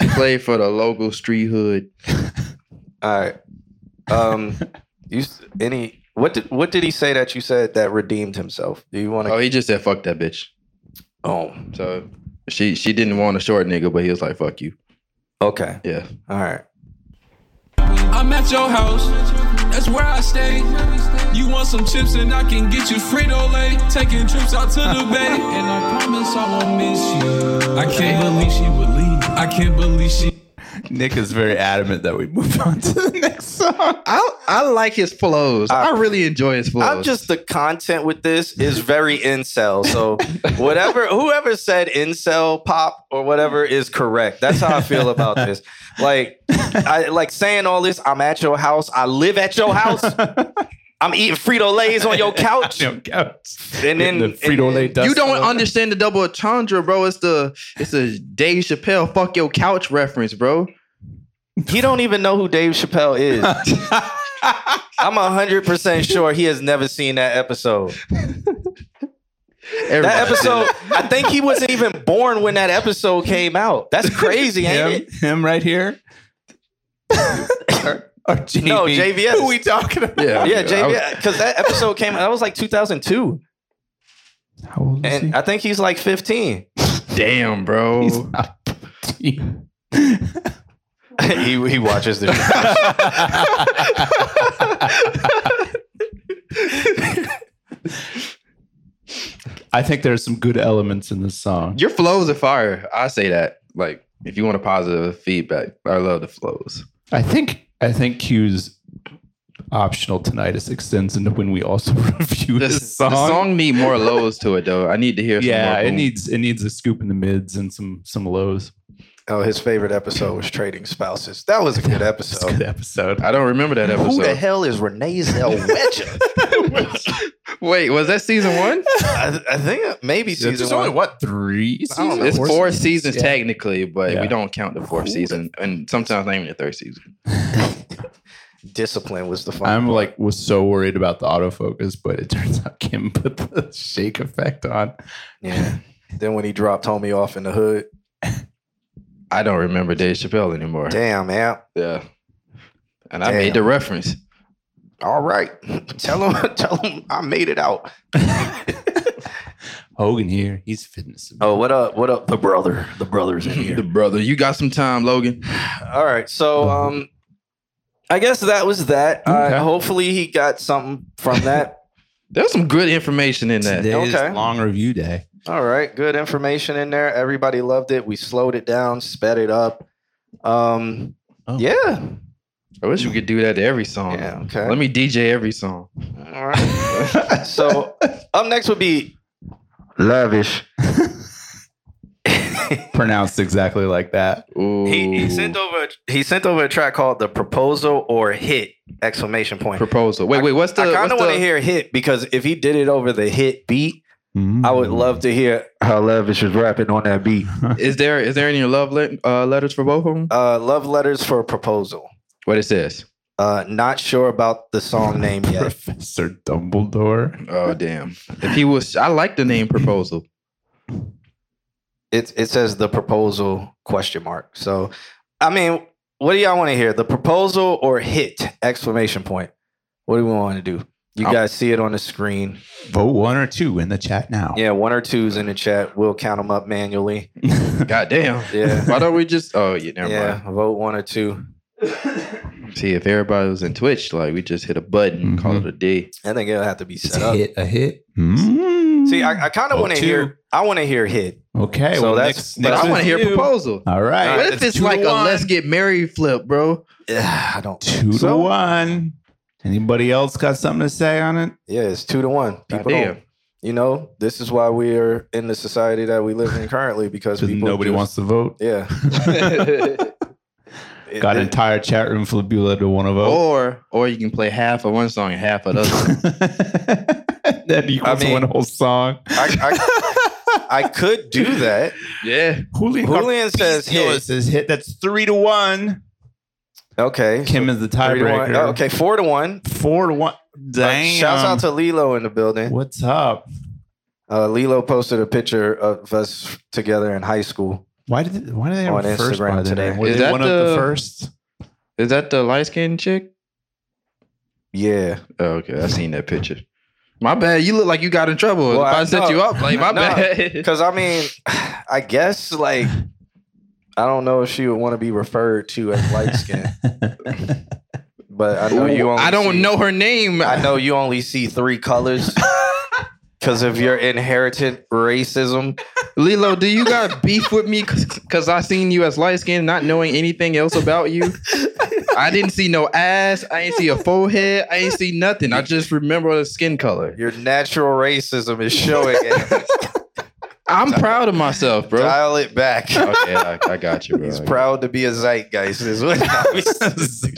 [SPEAKER 3] She played for the local street hood.
[SPEAKER 1] All right. Um, you s- any what did what did he say that you said that redeemed himself? Do you want
[SPEAKER 3] Oh,
[SPEAKER 1] to?
[SPEAKER 3] he just said fuck that bitch.
[SPEAKER 1] Oh,
[SPEAKER 3] So she she didn't want a short nigga, but he was like fuck you.
[SPEAKER 1] okay.
[SPEAKER 3] Yeah.
[SPEAKER 1] All right.
[SPEAKER 7] I'm at your house, that's where I stay. You want some chips and I can get you Frito Lay. Taking trips out to the bay, and I promise I won't miss you. I can't believe she would leave. I can't believe she.
[SPEAKER 4] Nick is very adamant that we move on to the next song.
[SPEAKER 3] I I like his flows. I, really enjoy his flows.
[SPEAKER 1] I'm just the content with this is very incel. So whatever whoever said incel pop or whatever is correct. That's how I feel about this. Like I like saying all this, I'm at your house, I live at your house. I'm eating Frito Lay's on your couch.
[SPEAKER 4] Don't count.
[SPEAKER 1] And then
[SPEAKER 4] the Frito-Lay
[SPEAKER 1] and-
[SPEAKER 4] dust
[SPEAKER 3] you don't
[SPEAKER 4] on-
[SPEAKER 3] understand the double entendre, bro. It's the it's a Dave Chappelle fuck your couch reference, bro.
[SPEAKER 1] He don't even know who Dave Chappelle is. I'm hundred percent sure he has never seen that episode.
[SPEAKER 3] Everybody
[SPEAKER 1] That
[SPEAKER 3] said
[SPEAKER 1] episode, I think he wasn't even born when that episode came out. That's crazy, ain't
[SPEAKER 4] him,
[SPEAKER 1] it?
[SPEAKER 4] him right here. or, or JV.
[SPEAKER 1] No, JVS.
[SPEAKER 4] Who we talking about?
[SPEAKER 3] it. Yeah,
[SPEAKER 1] Yeah,
[SPEAKER 3] I was-
[SPEAKER 1] JB, because that episode came out. That was like 2002,
[SPEAKER 4] How old is
[SPEAKER 1] and I think he's like 15.
[SPEAKER 3] Damn, bro.
[SPEAKER 4] He's not 15.
[SPEAKER 1] he he watches the show.
[SPEAKER 4] I think there's some good elements in this song.
[SPEAKER 3] Your flows are fire. I say that. Like, if you want a positive feedback, I love the flows.
[SPEAKER 4] I think I think Q's optional tinnitus extends into when we also review
[SPEAKER 3] The,
[SPEAKER 4] this, song.
[SPEAKER 3] the song need more lows to it though. I need to hear some
[SPEAKER 4] yeah,
[SPEAKER 3] more
[SPEAKER 4] it
[SPEAKER 3] boom.
[SPEAKER 4] needs it needs a scoop in the mids and some some lows.
[SPEAKER 1] Oh, his favorite episode was trading spouses. That was a good
[SPEAKER 4] It's a
[SPEAKER 1] episode.
[SPEAKER 4] good episode.
[SPEAKER 3] I don't remember that episode.
[SPEAKER 1] Who the hell is Renee Zellweger?
[SPEAKER 3] Wait, was that season one?
[SPEAKER 1] I, I think maybe season one.
[SPEAKER 4] what three?
[SPEAKER 1] I don't know.
[SPEAKER 3] It's
[SPEAKER 1] Four
[SPEAKER 3] four, seasons
[SPEAKER 4] Yeah.
[SPEAKER 3] technically, but
[SPEAKER 4] Yeah.
[SPEAKER 3] we don't count the fourth season, and sometimes not even the third season.
[SPEAKER 1] Discipline was the fun.
[SPEAKER 4] I'm
[SPEAKER 1] part.
[SPEAKER 4] like was so worried about the autofocus, but it turns out Kim put the shake effect on.
[SPEAKER 1] yeah. Then when he dropped homie off in the hood,
[SPEAKER 3] I don't remember Dave Chappelle anymore.
[SPEAKER 1] damn man.
[SPEAKER 3] Yeah, and I
[SPEAKER 1] Damn.
[SPEAKER 3] made the reference.
[SPEAKER 1] All right, tell him, tell him I made it out.
[SPEAKER 4] Hogan here, he's fitness.
[SPEAKER 1] Oh, what up? What up? The brother, the brother's in
[SPEAKER 3] The brother, you got some time, Logan.
[SPEAKER 1] All right. So
[SPEAKER 3] Mm-hmm.
[SPEAKER 1] um I guess that was that.
[SPEAKER 4] Okay.
[SPEAKER 1] Uh, hopefully he got something from that.
[SPEAKER 3] There's some good information in that.
[SPEAKER 4] Today
[SPEAKER 1] Okay.
[SPEAKER 4] is long review day.
[SPEAKER 1] All right. Good information in there. Everybody loved it. We slowed it down, sped it up. Um
[SPEAKER 4] Oh.
[SPEAKER 1] yeah.
[SPEAKER 3] I wish we could do that to every song.
[SPEAKER 1] Yeah, okay.
[SPEAKER 3] Let me DJ every song.
[SPEAKER 1] All right. so up next would be
[SPEAKER 5] Lavish.
[SPEAKER 4] Pronounced exactly like that.
[SPEAKER 3] Ooh.
[SPEAKER 1] he, he sent over he sent over a track called The Proposal or Hit exclamation point.
[SPEAKER 3] proposal. Wait, wait, what's the?
[SPEAKER 1] I kind
[SPEAKER 3] what's
[SPEAKER 1] of want to
[SPEAKER 3] the-
[SPEAKER 1] hear hit because if he did it over the hit beat, I would
[SPEAKER 3] Mm.
[SPEAKER 1] love to hear
[SPEAKER 5] How Lavish was rapping on that beat.
[SPEAKER 3] Is there is there any love let, uh, letters for both of them?
[SPEAKER 1] uh, love letters for a proposal.
[SPEAKER 3] What it says?
[SPEAKER 1] Uh, not sure about the song name yet.
[SPEAKER 4] Professor Dumbledore.
[SPEAKER 3] Oh damn! If he was, I like the name proposal.
[SPEAKER 1] It it says the proposal question mark. So, I mean, what do y'all want to hear? The proposal or hit exclamation point? What do we want to do? You
[SPEAKER 3] I'm-
[SPEAKER 1] guys see it on the screen.
[SPEAKER 4] Vote one or two in the chat now.
[SPEAKER 1] Yeah, one or two's in the chat. We'll count them up manually.
[SPEAKER 3] God damn.
[SPEAKER 1] Yeah,
[SPEAKER 3] Why don't we just? Oh, yeah, never
[SPEAKER 1] yeah.
[SPEAKER 3] mind.
[SPEAKER 1] Vote one or two.
[SPEAKER 3] See, if everybody was in Twitch, like we just hit a button, and call it
[SPEAKER 4] Mm-hmm.
[SPEAKER 3] a day.
[SPEAKER 1] I think it'll have to be
[SPEAKER 4] It's
[SPEAKER 1] set
[SPEAKER 4] a
[SPEAKER 1] up.
[SPEAKER 4] hit, a hit.
[SPEAKER 1] See, I, I kind of
[SPEAKER 4] Oh,
[SPEAKER 1] want to
[SPEAKER 4] two.
[SPEAKER 1] hear. I want to hear hit.
[SPEAKER 4] okay.
[SPEAKER 1] so
[SPEAKER 4] well,
[SPEAKER 1] that's-
[SPEAKER 4] next,
[SPEAKER 1] but
[SPEAKER 3] But
[SPEAKER 4] next
[SPEAKER 3] I want to hear
[SPEAKER 4] is
[SPEAKER 3] a
[SPEAKER 4] you.
[SPEAKER 3] proposal.
[SPEAKER 4] All right.
[SPEAKER 3] what if
[SPEAKER 4] that's
[SPEAKER 3] it's
[SPEAKER 4] two to
[SPEAKER 3] like a
[SPEAKER 4] one.
[SPEAKER 3] let's get married flip, bro?
[SPEAKER 1] Yeah, I don't.
[SPEAKER 4] two to
[SPEAKER 1] So-
[SPEAKER 4] one? Anybody else got something to say on it?
[SPEAKER 1] Yeah, it's two to one. People
[SPEAKER 3] Goddamn.
[SPEAKER 1] don't. You know, this is why we are in the society that we live in currently because
[SPEAKER 4] Because
[SPEAKER 1] people
[SPEAKER 4] nobody
[SPEAKER 1] just-
[SPEAKER 4] wants to vote.
[SPEAKER 1] Yeah, It- Oh,
[SPEAKER 4] Got an
[SPEAKER 1] it-
[SPEAKER 4] entire chat room full of people that don't want to vote.
[SPEAKER 3] or or you can play half of one song and half of the other.
[SPEAKER 4] that equals
[SPEAKER 1] I mean-
[SPEAKER 4] one whole song.
[SPEAKER 1] I, I, I could do that.
[SPEAKER 3] yeah.
[SPEAKER 4] Julian,
[SPEAKER 1] Julian says hit.
[SPEAKER 4] says hit. That's three to one.
[SPEAKER 1] Okay.
[SPEAKER 4] Kim is the
[SPEAKER 1] Three to one.
[SPEAKER 4] tiebreaker.
[SPEAKER 1] Oh, okay, four to one.
[SPEAKER 4] Four to one.
[SPEAKER 1] Like,
[SPEAKER 4] Damn.
[SPEAKER 1] shouts out to Lilo in the building.
[SPEAKER 4] What's up?
[SPEAKER 1] Uh, Lilo posted a picture of us together in high school.
[SPEAKER 4] Why did why did they have
[SPEAKER 1] On
[SPEAKER 4] a first
[SPEAKER 1] Instagram
[SPEAKER 4] by the
[SPEAKER 1] today.
[SPEAKER 4] name? Were
[SPEAKER 3] Is
[SPEAKER 4] they
[SPEAKER 3] that
[SPEAKER 4] one of the
[SPEAKER 3] the-
[SPEAKER 4] first?
[SPEAKER 3] Is that the light skinned chick?
[SPEAKER 1] Yeah.
[SPEAKER 3] Oh, okay. I seen that picture. My bad. You look like you got in trouble.
[SPEAKER 1] Well,
[SPEAKER 3] if I,
[SPEAKER 1] I-
[SPEAKER 3] set
[SPEAKER 1] no.
[SPEAKER 3] you up, like my
[SPEAKER 1] No.
[SPEAKER 3] bad.
[SPEAKER 1] Because I mean, I guess like I don't know if she would want to be referred to as light skin, but I know you.
[SPEAKER 3] Ooh,
[SPEAKER 1] Only
[SPEAKER 3] I don't
[SPEAKER 1] see-
[SPEAKER 3] know her name.
[SPEAKER 1] I know you only see three colors because of your inherited racism.
[SPEAKER 3] Lilo, do you got beef with me? Because I seen you as light skinned, not knowing anything else about you. I didn't see no ass. I ain't see a forehead. I ain't see nothing. I just remember the skin color.
[SPEAKER 1] Your natural racism is showing. It.
[SPEAKER 3] I'm proud of myself, bro.
[SPEAKER 1] Dial it back.
[SPEAKER 3] okay, I, I got you, bro.
[SPEAKER 1] He's proud to be a zeitgeist. Is what All
[SPEAKER 3] See,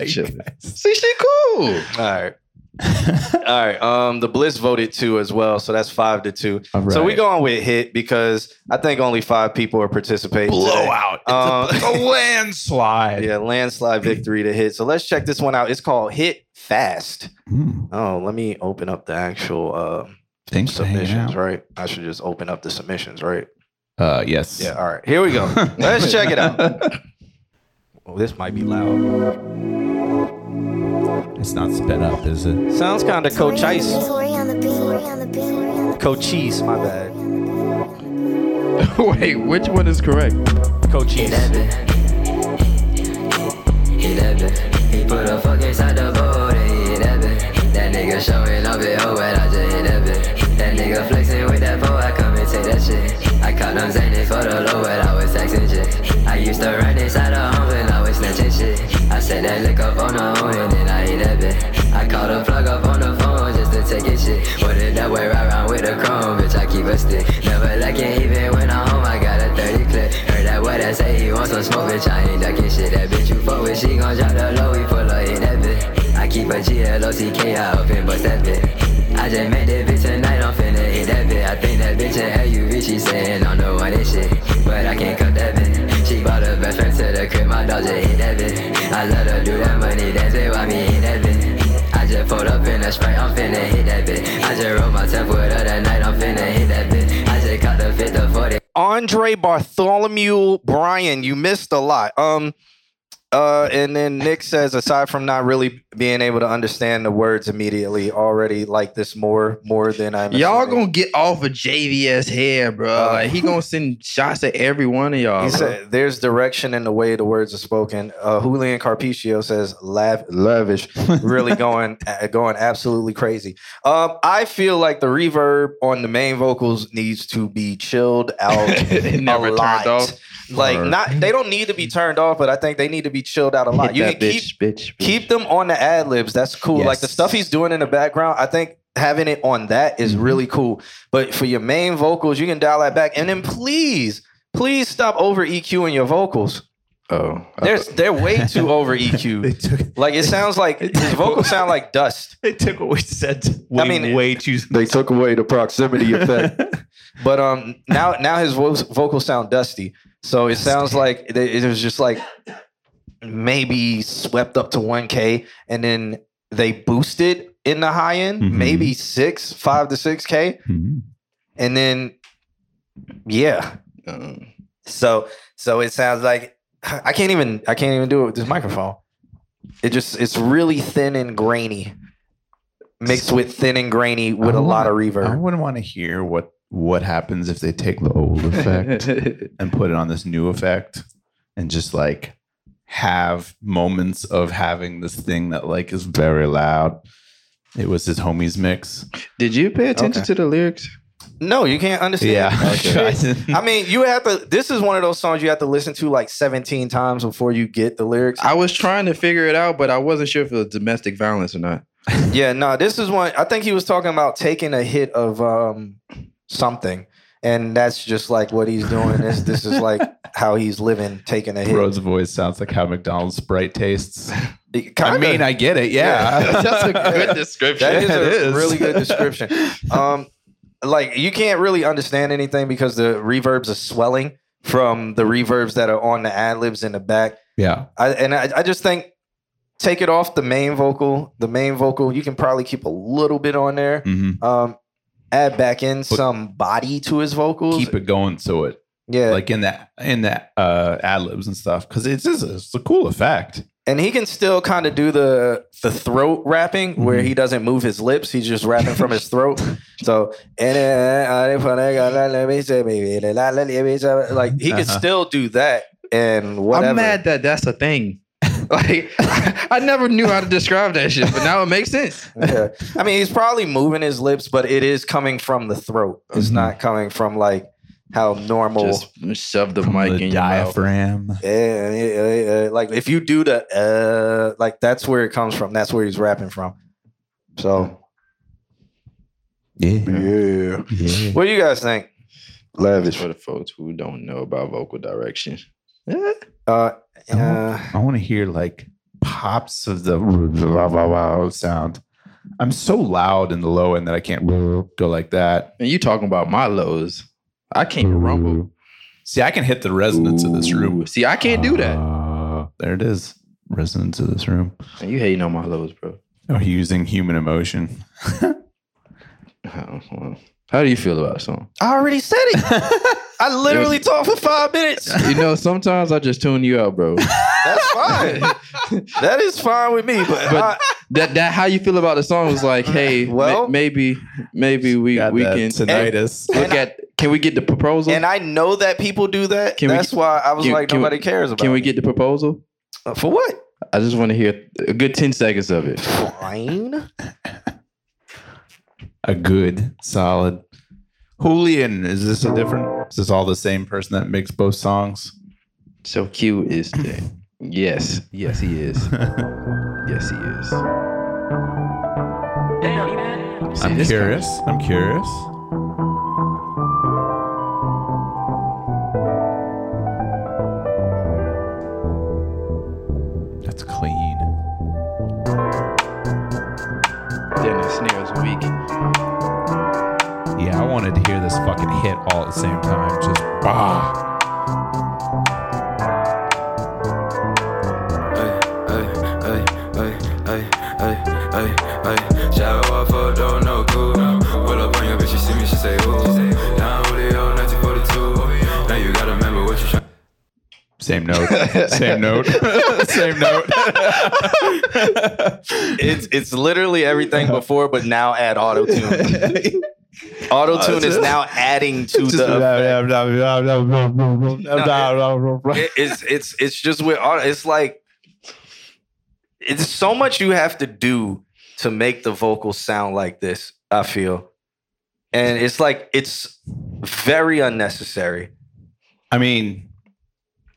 [SPEAKER 3] she cool.
[SPEAKER 1] right. All right. Um, the Bliss voted two as well, so that's five to two. So we going with hit because I think only five people are participating. today.
[SPEAKER 4] blowout. It's
[SPEAKER 1] Um,
[SPEAKER 4] a, it's a landslide.
[SPEAKER 1] Yeah, landslide victory to hit. So let's check this one out. It's called Hit Fast.
[SPEAKER 4] Mm,
[SPEAKER 1] Oh, let me open up the actual uh,
[SPEAKER 4] thanks for hanging
[SPEAKER 1] submissions,
[SPEAKER 4] out.
[SPEAKER 1] right? I should just open up the submissions, right?
[SPEAKER 4] Uh, yes.
[SPEAKER 1] Yeah, all right. Here we go. Let's check it out. Oh, this might be loud.
[SPEAKER 4] It's not sped up, is it?
[SPEAKER 1] Sounds kind of Coach Ice.
[SPEAKER 9] Corey on the beat. Corey on the beat. Corey on the beat.
[SPEAKER 1] Coach Cheese, my bad.
[SPEAKER 3] Wait, which one is correct?
[SPEAKER 1] Coach Cheese.
[SPEAKER 10] He that bitch. He put a fuck inside the boat and he hit that bitch. That nigga showing off it, oh, and I just hit that bitch. That nigga flexing with that pole, I come and take that shit. I caught them Xanax for the low, and I was taxing shit. I used to run inside the home and I was snatching shit. I set that lick up on the own and then I hit that bitch. I called a plug up on the phone just to take his shit. Put it that way, right round with the chrome, bitch, I keep a stick. Never lacking even when I'm home, I got a 30 clip. Heard that what I say, he wants some smoke, bitch, I ain't ducking shit. That bitch you fuck with, she gon' drop the low, we full of in that bitch. I keep a G-L-O-C-K, I up and bust that bitch. I just made that bitch tonight, I'm finna hit that bitch. I think that bitch in hell, you reach, she saying I'm the one and shit. But I can't cut that bitch. She bought her best friend to the crib, my dog just hit that bitch. I let her do that money, that's it, why me hit that bitch. I just pulled up in a sprite, I'm finna hit that bitch. I just rolled my temple with her that night, I'm finna hit that bitch. I just caught the fifth, the 40.
[SPEAKER 1] Andre Bartholomew Bryan, you missed a lot. Um, uh, and then Nick says, aside from not really being able to understand the words immediately, already like this more more than I'm.
[SPEAKER 3] Y'all
[SPEAKER 1] assuming.
[SPEAKER 3] gonna get off of JVS hair, bro.
[SPEAKER 1] Uh,
[SPEAKER 3] like he gonna send shots at every one of y'all.
[SPEAKER 1] He
[SPEAKER 3] bro.
[SPEAKER 1] said, "There's direction in the way the words are spoken." Uh, Julian Carpicio says, "Lav- "Lavish, really going, uh, going absolutely crazy." Um, I feel like the reverb on the main vocals needs to be chilled out
[SPEAKER 3] It never
[SPEAKER 1] a
[SPEAKER 3] turned
[SPEAKER 1] lot.
[SPEAKER 3] off.
[SPEAKER 1] Like,
[SPEAKER 3] Or-
[SPEAKER 1] not they don't need to be turned off, but I think they need to be chilled out a lot.
[SPEAKER 3] Hit
[SPEAKER 1] you
[SPEAKER 3] that
[SPEAKER 1] can keep
[SPEAKER 3] bitch, bitch, bitch.
[SPEAKER 1] keep them on the ad libs. That's cool. Like the
[SPEAKER 4] Yes.
[SPEAKER 1] stuff he's doing in the background, I think having it on that is
[SPEAKER 4] Mm-hmm.
[SPEAKER 1] really cool. But for your main vocals, you can dial that back. And then please, please stop over EQing your vocals.
[SPEAKER 3] Oh, I
[SPEAKER 1] There's they're way too over EQ.
[SPEAKER 4] uh, took
[SPEAKER 1] Like it sounds like his vocals sound like dust.
[SPEAKER 4] they took what we said. Way,
[SPEAKER 1] mean-
[SPEAKER 4] way too.
[SPEAKER 5] They took away the proximity effect.
[SPEAKER 1] But um, now now his vo- vocals sound dusty. So it sounds like they- it was just like maybe swept up to 1K, and then they boosted in the high end,
[SPEAKER 4] Mhm.
[SPEAKER 1] maybe six, five to six K, and then yeah.
[SPEAKER 3] thought,
[SPEAKER 4] Uh-huh.
[SPEAKER 3] um,
[SPEAKER 1] So so it sounds like I can't even I can't even do it with this microphone. It just it's really thin and grainy, mixed with thin and grainy with a lot of
[SPEAKER 4] I
[SPEAKER 1] reverb.
[SPEAKER 4] wouldn't want to hear what what happens if they take the old effect and put it on this new effect and just like have moments of having this thing that like is very loud. It was his homies mix.
[SPEAKER 3] Did you pay attention to the lyrics?
[SPEAKER 1] No, you can't understand.
[SPEAKER 4] Yeah.
[SPEAKER 1] that
[SPEAKER 4] Okay.
[SPEAKER 1] shit. I mean, you have to. This is one of those songs you have to listen to like 17 times before you get the lyrics.
[SPEAKER 3] I was trying to figure it out, but I wasn't sure if it was domestic violence or not.
[SPEAKER 1] Yeah, no, this is one. I think he was talking about taking a hit of um something, and that's just like what he's doing. This this is like how he's living, taking a hit.
[SPEAKER 4] Bro's voice sounds like how McDonald's Sprite tastes. I
[SPEAKER 1] Kinda.
[SPEAKER 4] mean, I get it. Yeah.
[SPEAKER 3] That's a good description.
[SPEAKER 1] That is
[SPEAKER 4] It
[SPEAKER 1] a
[SPEAKER 4] is.
[SPEAKER 1] really good description. um, like you can't really understand anything because the reverbs are swelling from the reverbs that are on the ad libs in the back.
[SPEAKER 4] yeah.
[SPEAKER 1] I, and I, I just think take it off the main vocal. The main vocal, you can probably keep a little bit on there.
[SPEAKER 4] Mhm.
[SPEAKER 1] Um, add back in some body E to his vocals.
[SPEAKER 4] Keep it going so it
[SPEAKER 1] yeah,
[SPEAKER 4] like in that in that uh ad libs and stuff. Cause it's just it's a cool effect.
[SPEAKER 1] and he can still kind of do the the throat rapping
[SPEAKER 4] Mm-hmm.
[SPEAKER 1] where he doesn't move his lips. He's just rapping from his throat. So like he can
[SPEAKER 4] Uh-huh.
[SPEAKER 1] still do that and whatever.
[SPEAKER 3] I'm mad that that's a thing. like I never knew how to describe that shit, but now it makes sense.
[SPEAKER 1] Yeah. I mean, he's probably moving his lips, but it is coming from the throat. It's
[SPEAKER 4] Mhm.
[SPEAKER 1] not coming from like how normal.
[SPEAKER 3] Mm-hmm. Just shove the
[SPEAKER 4] From
[SPEAKER 3] mic
[SPEAKER 4] the
[SPEAKER 3] in your mouth.
[SPEAKER 4] diaphragm.
[SPEAKER 1] Yeah, yeah, yeah, yeah. like if you do the uh, like that's where it comes from. That's where he's rapping from. So,
[SPEAKER 4] Yeah.
[SPEAKER 1] yeah.
[SPEAKER 4] yeah.
[SPEAKER 1] What do you guys think?
[SPEAKER 3] Lavish for the folks who don't know about vocal direction. Yeah.
[SPEAKER 1] Uh, uh,
[SPEAKER 4] I want to hear like pops of the wow wow wow sound. I'm so loud in the low end that I can't go like that.
[SPEAKER 3] And you talking about my lows? I can't rumble.
[SPEAKER 4] See, I can hit the resonance of this room.
[SPEAKER 3] See, I can't do that.
[SPEAKER 4] Ah, there it is. Resonance of this room.
[SPEAKER 3] And you hating on my lows, bro.
[SPEAKER 4] Oh, using human emotion.
[SPEAKER 3] How how do you feel about a song?
[SPEAKER 1] I already said it. I literally talked for five minutes.
[SPEAKER 3] You know, sometimes I just tune you out, bro.
[SPEAKER 1] That's fine. that is fine with me. But,
[SPEAKER 3] But- that that how you feel about the song was like, hey, well,
[SPEAKER 1] Well-
[SPEAKER 3] maybe maybe we
[SPEAKER 4] Got
[SPEAKER 3] we
[SPEAKER 4] that
[SPEAKER 3] can
[SPEAKER 4] tinnitus.
[SPEAKER 3] look
[SPEAKER 1] And I-
[SPEAKER 3] at can we get the
[SPEAKER 1] I,
[SPEAKER 3] proposal?
[SPEAKER 1] and I know that people do that.
[SPEAKER 3] Can we
[SPEAKER 1] that's
[SPEAKER 3] get-
[SPEAKER 1] why I was
[SPEAKER 3] can-
[SPEAKER 1] like,
[SPEAKER 3] can we-
[SPEAKER 1] nobody cares about.
[SPEAKER 3] can we
[SPEAKER 1] it.
[SPEAKER 3] get the proposal?
[SPEAKER 1] Uh, for what?
[SPEAKER 3] I just want to hear a good ten seconds of it.
[SPEAKER 1] Fine.
[SPEAKER 4] A good, solid. Julian, is this a different? Is this all the same person that makes both songs?
[SPEAKER 3] So Q is there. yes, yes he is, yes he is.
[SPEAKER 4] I'm
[SPEAKER 3] this
[SPEAKER 4] curious. I'm curious. That's clean.
[SPEAKER 3] Then the snare is weak.
[SPEAKER 4] Yeah, I wanted to hear this fucking hit all at the same time. Just bah.
[SPEAKER 10] Shower off, oh, don't know cool. Pull up on your bitch, she see me, she say, ooh. Down Julio, 1942. Now you gotta remember what you tryna
[SPEAKER 4] Same note. same note. same note.
[SPEAKER 1] It's it's literally everything before, but now add auto tune. Auto tune is now adding to the. It- It's it's it's just with auto. It's like it's so much you have to do to make the vocals sound like this. I feel, and it's like it's very unnecessary.
[SPEAKER 4] I mean,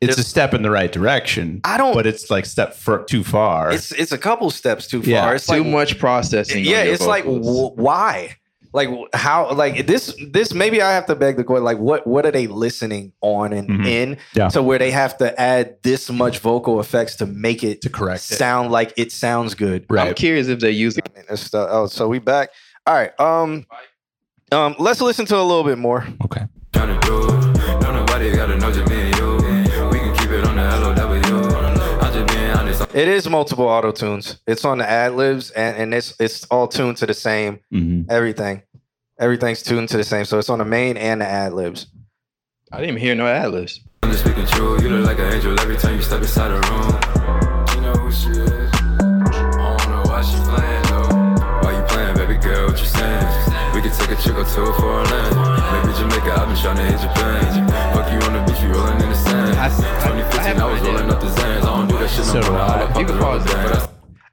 [SPEAKER 4] it's a step in the right direction,
[SPEAKER 1] I don't.
[SPEAKER 4] but it's like step fur too far.
[SPEAKER 1] it's it's a couple steps too far.
[SPEAKER 4] Yeah,
[SPEAKER 1] it's
[SPEAKER 3] Too
[SPEAKER 1] like
[SPEAKER 3] much processing.
[SPEAKER 1] yeah it's like wh- why like wh- how like this this maybe i have to beg the question like what what are they listening on and
[SPEAKER 4] Mhm.
[SPEAKER 1] in
[SPEAKER 4] Yeah.
[SPEAKER 1] to where they have to add this much vocal effects to make it
[SPEAKER 4] to correct it.
[SPEAKER 1] sound like it sounds good
[SPEAKER 3] I'm curious if they use it.
[SPEAKER 1] And stuff. oh so we back all right um um let's listen to a little bit more
[SPEAKER 4] Okay.
[SPEAKER 10] tryna do. Don't nobody gotta know just me and you. We can keep it on the LOW. I'm just being honest.
[SPEAKER 1] it is multiple auto tunes it's on the ad libs and and it's it's all tuned to the same
[SPEAKER 4] Mhm.
[SPEAKER 1] everything everything's tuned to the same so it's on the main and the ad libs
[SPEAKER 3] I didn't even hear no atlas.
[SPEAKER 10] I'm just speaking true. You look like an angel every time you step inside a room. You know who she is. I don't know why she playing though. Why you playing, baby girl? What you saying? We could take a trip or two for a land. Maybe Jamaica. I've been tryna hit Japan. Fuck you on the beach, you rolling in the sand. 2015, I was rolling up the Zans. I don't do that shit no more. I pop it all the Zans.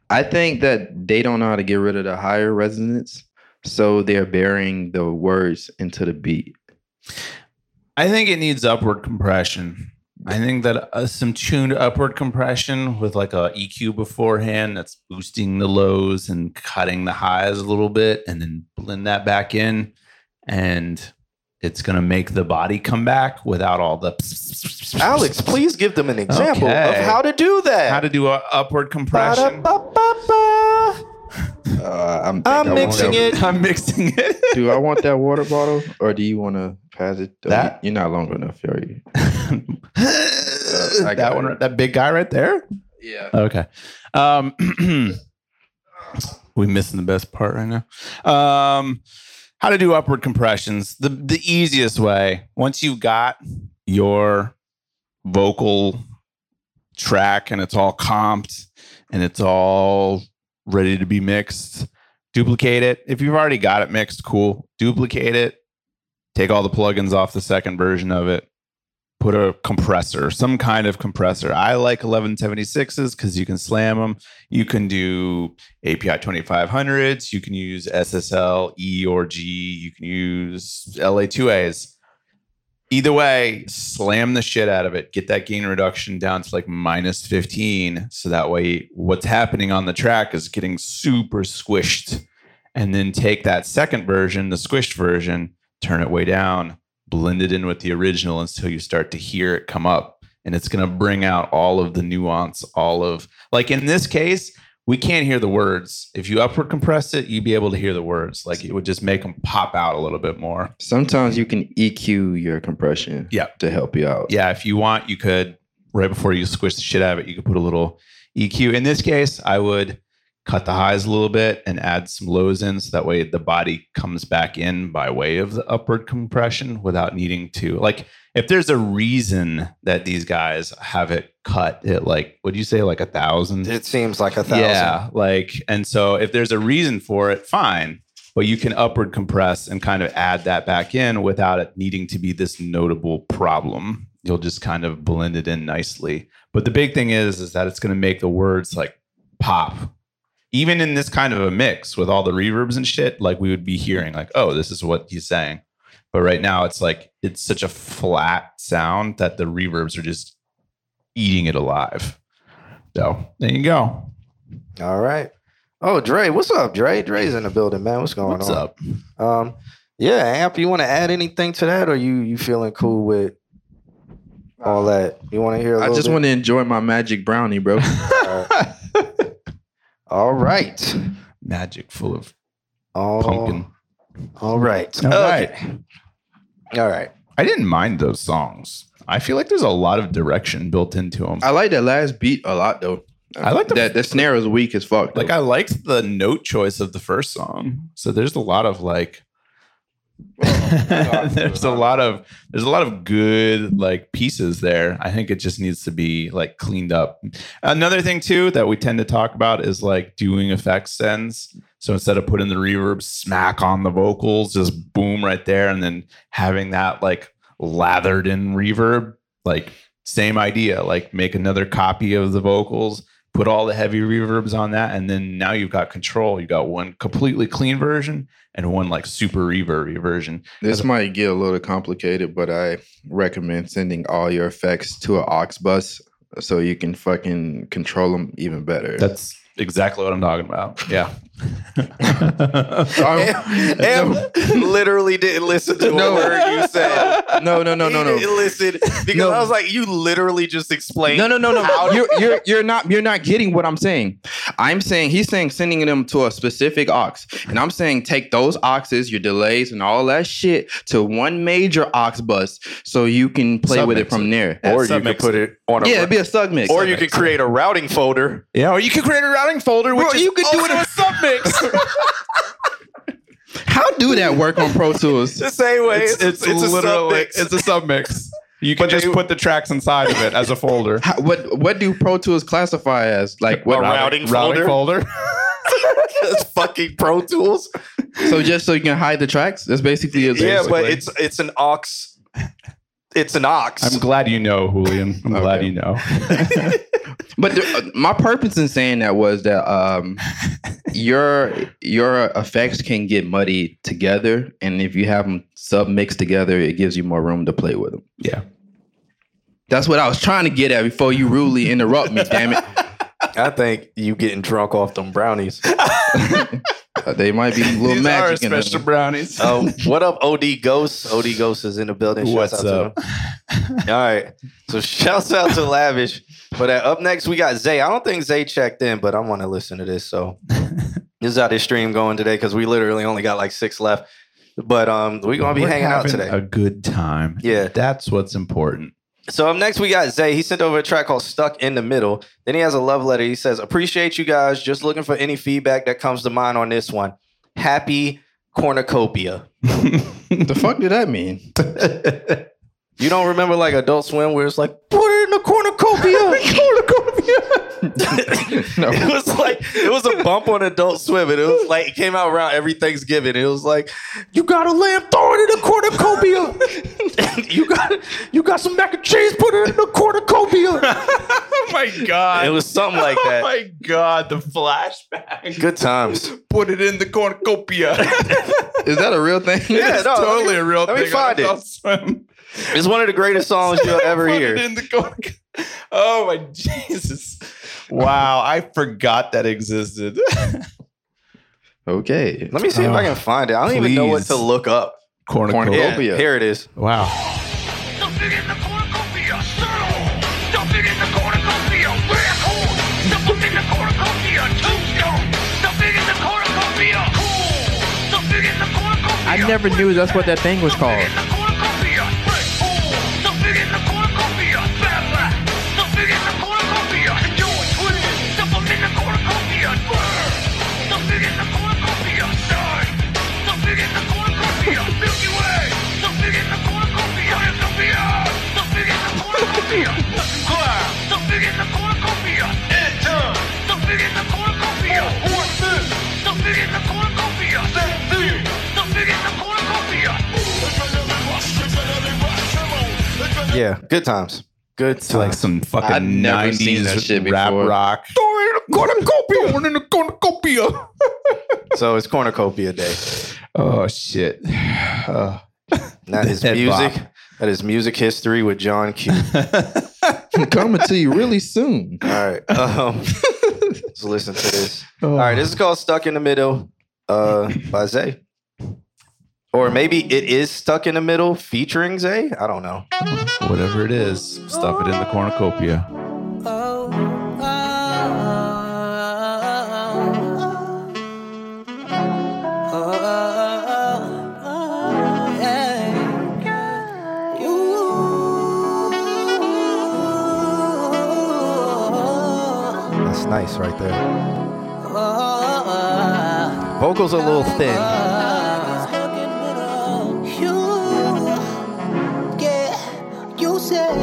[SPEAKER 3] I think that they don't know how to get rid of the higher resonance, so they're burying the words into the beat.
[SPEAKER 4] I think it needs upward compression. I think that uh, some tuned upward compression with like a EQ beforehand that's boosting the lows and cutting the highs a little bit, and then blend that back in, and it's gonna make the body come back without all the
[SPEAKER 1] Alex, please give them an example
[SPEAKER 4] Okay.
[SPEAKER 1] of how to do that.
[SPEAKER 4] How to do a upward
[SPEAKER 3] Um,
[SPEAKER 4] compression?
[SPEAKER 1] Ba-da-ba-ba-ba.
[SPEAKER 3] Uh, I'm,
[SPEAKER 1] I'm mixing it.
[SPEAKER 4] I'm mixing it.
[SPEAKER 3] Do I want that water bottle, or do you want to pass it? Oh,
[SPEAKER 4] That-
[SPEAKER 3] you're not long enough, are you? I
[SPEAKER 4] that
[SPEAKER 3] got
[SPEAKER 4] one,
[SPEAKER 3] it.
[SPEAKER 4] that big guy right there.
[SPEAKER 3] Yeah.
[SPEAKER 4] Oh, Okay. Um, we missing the best part right now. Um, how to do upward compressions? The the easiest way. Once you've got your vocal track and it's all comped and it's all ready to be mixed, duplicate it. If you've already got it mixed, cool. Duplicate it. Take all the plugins off the second version of it put a compressor, some kind of compressor. I like 1176s because you can slam them. You can do API 2500s. You can use SSL, E or G. You can use LA2As. Either way, slam the shit out of it. Get that gain reduction down to like minus 15. So that way, what's happening on the track is getting super squished. And then take that second version, the squished version, turn it way down, blend it in with the original until you start to hear it come up. And it's going to bring out all of the nuance, all of, like in this case, we can't hear the words. If you upward compress it, you'd be able to hear the words. Like it would just make them pop out a little bit more.
[SPEAKER 3] Sometimes you can EQ your compression.
[SPEAKER 4] Yeah.
[SPEAKER 3] To help you out.
[SPEAKER 4] Yeah, if you want, you could, right before you squish the shit out of it, you could put a little EQ. In this case, I would cut the highs a little bit and add some lows in so that way the body comes back in by way of the upward compression without needing to. Like, if there's a reason that these guys have it cut at like, would you say like a thousand?
[SPEAKER 1] It seems like a thousand.
[SPEAKER 4] Yeah, like, and so if there's a reason for it, fine. But you can upward compress and kind of add that back in without it needing to be this notable problem. You'll just kind of blend it in nicely. But the big thing is, is that it's going to make the words like pop. Even in this kind of a mix with all the reverbs and shit, like we would be hearing, like, oh, this is what he's saying. But right now, it's like it's such a flat sound that the reverbs are just eating it alive. So there you go.
[SPEAKER 1] All right. Oh, Dre, what's up, Dre? Dre's in the building, man. What's going
[SPEAKER 4] What's
[SPEAKER 1] on?
[SPEAKER 4] up?
[SPEAKER 1] Um, yeah, Amp, you want to add anything to that, or you you feeling cool with all that? You want to hear? I
[SPEAKER 3] I just want to enjoy my magic brownie, bro.
[SPEAKER 1] All right.
[SPEAKER 4] Magic full of
[SPEAKER 1] All,
[SPEAKER 4] pumpkin.
[SPEAKER 1] All right.
[SPEAKER 4] All
[SPEAKER 1] Okay.
[SPEAKER 4] right.
[SPEAKER 1] All right.
[SPEAKER 4] I didn't mind those songs. I feel like there's a lot of direction built into them.
[SPEAKER 3] I like that last beat a lot though.
[SPEAKER 4] I like the-
[SPEAKER 3] that. The snare is weak as fuck.
[SPEAKER 4] like
[SPEAKER 3] though.
[SPEAKER 4] I liked the note choice of the first song. So there's a lot of like there's a lot of there's a lot of good like pieces there. I think it just needs to be like cleaned up. Another thing too that we tend to talk about is like doing effect sends. So instead of putting the reverb smack on the vocals, just boom right there, and then having that like lathered in reverb, like same idea. Like make another copy of the vocals, put all the heavy reverbs on that, and then now you've got control. You got one completely clean version and one like super reverby version.
[SPEAKER 3] this might get a little complicated, but I recommend sending all your effects to an aux bus so you can fucking control them even better.
[SPEAKER 4] That's exactly what I'm talking about. Yeah.
[SPEAKER 3] I'm-
[SPEAKER 1] Amp literally didn't listen to
[SPEAKER 3] No.
[SPEAKER 1] a word you said.
[SPEAKER 3] no, no, no, no,
[SPEAKER 1] He
[SPEAKER 3] no.
[SPEAKER 1] didn't listen because
[SPEAKER 3] No.
[SPEAKER 1] I was like, you literally just explained.
[SPEAKER 3] No, no, no, no. You're, you're you're not you're not getting what I'm saying. I'm saying he's saying sending them to a specific ox, and I'm saying take those oxes, your delays, and all that shit to one major ox bus, so you can play with it
[SPEAKER 4] Submix
[SPEAKER 3] from there.
[SPEAKER 1] Or
[SPEAKER 4] That
[SPEAKER 1] you could
[SPEAKER 4] submix
[SPEAKER 1] put it on a.
[SPEAKER 3] yeah, it'd be a sub mix.
[SPEAKER 1] or you could create a routing folder.
[SPEAKER 4] yeah, or you could create a routing folder, which
[SPEAKER 3] Bro,
[SPEAKER 4] is
[SPEAKER 3] you could do it
[SPEAKER 4] also
[SPEAKER 3] in-
[SPEAKER 4] a submix.
[SPEAKER 3] How do that work on Pro Tools?
[SPEAKER 1] The same way. It's, it's, a
[SPEAKER 4] literally
[SPEAKER 1] submix.
[SPEAKER 4] it's a submix. You can just put the tracks inside of it as a folder.
[SPEAKER 3] How, what what do Pro Tools classify as? Like what?
[SPEAKER 1] A routing folder?
[SPEAKER 4] folder.
[SPEAKER 1] It's fucking Pro Tools.
[SPEAKER 3] So just so you can hide the tracks? That's basically it.
[SPEAKER 1] Yeah, but
[SPEAKER 4] Basically.
[SPEAKER 1] it's it's an aux it's an ox.
[SPEAKER 4] I'm glad you know, Julian. I'm glad you know.
[SPEAKER 3] But the, uh, my purpose in saying that was that um, your your effects can get muddied together, and if you have them sub mixed together, it gives you more room to play with them.
[SPEAKER 4] Yeah.
[SPEAKER 3] That's what I was trying to get at before you rudely interrupt me. Damn it,
[SPEAKER 1] I think you getting drunk off them brownies.
[SPEAKER 3] Uh, they might be a little
[SPEAKER 4] These are
[SPEAKER 3] magic in
[SPEAKER 4] special
[SPEAKER 3] them.
[SPEAKER 4] brownies.
[SPEAKER 1] Um, what up, OD Ghost? OD Ghost is in the building. Shouts
[SPEAKER 4] What's
[SPEAKER 1] out To him. All right. So shouts out to Lavish. But uh, up next, we got Zay. I don't think Zay checked in, but I want to listen to this. So this is how this stream going today because we literally only got like six left. But um, we're gonna be
[SPEAKER 4] We're
[SPEAKER 1] hanging out
[SPEAKER 4] having
[SPEAKER 1] today.
[SPEAKER 4] A good time.
[SPEAKER 1] Yeah.
[SPEAKER 4] That's what's important.
[SPEAKER 1] So up next we got Zay. He sent over a track called Stuck in the Middle. Then he has a love letter. He says, Appreciate you guys. Just looking for any feedback that comes to mind on this one. Happy cornucopia.
[SPEAKER 3] The fuck did that mean?
[SPEAKER 1] You don't remember like Adult Swim where it's like, put it in the cornucopia. cornucopia. It was like it was a bump on Adult Swim, and it was like it came out around every Thanksgiving. It was like, you got a lamb, throw it in the cornucopia. you got you got some mac and cheese, put it in the cornucopia.
[SPEAKER 4] Oh my God. Oh
[SPEAKER 1] it was something like that.
[SPEAKER 4] my God. The flashback.
[SPEAKER 1] Good times.
[SPEAKER 4] Put it in the cornucopia.
[SPEAKER 3] Is that a real thing?
[SPEAKER 1] Yeah, no,
[SPEAKER 4] totally a real
[SPEAKER 1] let me
[SPEAKER 4] thing. on
[SPEAKER 1] find it.
[SPEAKER 4] Adult Swim.
[SPEAKER 1] It's one of the greatest songs you'll ever
[SPEAKER 4] Put
[SPEAKER 1] hear.
[SPEAKER 4] it in the cornuc- oh my Jesus. Wow. I forgot that existed.
[SPEAKER 3] Okay.
[SPEAKER 1] Let me see if I can find it. I don't even know what
[SPEAKER 4] Please.
[SPEAKER 1] to look up.
[SPEAKER 4] cornucopia.
[SPEAKER 1] Yeah,
[SPEAKER 3] Cornucopia.
[SPEAKER 1] here it is.
[SPEAKER 4] Wow.
[SPEAKER 3] I never knew that's what that thing was called.
[SPEAKER 1] Yeah, good times. Good
[SPEAKER 4] It's like
[SPEAKER 1] times.
[SPEAKER 4] some fucking
[SPEAKER 3] I've never seen that
[SPEAKER 4] 90s
[SPEAKER 3] shit
[SPEAKER 4] rap
[SPEAKER 3] before.
[SPEAKER 4] rock. Throw it in the cornucopia. in the cornucopia.
[SPEAKER 1] so it's cornucopia day.
[SPEAKER 4] Oh shit. Uh,
[SPEAKER 1] And That is
[SPEAKER 4] Head
[SPEAKER 1] music.
[SPEAKER 4] bop.
[SPEAKER 1] That is music history with John Q. All
[SPEAKER 3] Coming to you really soon.
[SPEAKER 1] right. Um, let's listen to this.
[SPEAKER 4] Oh.
[SPEAKER 1] All right. This is called Stuck in the Middle uh, by Zay. Or maybe it is Stuck in the Middle featuring Zay. I don't know.
[SPEAKER 4] whatever it is, stuff it in the cornucopia.
[SPEAKER 1] That's nice right there.
[SPEAKER 8] Uh-uh.
[SPEAKER 1] Vocals a little thin.
[SPEAKER 8] You said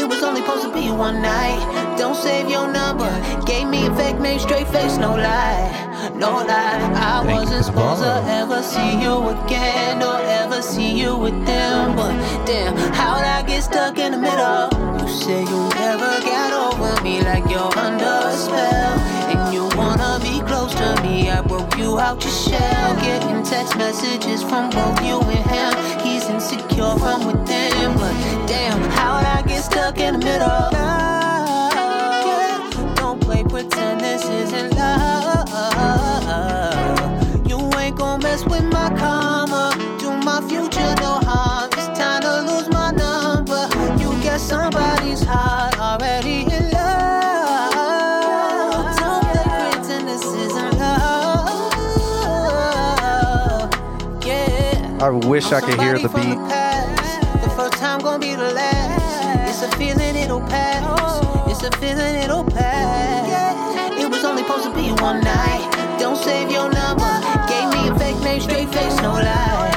[SPEAKER 8] it was only supposed to be one night. Don't save your number. Gave me a fake name, straight face, no lie, no lie. I wasn't supposed to ever see you again or ever see you with them. But damn, how'd I get stuck in the middle? You say you never got over me like you're under a spell. And you wanna be close to me. I broke you out your shell. Getting text messages from both you and him. He's insecure from within. But damn, how'd I get stuck in the middle? Love, Don't play pretend this isn't love. You ain't gonna mess with my karma. Do my future no harm. It's time to lose my number. You get somebody's heart already in love. Don't play pretend this isn't love. Yeah.
[SPEAKER 1] I wish I could hear the
[SPEAKER 8] Somebody
[SPEAKER 1] beat.
[SPEAKER 8] from past. The first time gonna be the last. It's a feeling it'll pass. It's a feeling it'll pass. It was only supposed to be one night. Don't save your number. Gave me a fake name, straight face, no lie,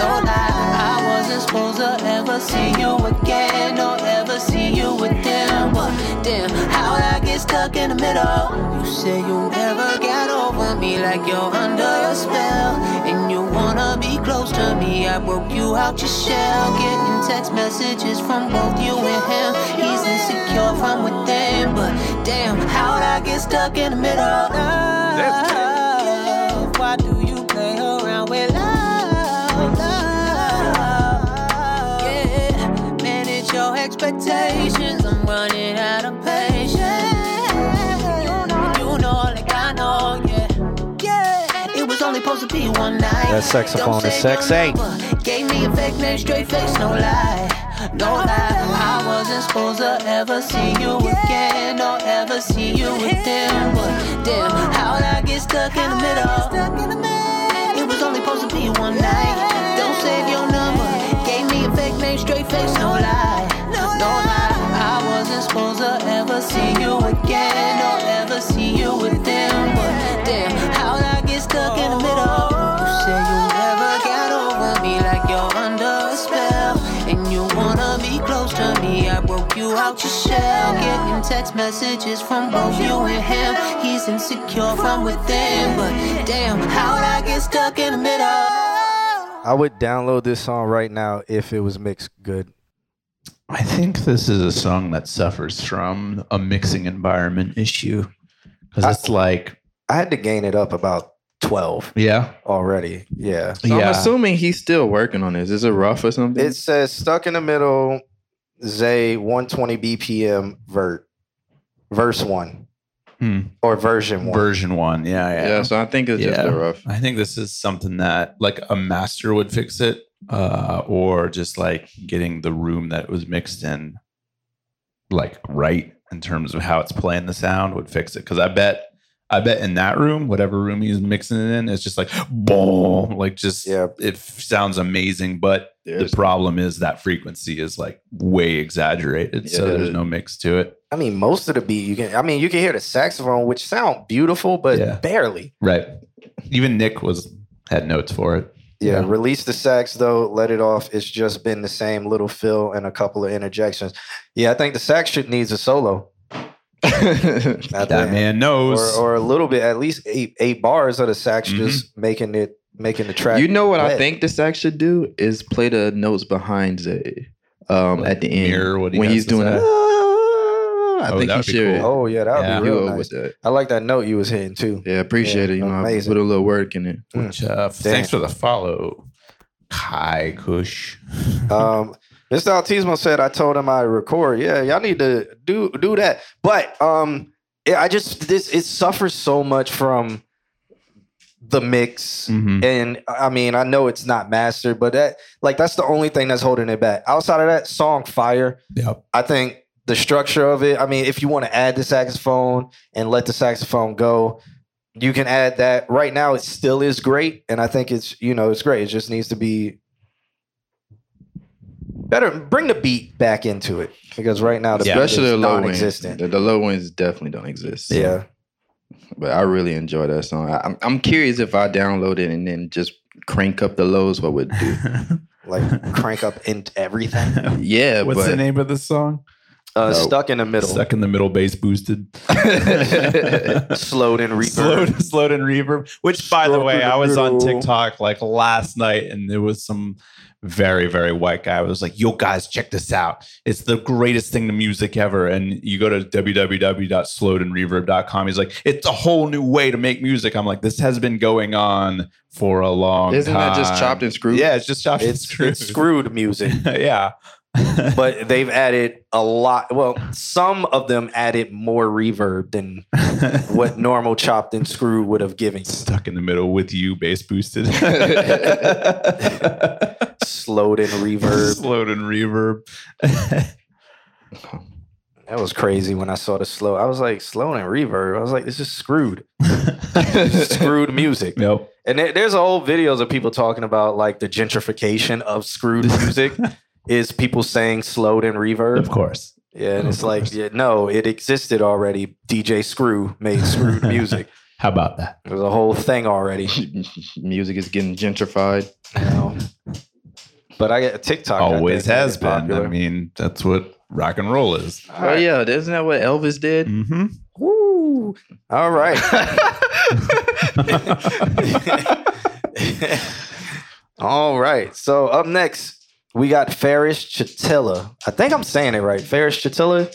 [SPEAKER 8] no lie. I wasn't supposed to ever see you again or ever see you with them. But damn, how'd I get stuck in the middle? You say you never got over me like you're under a spell, and you wanna be close to me. I broke you out your shell. Getting text messages from both you and him. He's insecure from within, but damn, how'd I get stuck in the middle of love? Why do you play around with love? love? Yeah, manage your expectations. I'm running out of patience. You know, like I know, yeah. Yeah, it was only supposed to be one night.
[SPEAKER 1] That saxophone is sexy.
[SPEAKER 8] Gave me a fake name, straight face, no lie, no lie. I wasn't supposed to ever see you again or ever see you with them. But damn, how'd I get stuck in the middle? It was only supposed to be one night. Don't save your number. Gave me a fake name, straight face, no lie, no lie. I wasn't supposed to ever see you again or ever see you with them. But damn, how'd I get stuck in the middle? You say you never got over me like you're under a spell. And you wanna be close to me, I broke you out your shell. Getting text messages from both you and him. He's insecure from within, but damn, how'd I get stuck in the middle?
[SPEAKER 1] I would download this song right now if it was mixed good.
[SPEAKER 4] I think this is a song that suffers from a mixing environment issue because it's like,
[SPEAKER 1] I had to gain it up about 12
[SPEAKER 4] yeah,
[SPEAKER 1] already. Yeah.
[SPEAKER 3] So
[SPEAKER 4] yeah.
[SPEAKER 3] I'm assuming he's still working on this. Is it rough or something?
[SPEAKER 1] It says stuck in the middle, Zay 120 BPM vert, verse one
[SPEAKER 4] Hmm.
[SPEAKER 1] or version one.
[SPEAKER 4] version one. Yeah, yeah.
[SPEAKER 3] yeah. so I think it's just
[SPEAKER 4] Yeah.
[SPEAKER 3] a rough.
[SPEAKER 4] I think this is something that like a master would fix it, uh, or just like getting the room that it was mixed in, like right in terms of how it's playing the sound would fix it. Because I bet, I bet in that room, whatever room he's mixing it in, it's just like boom, like just
[SPEAKER 1] Yeah.
[SPEAKER 4] it f- sounds amazing. But
[SPEAKER 3] There's-
[SPEAKER 4] the problem is that frequency is like way exaggerated, so
[SPEAKER 3] Yeah.
[SPEAKER 4] there's no mix to it.
[SPEAKER 1] I mean, most of the beat you can. I mean, you can hear the saxophone, which sound beautiful, but
[SPEAKER 4] Yeah.
[SPEAKER 1] barely.
[SPEAKER 4] Right. Even Nick was had notes for it.
[SPEAKER 1] Yeah,
[SPEAKER 4] Yeah.
[SPEAKER 1] Release the sax though. Let it off. It's just been the same little fill and a couple of interjections. Yeah, I think the sax shit needs a solo. I
[SPEAKER 4] That
[SPEAKER 1] think.
[SPEAKER 4] man knows.
[SPEAKER 1] Or, or a little bit, at least eight eight bars of the sax
[SPEAKER 4] Mhm.
[SPEAKER 1] just making it making the track.
[SPEAKER 3] you know what I
[SPEAKER 1] wet.
[SPEAKER 3] think this sax should do is play the notes behind Zay um,
[SPEAKER 4] Like
[SPEAKER 3] at the end
[SPEAKER 4] mirror what he
[SPEAKER 3] when
[SPEAKER 4] has
[SPEAKER 3] he's
[SPEAKER 4] to
[SPEAKER 3] doing
[SPEAKER 4] say?
[SPEAKER 3] that. I
[SPEAKER 4] Oh,
[SPEAKER 3] think he
[SPEAKER 4] that'd be
[SPEAKER 3] should.
[SPEAKER 4] cool.
[SPEAKER 1] Oh yeah, that would
[SPEAKER 4] Yeah.
[SPEAKER 1] be
[SPEAKER 3] do
[SPEAKER 1] real
[SPEAKER 3] it
[SPEAKER 1] nice.
[SPEAKER 3] with that.
[SPEAKER 1] I like that note you was hitting too.
[SPEAKER 3] Yeah, appreciate
[SPEAKER 1] Yeah,
[SPEAKER 3] it. You know, I
[SPEAKER 1] amazing.
[SPEAKER 3] put a little work in it.
[SPEAKER 4] Which, uh, f-
[SPEAKER 1] Mm. Damn.
[SPEAKER 4] thanks for the follow, Kai Kush.
[SPEAKER 1] Um, Mr. Altismo said, "I told him I record. Yeah, y'all need to do do that. But um, yeah, I just this it suffers so much from the mix,
[SPEAKER 3] Mm-hmm.
[SPEAKER 1] and I mean, I know it's not mastered, but that like that's the only thing that's holding it back. Outside of that, song fire.
[SPEAKER 4] Yep.
[SPEAKER 1] I think the structure of it. I mean, if you want to add the saxophone and let the saxophone go." You can add that right now. It still is great, and I think it's you know it's great. It just needs to be better bring the beat back into it because right now the
[SPEAKER 4] Yeah.
[SPEAKER 1] beat
[SPEAKER 3] Especially
[SPEAKER 1] is
[SPEAKER 3] the low ones.
[SPEAKER 1] non-existent.
[SPEAKER 3] The, the low ones definitely don't exist.
[SPEAKER 1] Yeah,
[SPEAKER 3] But I really enjoy that song. I, I'm, I'm curious if I download it and then just crank up the lows, what would it do?
[SPEAKER 1] like crank up into everything.
[SPEAKER 3] Yeah,
[SPEAKER 4] What's
[SPEAKER 3] but
[SPEAKER 4] the name of this song?
[SPEAKER 1] Uh,
[SPEAKER 3] No.
[SPEAKER 1] Stuck in the middle,
[SPEAKER 4] Stuck in the middle, bass boosted.
[SPEAKER 1] slowed and reverb.
[SPEAKER 4] Slowed, slowed and reverb. Which, by the
[SPEAKER 1] Slowed
[SPEAKER 4] way,
[SPEAKER 1] and
[SPEAKER 4] I was on
[SPEAKER 1] reverb.
[SPEAKER 4] TikTok like last night, and there was some very, very white guy. was like, "Yo, guys, check this out! It's the greatest thing to music ever." And you go to www.slowedandreverb.com. He's like, "It's a whole new way to make music." I'm like, "This has been going on for a long
[SPEAKER 3] isn't
[SPEAKER 4] time."
[SPEAKER 3] that just chopped and screwed?
[SPEAKER 4] Yeah, it's just chopped and
[SPEAKER 1] It's,
[SPEAKER 4] screwed.
[SPEAKER 1] it's screwed music,
[SPEAKER 4] yeah.
[SPEAKER 1] but they've added a lot. Well, some of them added more reverb than what normal chopped and screwed would have given. you.
[SPEAKER 4] stuck in the middle with you, bass boosted.
[SPEAKER 1] Slowed and reverb.
[SPEAKER 4] Slowed and reverb.
[SPEAKER 1] That was crazy when I saw the slow. I was like, slowed and reverb. I was like, this is screwed. screwed music.
[SPEAKER 4] Nope.
[SPEAKER 1] And there, there's old videos of people talking about like the gentrification of screwed music is people saying slowed and
[SPEAKER 4] Of
[SPEAKER 1] reverb.
[SPEAKER 4] course.
[SPEAKER 1] Yeah, and
[SPEAKER 4] Of
[SPEAKER 1] it's like,
[SPEAKER 4] course.
[SPEAKER 1] yeah, no, it existed already. DJ Screw made screwed music.
[SPEAKER 4] How about that?
[SPEAKER 1] There's a whole thing already.
[SPEAKER 3] Music is getting gentrified.
[SPEAKER 1] You know? But I get TikTok I
[SPEAKER 4] Always
[SPEAKER 1] think,
[SPEAKER 4] has
[SPEAKER 1] is
[SPEAKER 4] been.
[SPEAKER 1] popular.
[SPEAKER 4] I mean, that's what rock and roll is.
[SPEAKER 1] All
[SPEAKER 3] Oh
[SPEAKER 1] right.
[SPEAKER 3] yeah, isn't that what Elvis did?
[SPEAKER 4] Mm-hmm.
[SPEAKER 1] Woo. All right. All right. So up next, we got Ferris Chatilla. I think I'm saying it right. Ferris Chatilla.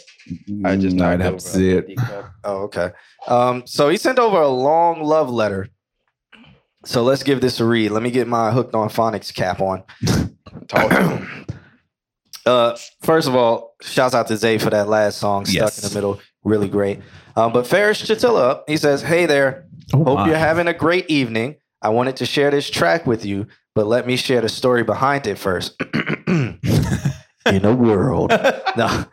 [SPEAKER 4] I just know I'd have to see it.
[SPEAKER 1] Oh, okay. Um, so he sent over a long love letter. So let's give this a read. Let me get my hooked on phonics cap on. uh, first of all, shouts out to Zay for that last song, Stuck
[SPEAKER 4] Yes.
[SPEAKER 1] in the Middle. Really great. Um, but Ferris Chatilla up. He says, Hey there. Hope
[SPEAKER 4] Oh my.
[SPEAKER 1] you're having a great evening. I wanted to share this track with you, but let me share the story behind it first. in a world. no.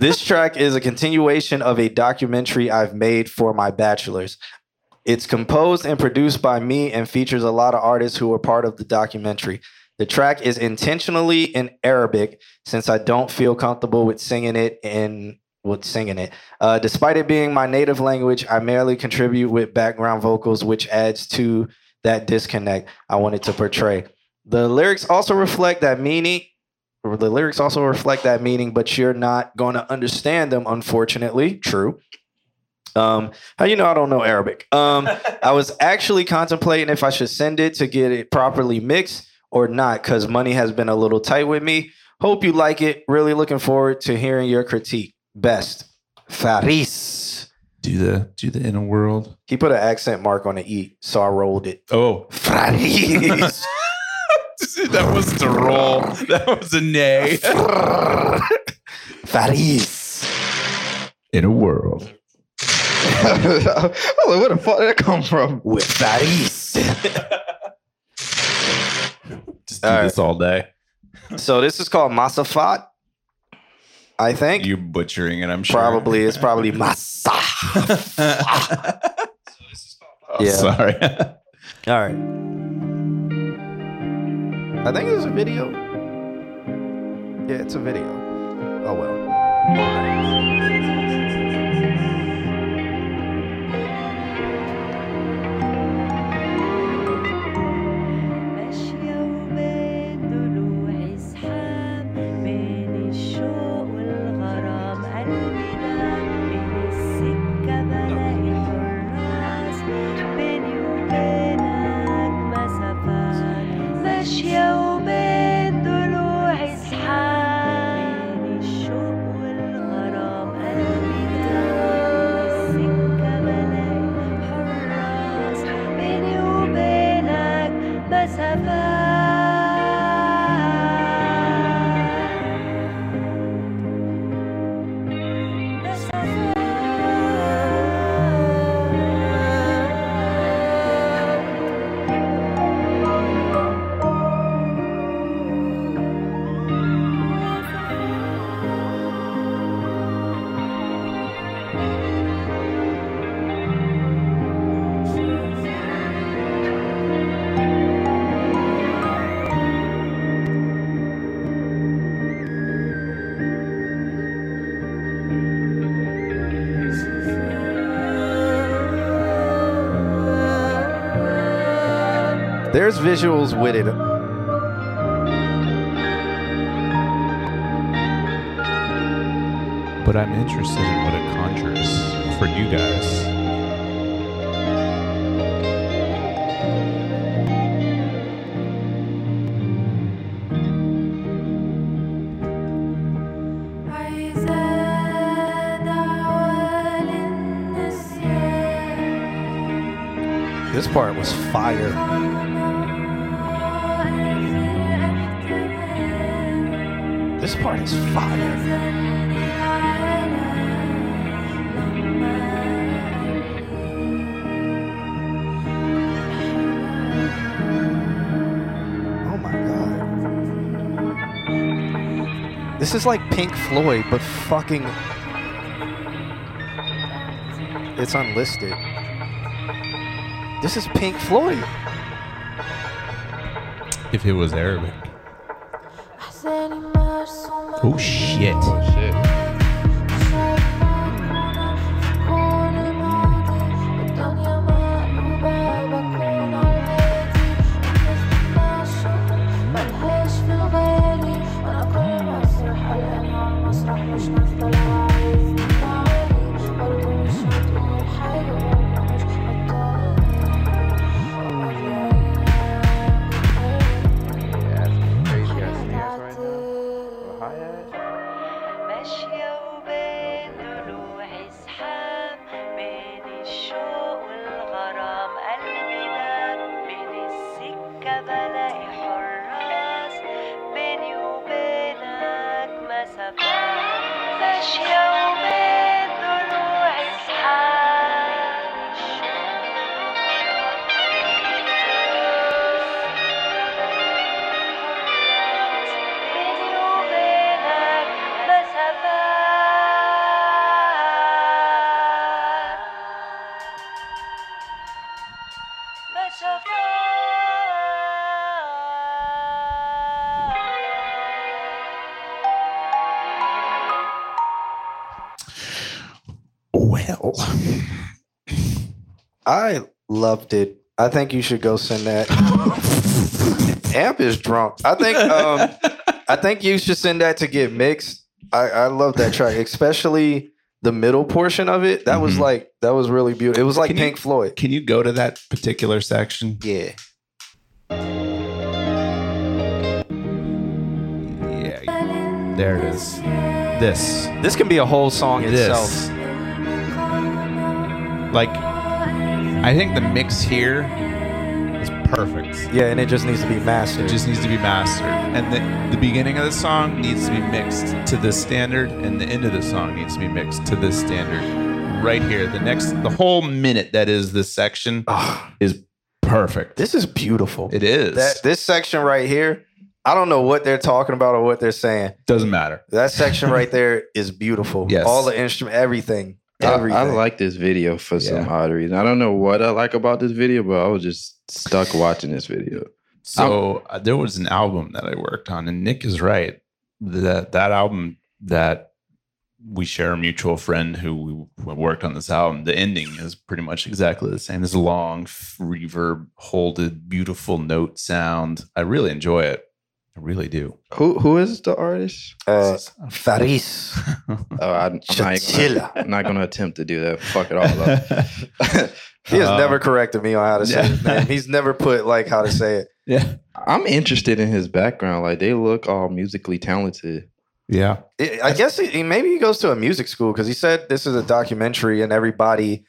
[SPEAKER 1] This track is a continuation of a documentary I've made for my bachelors. It's composed and produced by me and features a lot of artists who were part of the documentary. The track is intentionally in Arabic since I don't feel comfortable with singing it in with singing it. Uh, despite it being my native language, I merely contribute with background vocals, which adds to that disconnect I wanted to portray. The lyrics also reflect that meaning. or The lyrics also reflect that meaning, but you're not going to understand them, unfortunately. True. Um, how you know I don't know Arabic? Um, I was actually contemplating if I should send it to get it properly mixed or not, because money has been a little tight with me. Hope you like it. Really looking forward to hearing your critique. Best, Faris.
[SPEAKER 4] Do the do the inner world.
[SPEAKER 1] He put an accent mark on the E, so I rolled it.
[SPEAKER 4] Oh,
[SPEAKER 1] Faris.
[SPEAKER 4] that was a roll. That was a nay.
[SPEAKER 1] Faris.
[SPEAKER 4] In a world.
[SPEAKER 3] I was like, where the fuck did that come from?
[SPEAKER 1] With Faris.
[SPEAKER 4] Just do
[SPEAKER 1] All right.
[SPEAKER 4] this all day.
[SPEAKER 1] so this is called Masafat, I think.
[SPEAKER 4] You butchering it, I'm sure.
[SPEAKER 1] probably, it's probably Masa.
[SPEAKER 4] Oh,
[SPEAKER 1] Yeah.
[SPEAKER 4] Sorry.
[SPEAKER 1] All right. I think it's a video. Yeah, it's a video. Oh well.
[SPEAKER 11] ماشية وبين ضلوعي سحاب بين الشوق والغرام قلبي نام بين السكة بلاقي حراس بيني وبينك مسافات ماشية وبين ضلوعي سحاب بين الشوق والغرام قلبي نام بين السكة بلاقي حراس بيني وبينك
[SPEAKER 1] There's visuals with it.
[SPEAKER 4] But I'm interested in what it conjures for you guys.
[SPEAKER 1] This part was fire. This part is fire. Oh my god. This is like Pink Floyd, but fucking. It's unlisted. This is Pink Floyd.
[SPEAKER 4] If it was Arabic. Oh shit.
[SPEAKER 3] Oh shit.
[SPEAKER 11] Thank you ماشية وبين ضلوع سحاب بيني وبينك مسافات ما
[SPEAKER 1] Well, I loved it. I think you should go send that. Amp is drunk. I think. Um, I think you should send that to get mixed. I, I love that track, especially the middle portion of it. That was like that was really beautiful. It was like
[SPEAKER 4] Can you-
[SPEAKER 1] Pink Floyd.
[SPEAKER 4] Can you go to that particular section?
[SPEAKER 1] Yeah.
[SPEAKER 4] Yeah. There it is. This.
[SPEAKER 1] This can be a whole song
[SPEAKER 4] This. Like, I think the mix here is perfect.
[SPEAKER 1] Yeah, and it just needs to be mastered.
[SPEAKER 4] It just needs to be mastered. And the, the beginning of the song needs to be mixed to this standard, and the end of the song needs to be mixed to this standard. Right here. The next, the whole minute that is this section is perfect.
[SPEAKER 1] This is beautiful.
[SPEAKER 4] It is.
[SPEAKER 1] That this section right here, I don't know what they're talking about or what they're saying.
[SPEAKER 4] Doesn't matter.
[SPEAKER 1] That section right there is beautiful.
[SPEAKER 3] Yes.
[SPEAKER 1] All the instrument, everything,
[SPEAKER 3] I,
[SPEAKER 1] everything.
[SPEAKER 3] I like this video for some odd reason. I don't know what I like about this video, but I was just stuck watching this video.
[SPEAKER 1] Oh.
[SPEAKER 4] So uh, there was an album that I worked on, and Nick is right. That that album that we share a mutual friend who we worked on this album. The ending is pretty much exactly the same. This long f- reverb, holded, beautiful note sound. I really enjoy it. I really do.
[SPEAKER 3] Who who is the artist?
[SPEAKER 1] Uh, Faris.
[SPEAKER 3] Oh, I, I'm, not gonna,
[SPEAKER 1] Chatilla.
[SPEAKER 3] I'm not gonna attempt to do that. Fuck it all up. Uh,
[SPEAKER 1] He
[SPEAKER 4] Uh,
[SPEAKER 1] has never corrected me on how to say his name. He's never put like how to say it.
[SPEAKER 4] Yeah.
[SPEAKER 3] I'm interested in his background. Like they look all musically talented.
[SPEAKER 4] Yeah.
[SPEAKER 1] I- I guess he, he- maybe he goes to a music school because he said this is a documentary and everybody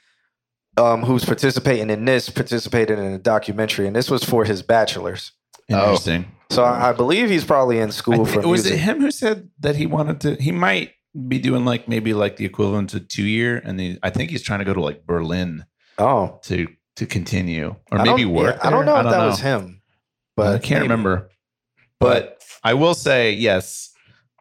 [SPEAKER 1] um, who's participating in this participated in a documentary and this was for his bachelor's.
[SPEAKER 4] Interesting.
[SPEAKER 1] So I, I believe he's probably in school for
[SPEAKER 4] was
[SPEAKER 1] music.
[SPEAKER 4] it him who said that he wanted to? He might be doing like maybe like the equivalent to two year, and he, I think he's trying to go to like Berlin.
[SPEAKER 1] Oh,
[SPEAKER 4] to to continue or
[SPEAKER 1] I
[SPEAKER 4] maybe
[SPEAKER 1] don't-
[SPEAKER 4] work.
[SPEAKER 1] yeah, I don't
[SPEAKER 4] there.
[SPEAKER 1] know if that was him, but
[SPEAKER 4] I can't
[SPEAKER 1] maybe.
[SPEAKER 4] remember. But I will say yes.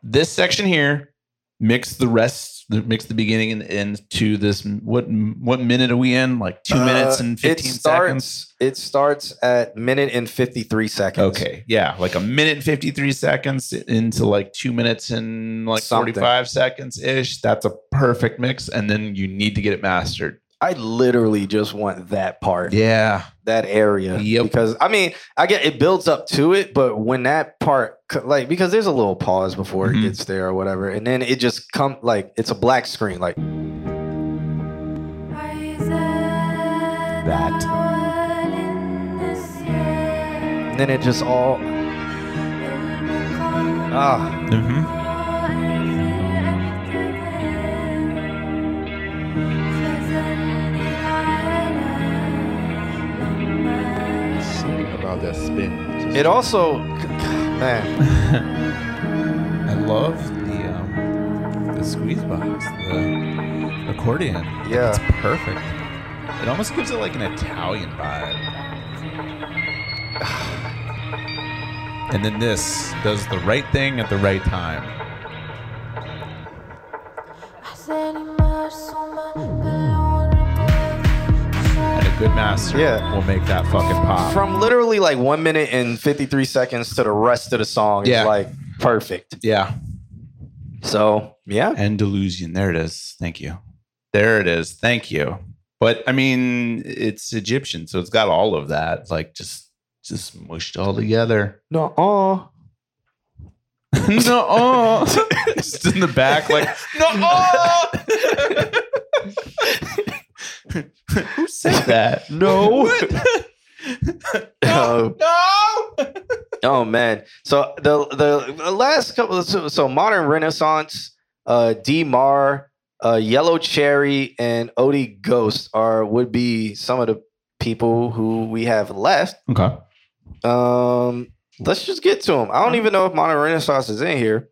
[SPEAKER 4] This section here mix the rest, mix the beginning and the end to this. What what minute are we in? Like two minutes
[SPEAKER 1] Uh,
[SPEAKER 4] and fifteen
[SPEAKER 1] it starts,
[SPEAKER 4] seconds.
[SPEAKER 1] It starts at minute and fifty three seconds.
[SPEAKER 4] Okay. Yeah. Like a minute and 53 seconds into like two minutes and like
[SPEAKER 1] Something.
[SPEAKER 4] 45 seconds ish. That's a perfect mix. And then you need to get it mastered.
[SPEAKER 1] I literally just want that part.
[SPEAKER 4] Yeah.
[SPEAKER 1] That area.
[SPEAKER 4] Yep.
[SPEAKER 1] Because I mean, I get it builds up to it, but when that part co- like because there's a little pause before
[SPEAKER 4] Mhm.
[SPEAKER 1] it gets there or whatever, and then it just come like it's a black screen. Like
[SPEAKER 4] That.
[SPEAKER 1] and then it just all ah
[SPEAKER 4] Mm-hmm.
[SPEAKER 3] Something about that spin. Just-
[SPEAKER 1] it also man.
[SPEAKER 4] I love the um, the squeeze box, the accordion.
[SPEAKER 1] Yeah.
[SPEAKER 4] it's perfect. It almost gives it like an Italian vibe. And then this does the right thing at the right time. And a good master
[SPEAKER 1] Yeah.
[SPEAKER 4] will make that fucking pop.
[SPEAKER 1] From literally like one minute and fifty three seconds to the rest of the song
[SPEAKER 4] Yeah.
[SPEAKER 1] is like perfect.
[SPEAKER 4] yeah.
[SPEAKER 1] So yeah.
[SPEAKER 4] Andalusian. There it is. Thank you. There it is. Thank you. But I mean, it's Egyptian, so it's got all of that, like just just mushed all together.
[SPEAKER 1] No, oh.
[SPEAKER 4] no, oh. just in the back, like no. Oh! Who said that?
[SPEAKER 1] No. Um,
[SPEAKER 4] No.
[SPEAKER 1] Oh man! So the the, the last couple, of, so, so modern Renaissance, uh, D Mar, uh, Yellow Cherry, and Odie Ghost are would be some of the people who we have left.
[SPEAKER 4] Okay.
[SPEAKER 1] Um, let's just get to them. I don't even know if modern Renaissance is in here.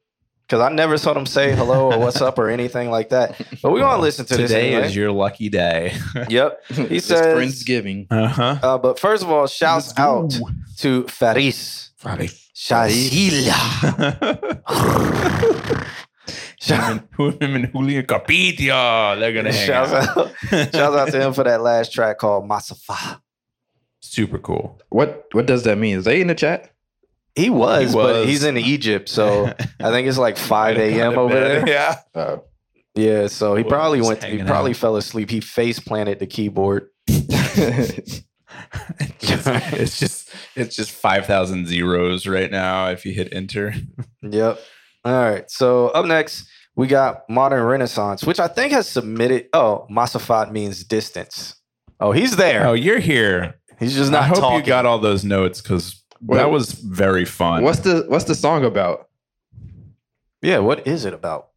[SPEAKER 1] Because I never saw them say hello or what's up or anything like that. But we're going to listen to this.
[SPEAKER 4] Today
[SPEAKER 1] anyway.
[SPEAKER 4] is your lucky day.
[SPEAKER 1] Yep. He
[SPEAKER 3] It's
[SPEAKER 1] says.
[SPEAKER 3] Friendsgiving.
[SPEAKER 4] Uh-huh.
[SPEAKER 1] Uh, but first of all, shouts out to Faris.
[SPEAKER 4] Faris.
[SPEAKER 1] Shazila.
[SPEAKER 4] Women, women Julia Capitio. They're gonna hang
[SPEAKER 1] Shouts
[SPEAKER 4] out.
[SPEAKER 1] out, shouts out to him for that last track called Masafa.
[SPEAKER 4] Super cool.
[SPEAKER 3] What what does that mean? Is they in the chat?
[SPEAKER 1] He was,
[SPEAKER 4] He
[SPEAKER 1] but
[SPEAKER 4] was.
[SPEAKER 1] he's in Egypt, so I think it's like 5 a.m. over there.
[SPEAKER 4] Yeah.
[SPEAKER 3] Uh,
[SPEAKER 1] Yeah, so he
[SPEAKER 4] Well,
[SPEAKER 1] probably
[SPEAKER 4] just
[SPEAKER 1] went. He
[SPEAKER 4] hanging
[SPEAKER 1] probably fell asleep. He face planted the keyboard.
[SPEAKER 4] it's just it's just five thousand zeros right now if you hit enter.
[SPEAKER 1] Yep. All right. So up next, we got Modern Renaissance, which I think has submitted. Oh, Masafat means distance. Oh, he's there.
[SPEAKER 4] Oh, you're here.
[SPEAKER 1] he's just
[SPEAKER 4] I
[SPEAKER 1] not
[SPEAKER 4] hope
[SPEAKER 1] talking.
[SPEAKER 4] you got all those notes because that
[SPEAKER 3] Well,
[SPEAKER 4] was very fun.
[SPEAKER 3] what's the what's the song about?
[SPEAKER 1] yeah. What is it about?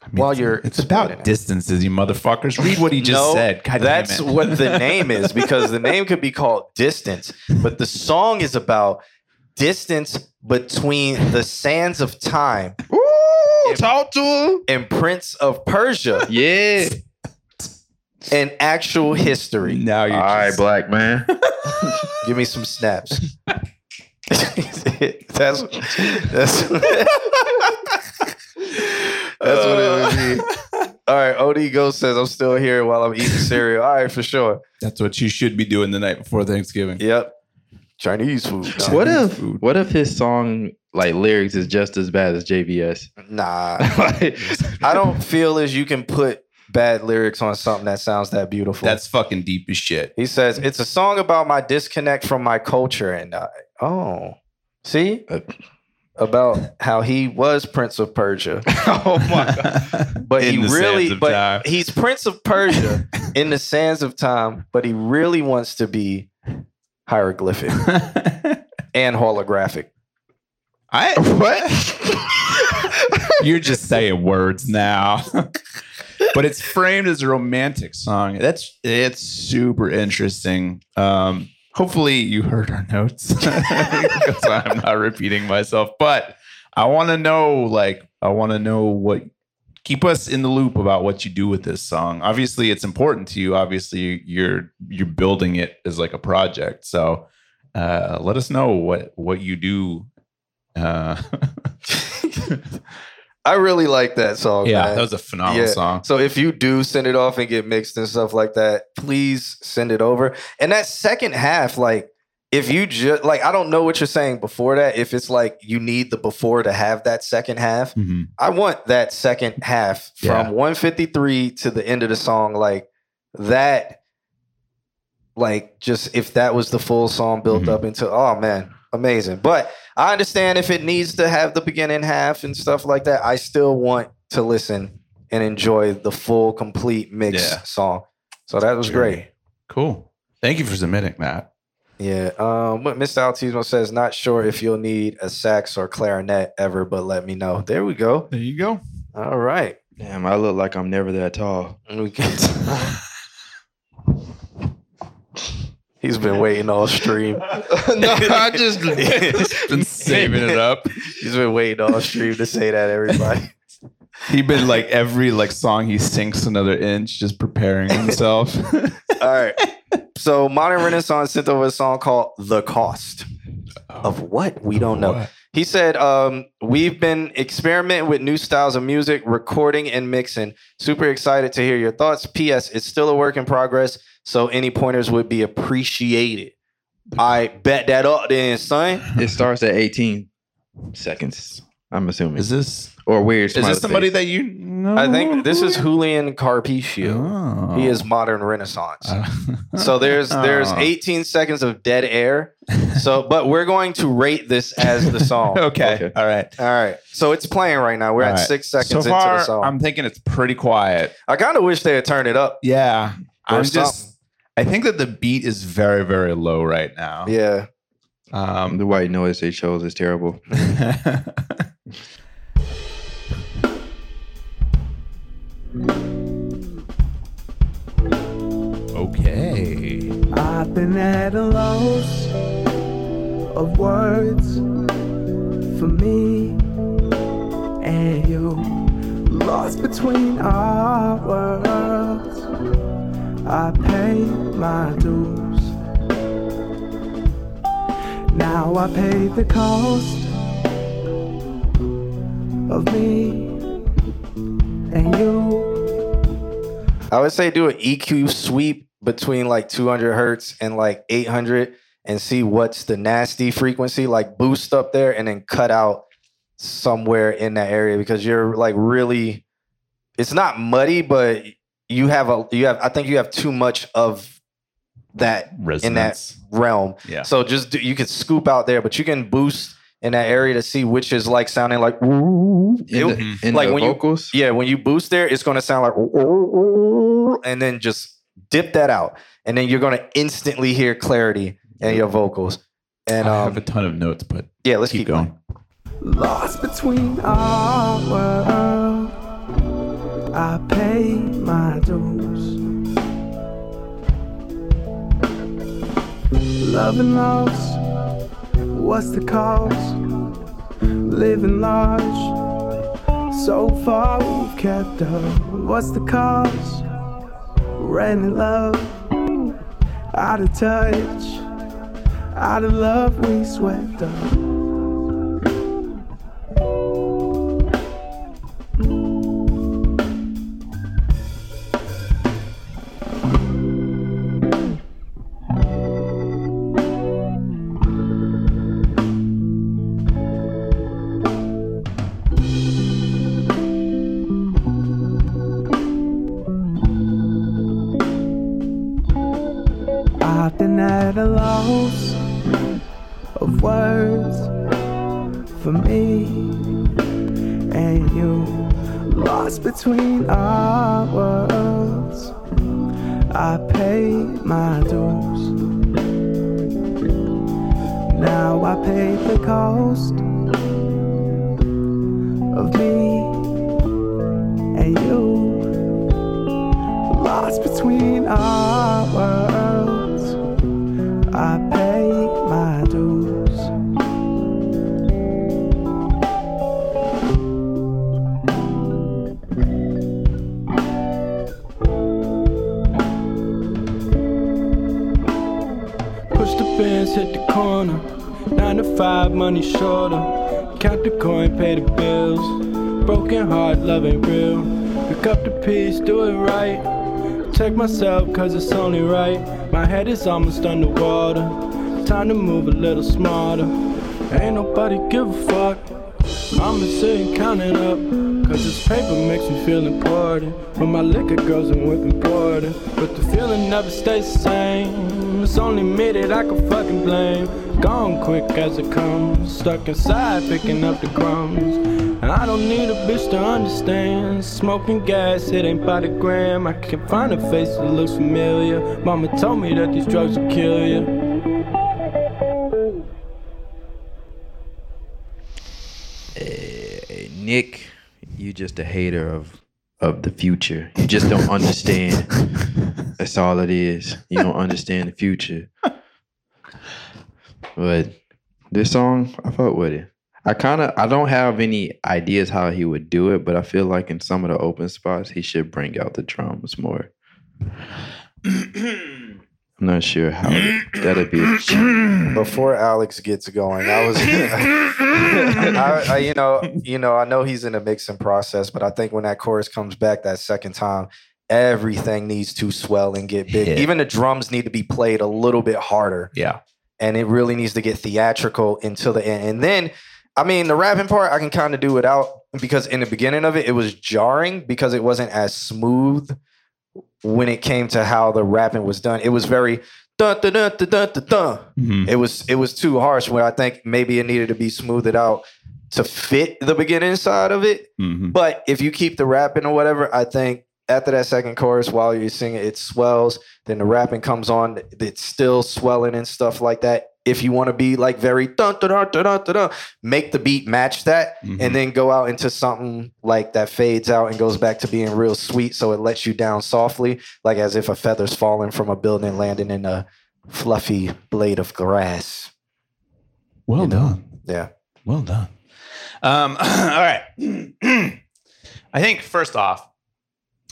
[SPEAKER 4] I mean,
[SPEAKER 1] while
[SPEAKER 4] it's-
[SPEAKER 1] you're
[SPEAKER 4] it's about
[SPEAKER 1] explaining it.
[SPEAKER 4] distances, you motherfuckers. Read what he just
[SPEAKER 1] No,
[SPEAKER 4] said. God damn
[SPEAKER 1] That's
[SPEAKER 4] it.
[SPEAKER 1] what the name is because the name could be called Distance, but the song is about distance between the sands of time
[SPEAKER 3] Ooh, talk to him.
[SPEAKER 1] and Prince of Persia
[SPEAKER 3] Yeah.
[SPEAKER 1] and actual history.
[SPEAKER 4] now you're
[SPEAKER 5] All right,
[SPEAKER 4] just-
[SPEAKER 5] black man.
[SPEAKER 1] Give me some snaps. that's that's that's what it would be.
[SPEAKER 4] Uh.
[SPEAKER 1] All right, OD Ghost says I'm still here while I'm eating cereal. All right, for sure.
[SPEAKER 4] that's what you should be doing the night before Thanksgiving.
[SPEAKER 1] Yep, Chinese food.
[SPEAKER 3] What if
[SPEAKER 4] Food.
[SPEAKER 3] what if his song like lyrics is just as bad as JVS?
[SPEAKER 1] Nah,
[SPEAKER 3] Like,
[SPEAKER 1] I don't feel as you can put bad lyrics on something that sounds that beautiful.
[SPEAKER 4] That's fucking deep as shit.
[SPEAKER 1] he says it's a song about my disconnect from my culture and uh, oh, see
[SPEAKER 3] Uh.
[SPEAKER 1] about how he was Prince of Persia.
[SPEAKER 3] oh my god.
[SPEAKER 1] But
[SPEAKER 4] In
[SPEAKER 1] he
[SPEAKER 4] the sands
[SPEAKER 1] really,
[SPEAKER 4] of
[SPEAKER 1] but
[SPEAKER 4] time.
[SPEAKER 1] he's Prince of Persia in the sands of time. But he really wants to be hieroglyphic and holographic.
[SPEAKER 4] I what? You're just saying words now. but it's framed as a romantic song. That's it's super interesting. Um, hopefully you heard our notes because I'm not repeating myself. But I want to know, like, I want to know what. Keep us in the loop about what you do with this song. Obviously, it's important to you. Obviously, you're you're building it as like a project. So, uh, let us know what what you do uh,
[SPEAKER 1] I really like that song.
[SPEAKER 4] yeah,
[SPEAKER 1] man.
[SPEAKER 4] that was a phenomenal
[SPEAKER 1] Yeah.
[SPEAKER 4] song.
[SPEAKER 1] So if you do send it off and get mixed and stuff like that, please send it over. And that second half, like if you just like I don't know what you're saying before that. If it's like you need the before to have that second half,
[SPEAKER 4] Mhm.
[SPEAKER 1] I want that second half from
[SPEAKER 4] Yeah.
[SPEAKER 1] 153 to the end of the song, like that. Like just if that was the full song built
[SPEAKER 4] Mhm.
[SPEAKER 1] up into, oh man, amazing. But I understand if it needs to have the beginning half and stuff like that. I still want to listen and enjoy the full, complete mix
[SPEAKER 4] Yeah.
[SPEAKER 1] song. So that was great.
[SPEAKER 4] Cool. Thank you for submitting that.
[SPEAKER 1] Yeah. Um, what Mr. Altismo says, not sure if you'll need a sax or clarinet ever, but let me know. There we go.
[SPEAKER 4] There you go.
[SPEAKER 1] All right.
[SPEAKER 3] Damn, I look like I'm never that tall.
[SPEAKER 1] And we can- He's been waiting all stream.
[SPEAKER 3] no, I just
[SPEAKER 4] Been saving it up.
[SPEAKER 1] He's been waiting all stream to say that, everybody.
[SPEAKER 4] He been like every like song he sinks another inch, just preparing himself.
[SPEAKER 1] All right. So Modern Renaissance sent over a song called The Cost. Oh. Of what? We don't know. He said, um, We've been experimenting with new styles of music, recording and mixing. Super excited to hear your thoughts. P.S. It's still a work in progress, so any pointers would be appreciated. I bet that up then, son.
[SPEAKER 3] it starts at 18 seconds. I'm assuming.
[SPEAKER 4] Is this
[SPEAKER 3] or weird.
[SPEAKER 4] is this somebody
[SPEAKER 3] that?
[SPEAKER 4] that you know?
[SPEAKER 1] I think this is Julian Carpicio.
[SPEAKER 4] Oh.
[SPEAKER 1] He is modern renaissance.
[SPEAKER 4] Uh,
[SPEAKER 1] So there's there's
[SPEAKER 4] Oh.
[SPEAKER 1] 18 seconds of dead air. So but we're going to rate this as the song.
[SPEAKER 4] Okay.
[SPEAKER 3] Okay.
[SPEAKER 4] All right.
[SPEAKER 1] All right. So it's playing right now. We're
[SPEAKER 4] All
[SPEAKER 1] at
[SPEAKER 4] right.
[SPEAKER 1] 6 seconds
[SPEAKER 4] so
[SPEAKER 1] into the
[SPEAKER 4] far,
[SPEAKER 1] song.
[SPEAKER 4] I'm thinking it's pretty quiet.
[SPEAKER 1] I kind of wish they had turned it up.
[SPEAKER 4] Yeah.
[SPEAKER 1] Or
[SPEAKER 4] I'm
[SPEAKER 1] something.
[SPEAKER 4] just I think that the beat is very, very low right now.
[SPEAKER 1] Yeah.
[SPEAKER 4] Um
[SPEAKER 3] the white noise they chose is terrible.
[SPEAKER 4] okay.
[SPEAKER 12] I've been at a loss of words for me
[SPEAKER 11] and you lost between our worlds. I pay my dues. Now I pay the cost of me and you.
[SPEAKER 1] I would say do an EQ sweep between like 200 hertz and like 800 and see what's the nasty frequency, like boost up there and then cut out somewhere in that area because you're like really it's not muddy but you have a you have I think you have too much of that in that
[SPEAKER 4] Resonance.
[SPEAKER 1] realm.
[SPEAKER 4] Yeah.
[SPEAKER 1] So just do, you can scoop out there but you can boost in that area to see which is like sounding like
[SPEAKER 4] Mm-hmm.
[SPEAKER 3] In
[SPEAKER 1] it,
[SPEAKER 3] the, in
[SPEAKER 1] like
[SPEAKER 3] the
[SPEAKER 1] when you
[SPEAKER 3] vocals.
[SPEAKER 1] yeah, when you boost there, it's going to sound like, and then just dip that out, and then you're going to instantly hear clarity in your vocals. And
[SPEAKER 4] I
[SPEAKER 1] um,
[SPEAKER 4] have a ton of notes, but
[SPEAKER 1] yeah, let's keep,
[SPEAKER 4] keep going.
[SPEAKER 11] lost between our world. I pay my dues. Love and loss, what's the cause? Living large, so far we've kept up. What's the cause? Rent and love, out of touch, out of love we swept up. I've been at a loss of words for me and you. Lost between our worlds, I pay my dues. Now I pay the cost of me and you lost between our worlds. I pay my dues.
[SPEAKER 13] Push the fence, hit the corner. Nine to five, money shorter. Count the coin, pay the bills. Broken heart, love ain't real. Pick up the piece, do it right. Protect myself, cause it's only right. My head is almost underwater. Time to move a little smarter. Ain't nobody give a fuck. Mama sitting counting up. Cause this paper makes me feel important. When my liquor goes and whipping border. But the feeling never stays the same. It's only me that I can fucking blame. Gone quick as it comes. Stuck inside picking up the crumbs. And I don't need a bitch to understand. Smoking gas, it ain't by the gram. I can find a face that looks familiar. Mama told me that these drugs will kill you.
[SPEAKER 3] Hey, Nick, you just a hater of of the future. You just don't understand. That's all it is. You don't understand the future. But this song, I fuck with it. I kind of I don't have any ideas how he would do it, but I feel like in some of the open spots he should bring out the drums more. I'm not sure how that'd be.
[SPEAKER 1] before Alex gets going, I was, I, I, you know, you know, I know he's in the mixing process, but I think when that chorus comes back that second time, everything needs to swell and get big.
[SPEAKER 4] Yeah.
[SPEAKER 1] Even the drums need to be played a little bit harder.
[SPEAKER 4] Yeah.
[SPEAKER 1] and it really needs to get theatrical until the end. And then, I mean, the rapping part I can kind of do without because in the beginning of it, it was jarring because it wasn't as smooth when it came to how the rapping was done. It was very dun dun dun dun dun dun. dun. It was it was too harsh. Where I think maybe it needed to be smoothed out to fit the beginning side of it.
[SPEAKER 4] Mm-hmm.
[SPEAKER 1] But if you keep the rapping or whatever, I think after that second chorus, while you're singing, it swells. Then the rapping comes on. It's still swelling and stuff like that. If you want to be like very dun dun dun dun dun, dun, dun, make the beat match that,
[SPEAKER 4] Mm-hmm.
[SPEAKER 1] and then go out into something like that fades out and goes back to being real sweet. So it lets you down softly, like as if a feather's falling from a building, landing in a fluffy blade of grass.
[SPEAKER 4] Well done.
[SPEAKER 1] Yeah.
[SPEAKER 4] Well done. Um, all right. I think first off,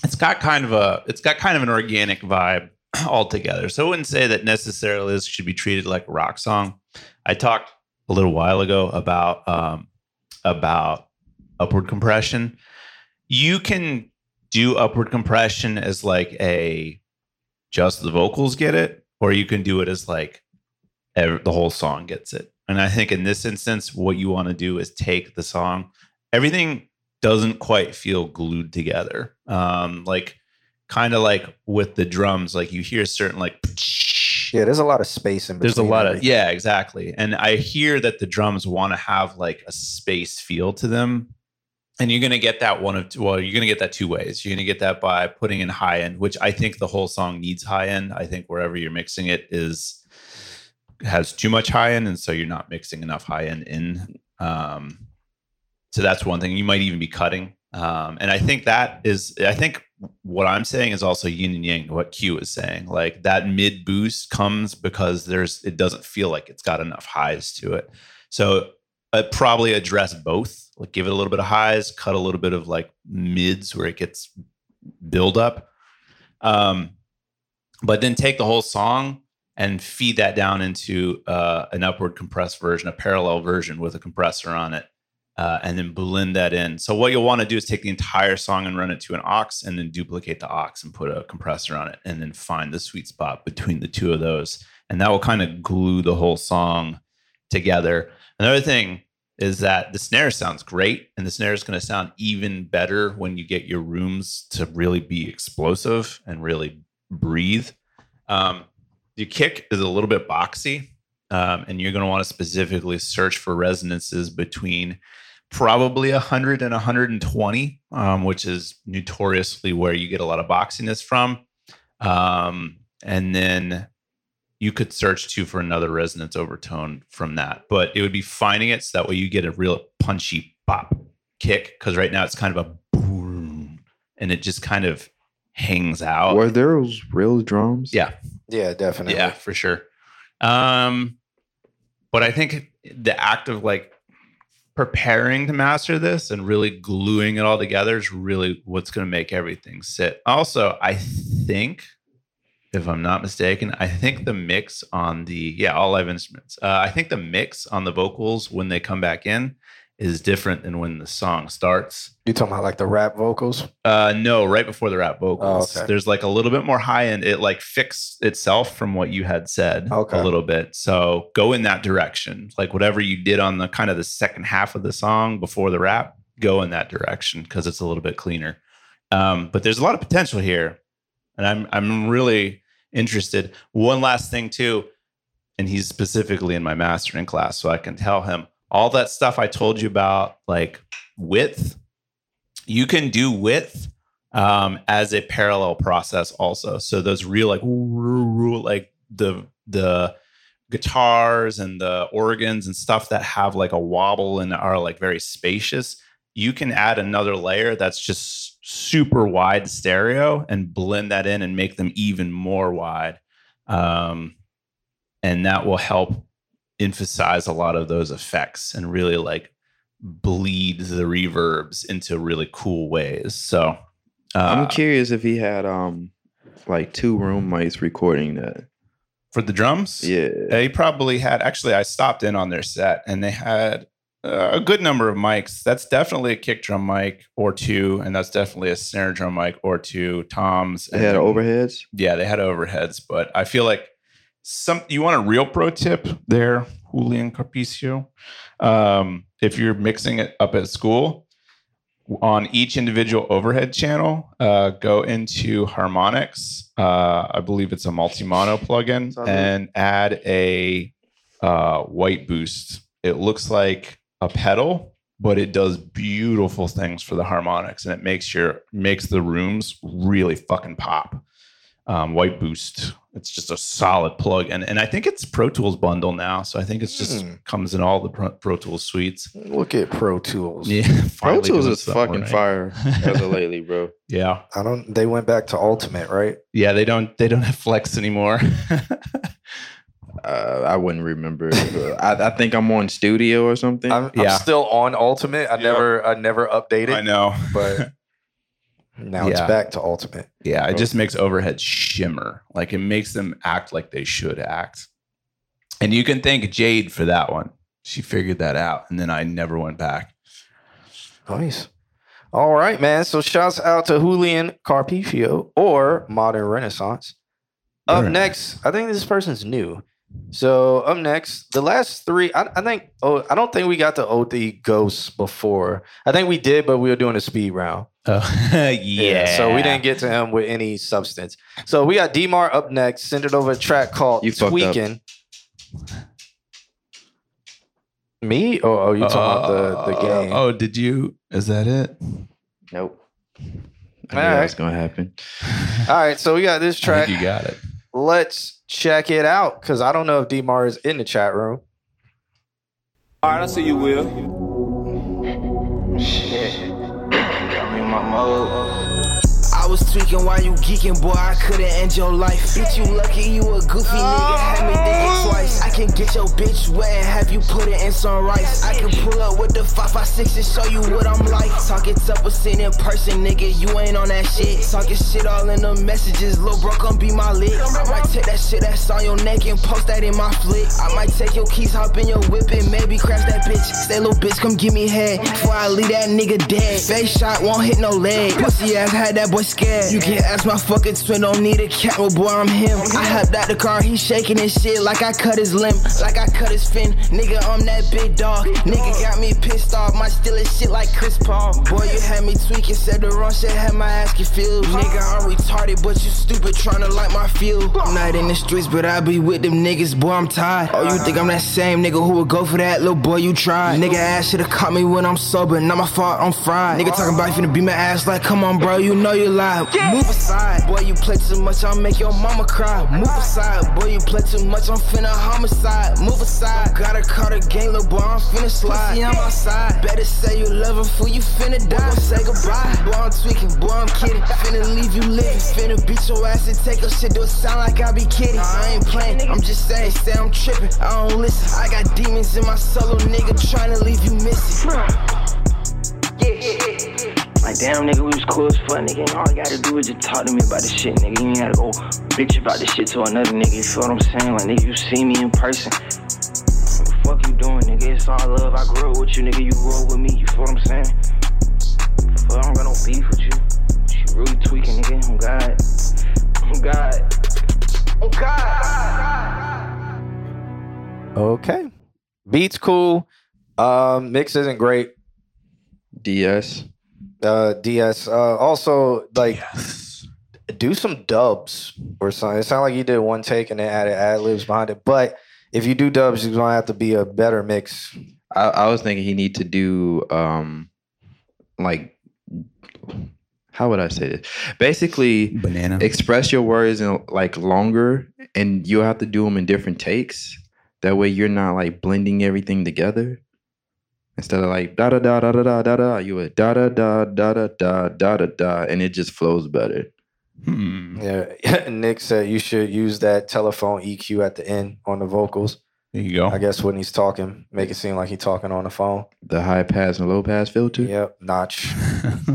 [SPEAKER 4] it's got kind of a it's got kind of an organic vibe altogether. So I wouldn't say that necessarily this should be treated like a rock song. I talked a little while ago about um, about upward compression. You can do upward compression as like a just the vocals get it, or you can do it as like ev- the whole song gets it. And I think in this instance, what you want to do is take the song. Everything doesn't quite feel glued together. Um, like kind of like with the drums, like you hear certain like
[SPEAKER 1] Yeah, there's a lot of space in between.
[SPEAKER 4] there's a lot of
[SPEAKER 1] everything.
[SPEAKER 4] yeah, exactly. And I hear that the drums want to have like a space feel to them. And you're gonna get that one of two, well, you're gonna get that two ways. You're gonna get that by putting in high end, which I think the whole song needs high end. I think wherever you're mixing it is has too much high end, and so you're not mixing enough high end in. Um, so that's one thing. You might even be cutting. Um, and I think that is, I think what I'm saying is also yin and yang. to What Q is saying, like that mid boost comes because there's, it doesn't feel like it's got enough highs to it. So I probably address both. Like give it a little bit of highs, cut a little bit of like mids where it gets build up. Um, but then take the whole song and feed that down into uh, an upward compressed version, a parallel version with a compressor on it, uh, and then blend that in. So what you'll want to do is take the entire song and run it to an aux, and then duplicate the aux and put a compressor on it, and then find the sweet spot between the two of those, and that will kind of glue the whole song together. Another thing is that the snare sounds great, and the snare is going to sound even better when you get your rooms to really be explosive and really breathe. Um, the kick is a little bit boxy, um, and you're going to want to specifically search for resonances between probably 100 and 120, um, which is notoriously where you get a lot of boxiness from. Um, and then you could search too for another resonance overtone from that, but it would be finding it so that way you get a real punchy pop kick because right now it's kind of a boom and it just kind of hangs out.
[SPEAKER 3] Were there those real drums?
[SPEAKER 4] Yeah.
[SPEAKER 1] Yeah, definitely.
[SPEAKER 4] Yeah, for sure. Um, but I think the act of like preparing to master this and really gluing it all together is really what's going to make everything sit. Also, I think, if I'm not mistaken, I think the mix on the yeah all live instruments. Uh, I think the mix on the vocals when they come back in is different than when the song starts.
[SPEAKER 1] You talking about like the rap vocals?
[SPEAKER 4] Uh, no, right before the rap vocals.
[SPEAKER 1] Oh, okay.
[SPEAKER 4] There's like a little bit more high end. It like fixed itself from what you had said
[SPEAKER 1] Okay.
[SPEAKER 4] a little bit. So go in that direction. Like whatever you did on the kind of the second half of the song before the rap, go in that direction because it's a little bit cleaner. Um, but there's a lot of potential here, and I'm I'm really interested. One last thing too, and he's specifically in my mastering class, so I can tell him all that stuff I told you about, like width you can do width um, as a parallel process also. So those real like like the the guitars and the organs and stuff that have like a wobble and are like very spacious. You can add another layer that's just super wide stereo and blend that in and make them even more wide. Um, and that will help emphasize a lot of those effects and really like bleed the reverbs into really cool ways. So uh,
[SPEAKER 3] I'm curious if he had um like two room mics recording that.
[SPEAKER 4] for the drums,
[SPEAKER 3] Yeah.
[SPEAKER 4] they probably had. Actually, I stopped in on their set and they had uh, a good number of mics. That's definitely a kick drum mic or two, and that's definitely a snare drum mic or two. Toms.
[SPEAKER 3] They had
[SPEAKER 4] and-
[SPEAKER 3] overheads.
[SPEAKER 4] Yeah, they had overheads, but I feel like some. You want a real pro tip there, Julian Carpicio? Um, if you're mixing it up at school, on each individual overhead channel, uh, go into harmonics. Uh, I believe it's a multi mono plugin
[SPEAKER 3] Solid.
[SPEAKER 4] and add a uh, white boost. It looks like a pedal, but it does beautiful things for the harmonics and it makes your makes the rooms really fucking pop. Um, white boost. It's just a solid plug, and and I think it's Pro Tools bundle now, so I think it's just
[SPEAKER 1] Hmm.
[SPEAKER 4] comes in all the Pro, Pro Tools suites.
[SPEAKER 1] Look at Pro Tools.
[SPEAKER 4] Yeah,
[SPEAKER 3] Pro
[SPEAKER 4] finally
[SPEAKER 3] Tools
[SPEAKER 4] doing
[SPEAKER 3] is
[SPEAKER 4] something
[SPEAKER 3] fucking
[SPEAKER 4] right.
[SPEAKER 3] fire as of lately, bro.
[SPEAKER 4] Yeah,
[SPEAKER 1] I don't. They went back to Ultimate, right?
[SPEAKER 4] yeah. They don't they don't have Flex anymore.
[SPEAKER 3] Uh, I wouldn't remember. I, I think I'm on studio or something.
[SPEAKER 1] I'm, I'm still on Ultimate. I never I never updated. I
[SPEAKER 4] know.
[SPEAKER 1] But now it's
[SPEAKER 4] Yeah.
[SPEAKER 1] back to Ultimate.
[SPEAKER 4] Yeah, it just makes overhead shimmer. Like it makes them act like they should act. And you can thank Jade for that one. She figured that out. And then I never went back.
[SPEAKER 1] Nice. All right, man. So shouts out to Julian Carpifio or Modern Renaissance. Up next, I think this person's new. So up next, the last three, I, I think. Oh, I don't think we got the OD ghosts before. I think we did, but we were doing a speed round.
[SPEAKER 4] Oh, yeah.
[SPEAKER 1] So we didn't get to him with any substance. So we got Dmar up next. Send it over a track called
[SPEAKER 3] You fucked up.
[SPEAKER 1] Tweaking. Me? Oh, oh you talking about the, the game?
[SPEAKER 4] Oh, did you? Is that it?
[SPEAKER 3] Nope. I
[SPEAKER 1] All
[SPEAKER 3] knew that was
[SPEAKER 1] right.
[SPEAKER 3] gonna happen.
[SPEAKER 1] All right. So we got this track.
[SPEAKER 4] You got it.
[SPEAKER 1] Let's check it out because I don't know if Dmar is in the chat room.
[SPEAKER 14] All right, I see you, Will.
[SPEAKER 15] I was tweaking while you geeking, boy. I couldn't end your life. Bitch, you lucky you a goofy nigga. Had me thinking twice. I can get your bitch wet and have you put it in some rice. I can pull up with the 556 and show you what I'm like. Talk it up, but seen in person, nigga. You ain't on that shit. Talking shit all in the messages. Lil' bro, come be my lick. I might take that shit that's on your neck and post that in my flick. I might take your keys, hop in your whip, and maybe crash that bitch. Say, little bitch, come give me head. Before I leave that nigga dead. Face shot won't hit no leg. Pussy ass had that boy scared. You can ask my fucking twin, don't need a cat, well, boy, I'm him. I hopped out the car, he shaking his shit like I cut his limb, like I cut his fin. Nigga, I'm that big dog. Nigga got me pissed off, my stealing shit like Chris Paul. Boy, you had me tweaking, said the wrong shit, had my ass confused. Nigga, I'm retarded, but you stupid, trying to light my field. I'm not in the streets, but I be with them niggas, boy, I'm tired. Oh, you think I'm that same nigga who would go for that little boy you tried? Nigga ass should've caught me when I'm sober, not my fault, I'm fried. Nigga talking about you finna beat my ass like, come on, bro, you know you lie. Move aside, boy, you play too much, I'll make your mama cry. Move aside, boy, you play too much, I'm finna homicide. Move aside, gotta call the gang, little boy, I'm finna slide. See, I'm outside, better say you love him, fool, you finna die. Boy, say goodbye, boy, I'm tweaking, boy, I'm kidding. Finna leave you living, finna beat your ass and take your shit, do it sound like I be kidding. Nah, I ain't playing, I'm just saying, say I'm tripping, I don't listen. I got demons in my soul, little nigga, tryna leave you missing.
[SPEAKER 16] Like, damn, nigga, we was cool as fuck, nigga. And all you gotta do is just talk to me about this shit, nigga. You ain't gotta go bitch about this shit to another nigga. You feel what I'm saying? Like, nigga, you see me in person. What the fuck you doing, nigga? It's all love. I grew up with you, nigga. You grew up with me. You feel what I'm saying? Fuck, I don't got no beef with you. But You really tweaking, nigga. Oh, God. Oh, God. Oh, God. Oh,
[SPEAKER 1] Okay. Beats cool. Um, mix isn't great.
[SPEAKER 3] DS.
[SPEAKER 1] Uh, DS. Uh, also, like, do some dubs or something. It sounded like you did one take and then added ad libs behind it. But if you do dubs, you're going to have to be a better mix.
[SPEAKER 3] I, I was thinking he need to do um like how would I say this? Basically,
[SPEAKER 4] banana.
[SPEAKER 3] Express your words in like longer, and you'll have to do them in different takes. That way, you're not like blending everything together. Instead of like da da da da da da da da, you would da da da da da da da da da, and it just flows better.
[SPEAKER 4] Mm.
[SPEAKER 1] Yeah. Nick said you should use that telephone EQ at the end on the vocals.
[SPEAKER 4] There you go.
[SPEAKER 1] I guess when he's talking, make it seem like he's talking on the phone.
[SPEAKER 3] The high pass and low pass filter.
[SPEAKER 1] Yep, notch,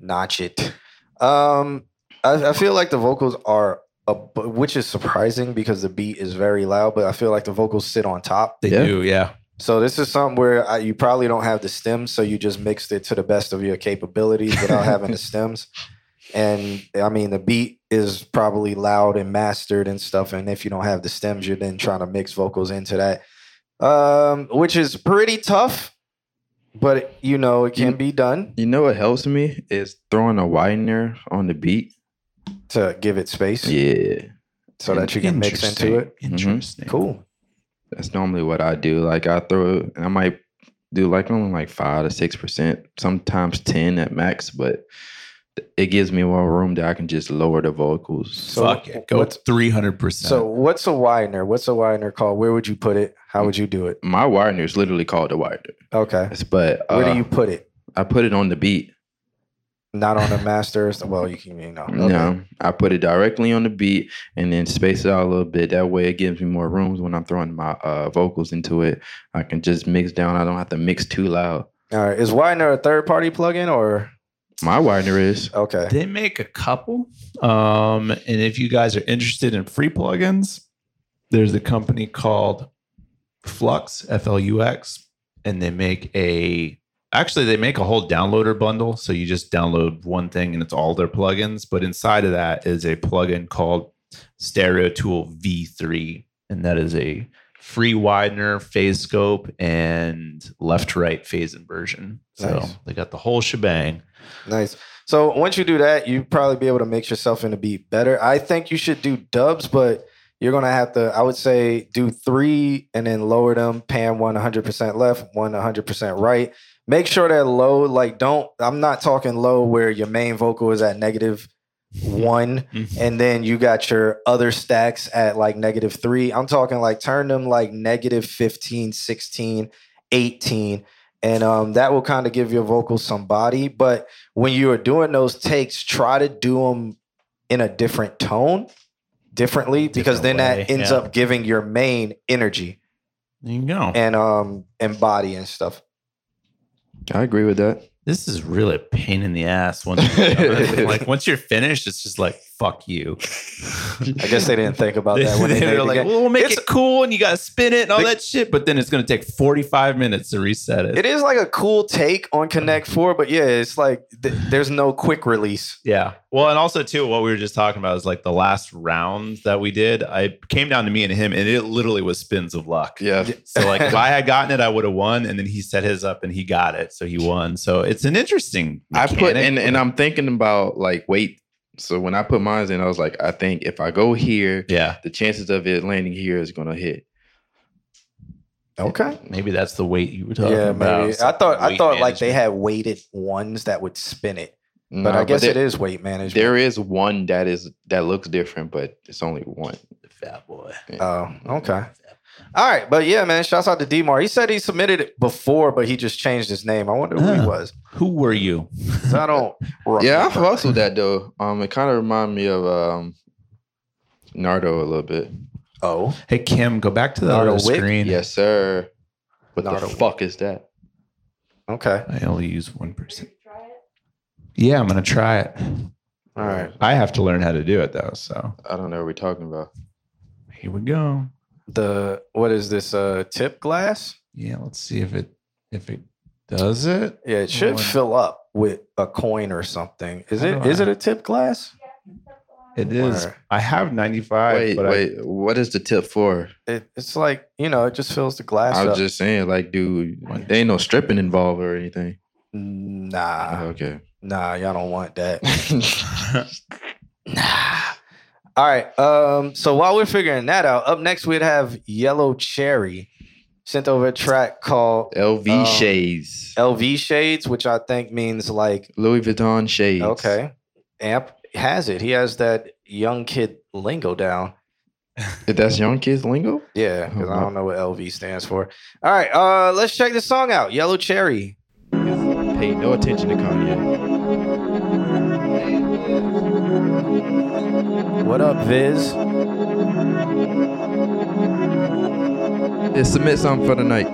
[SPEAKER 1] notch it. Um, I, I feel like the vocals are, a, which is surprising because the beat is very loud, but I feel like the vocals sit on top.
[SPEAKER 4] They do, yeah.
[SPEAKER 1] So this is something where I, you probably don't have the stems, so you just mixed it to the best of your capabilities without having the stems. And I mean, the beat is probably loud and mastered and stuff. And if you don't have the stems, you're then trying to mix vocals into that, um, which is pretty tough. But you know, it can be done.
[SPEAKER 3] You know what helps me is throwing a widener on the beat
[SPEAKER 1] to give it space.
[SPEAKER 3] Yeah, Mm-hmm.
[SPEAKER 1] so that you can mix into it.
[SPEAKER 4] Interesting.
[SPEAKER 1] Cool.
[SPEAKER 3] That's normally what I do. Like I throw, I might do like only like five to six percent, sometimes ten at max, but it gives me more room that I can just lower the vocals.
[SPEAKER 1] So Fuck it. Go what's-
[SPEAKER 4] 300%.
[SPEAKER 1] So what's a widener? What's a widener called? Where would you put it? How would you do it?
[SPEAKER 3] my widener is literally called a widener,
[SPEAKER 1] Okay.
[SPEAKER 3] but
[SPEAKER 1] Where
[SPEAKER 3] uh,
[SPEAKER 1] do you put it?
[SPEAKER 3] I put it on the beat.
[SPEAKER 1] Not on the masters. Well, you can, you know.
[SPEAKER 3] No, I put it directly on the beat and then space it out a little bit. That way, it gives me more rooms when I'm throwing my uh, vocals into it. I can just mix down. I don't have to mix too loud.
[SPEAKER 1] All right. Is Widener a third party plugin or?
[SPEAKER 3] My Widener is.
[SPEAKER 1] Okay.
[SPEAKER 4] They make a couple. Um, and if you guys are interested in free plugins, there's a company called Flux, F L U X, and they make a actually they make a whole downloader bundle. So you just download one thing and it's all their plugins. But inside of that is a plugin called Stereo Tool V3, and that is a free widener, phase scope, and left right phase inversion. So
[SPEAKER 1] Nice.
[SPEAKER 4] they got the whole shebang.
[SPEAKER 1] Nice. So once you do that, you probably be able to make yourself into beat better. I think you should do dubs, but you're gonna have to. I would say do three and then lower them. Pan one 100 percent left, one 100 percent right. Make sure they're low. Like don't. I'm not talking low where your main vocal is at negative one,
[SPEAKER 4] Mm-hmm.
[SPEAKER 1] and then you got your other stacks at like negative three. I'm talking like turn them like negative 15, 16, 18. And um, that will kind of give your vocals some body. But when you are doing those takes, try to do them in a different tone differently because then that
[SPEAKER 4] way,
[SPEAKER 1] ends
[SPEAKER 4] yeah.
[SPEAKER 1] up giving your main energy
[SPEAKER 4] There you go.
[SPEAKER 1] and um and body and stuff.
[SPEAKER 3] I agree with that.
[SPEAKER 4] This is really a pain in the ass. Once you're done. like once you're finished, it's just like fuck you.
[SPEAKER 1] I guess they didn't think about that when they made
[SPEAKER 4] are
[SPEAKER 1] the
[SPEAKER 4] like,
[SPEAKER 1] game.
[SPEAKER 4] well, we'll make
[SPEAKER 1] It's-
[SPEAKER 4] it cool, and you gotta spin it and all
[SPEAKER 1] The-
[SPEAKER 4] that shit. But then it's gonna take 45 minutes to reset it.
[SPEAKER 1] It is like a cool take on Connect Four, but yeah, it's like th- there's no quick release.
[SPEAKER 4] Yeah. Well, and also too, what we were just talking about is like the last round that we did. I came down to me and him, and it literally was spins of luck.
[SPEAKER 3] Yeah.
[SPEAKER 4] So like, if I had gotten it, I would have won. And then he set his up, and he got it, so he won. So it's an interesting.
[SPEAKER 3] I put
[SPEAKER 4] mechanic,
[SPEAKER 3] and,
[SPEAKER 4] but-
[SPEAKER 3] and I'm thinking about like wait. So when I put mine in, I was like, I think if I go here,
[SPEAKER 4] yeah,
[SPEAKER 3] the chances of it landing here is gonna hit.
[SPEAKER 1] Okay.
[SPEAKER 4] maybe that's the weight you were talking
[SPEAKER 1] yeah,
[SPEAKER 4] about.
[SPEAKER 1] maybe. I thought I thought like they had weighted ones that would spin it, but
[SPEAKER 3] Nah,
[SPEAKER 1] I guess
[SPEAKER 3] there-
[SPEAKER 1] it is weight management.
[SPEAKER 3] There is one that is that looks different, but it's only one. Mm-hmm.
[SPEAKER 4] fat boy.
[SPEAKER 1] Oh, okay. All right, but yeah, man. Shouts out to Demar. He said he submitted it before, but he just changed his name. I wonder who he
[SPEAKER 4] Huh.
[SPEAKER 1] was.
[SPEAKER 4] Who were you?
[SPEAKER 1] 'Cause I don't.
[SPEAKER 3] Yeah, I
[SPEAKER 1] remember.
[SPEAKER 3] fucks with that though. Um, it kind of remind me of um, Nardo a little bit.
[SPEAKER 1] Oh,
[SPEAKER 4] Hey Kim, go back to the
[SPEAKER 3] Nardo
[SPEAKER 4] other
[SPEAKER 3] Whip?
[SPEAKER 4] screen.
[SPEAKER 3] yes, sir. What
[SPEAKER 4] Nardo
[SPEAKER 3] the
[SPEAKER 4] Whip.
[SPEAKER 3] fuck is that?
[SPEAKER 1] Okay.
[SPEAKER 4] I only use one person. Yeah, I'm gonna try it.
[SPEAKER 1] All right.
[SPEAKER 4] I have to learn how to do it though. So
[SPEAKER 3] I don't know what we're talking about.
[SPEAKER 4] here we go.
[SPEAKER 1] The what is this? Uh, tip glass?
[SPEAKER 4] Yeah, let's see if it if it does it.
[SPEAKER 1] Yeah, it should
[SPEAKER 4] Or-
[SPEAKER 1] fill up with a coin or something. Is
[SPEAKER 4] How
[SPEAKER 1] it?
[SPEAKER 4] do
[SPEAKER 1] Is
[SPEAKER 4] I-
[SPEAKER 1] it a tip glass?
[SPEAKER 4] It is.
[SPEAKER 1] Where?
[SPEAKER 4] I have 95.
[SPEAKER 3] wait,
[SPEAKER 4] but I-
[SPEAKER 3] wait. what is the tip for?
[SPEAKER 1] It, it's like you know, it just fills the glass
[SPEAKER 3] I was
[SPEAKER 1] up.
[SPEAKER 3] just saying, like, dude, there ain't no stripping involved or anything.
[SPEAKER 1] nah,
[SPEAKER 3] Okay.
[SPEAKER 1] nah, y'all don't want that. All right. Um, so while we're figuring that out, up next we'd have Yellow Cherry sent over a track called
[SPEAKER 3] LV
[SPEAKER 1] Um,
[SPEAKER 3] shades,
[SPEAKER 1] LV Shades, which I think means like
[SPEAKER 3] Louis Vuitton shades.
[SPEAKER 1] okay. Amp has it. He has that young kid lingo down.
[SPEAKER 3] If that's young kids lingo.
[SPEAKER 1] Yeah, because I
[SPEAKER 3] wow.
[SPEAKER 1] don't know what LV stands for. All right, uh, let's check this song out. Yellow Cherry.
[SPEAKER 3] Pay no attention to Kanye.
[SPEAKER 1] What up, Viz?
[SPEAKER 3] Yeah, submit something for the night.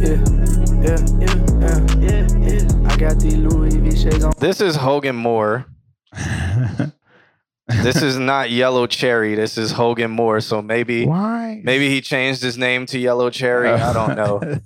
[SPEAKER 12] Yeah, yeah, yeah, yeah, yeah. I got these Louis V shades on.
[SPEAKER 1] This is Hogan Moore. this is not Yellow Cherry. This is Hogan Moore. So maybe
[SPEAKER 4] Why?
[SPEAKER 1] maybe he changed his name to Yellow Cherry. I don't know.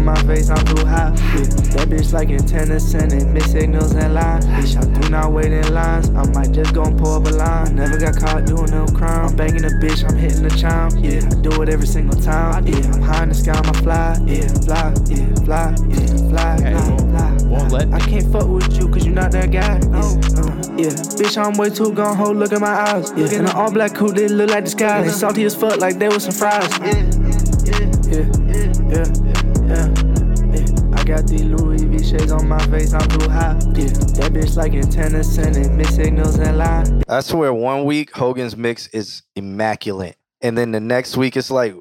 [SPEAKER 12] My face, I'm too high. Yeah. That bitch like in tennis sending mixed signals and lines. Bitch, I do not wait in lines. I might just gon' pull up a line. Never got caught doing no crime. I'm banging a bitch, I'm hitting the chime. Yeah, I do it every single time. Yeah, I'm high in the sky, I'm a fly. Yeah, fly, yeah, fly, yeah, fly, fly, fly.
[SPEAKER 4] Won't let
[SPEAKER 12] I can't fuck with you cause you're not that guy. No. Uh, yeah, bitch, I'm way too gone ho. Look at my eyes. Yeah, in an all black coupe, they look like the sky. They salty as fuck, like they was some fries. yeah, yeah, yeah. yeah. I got these Louis V shades on my face, I'm too high. Yeah, that bitch like in tennis sending mixed signals and lies.
[SPEAKER 1] I swear, one week Hogan's mix is immaculate, and then the next week it's like,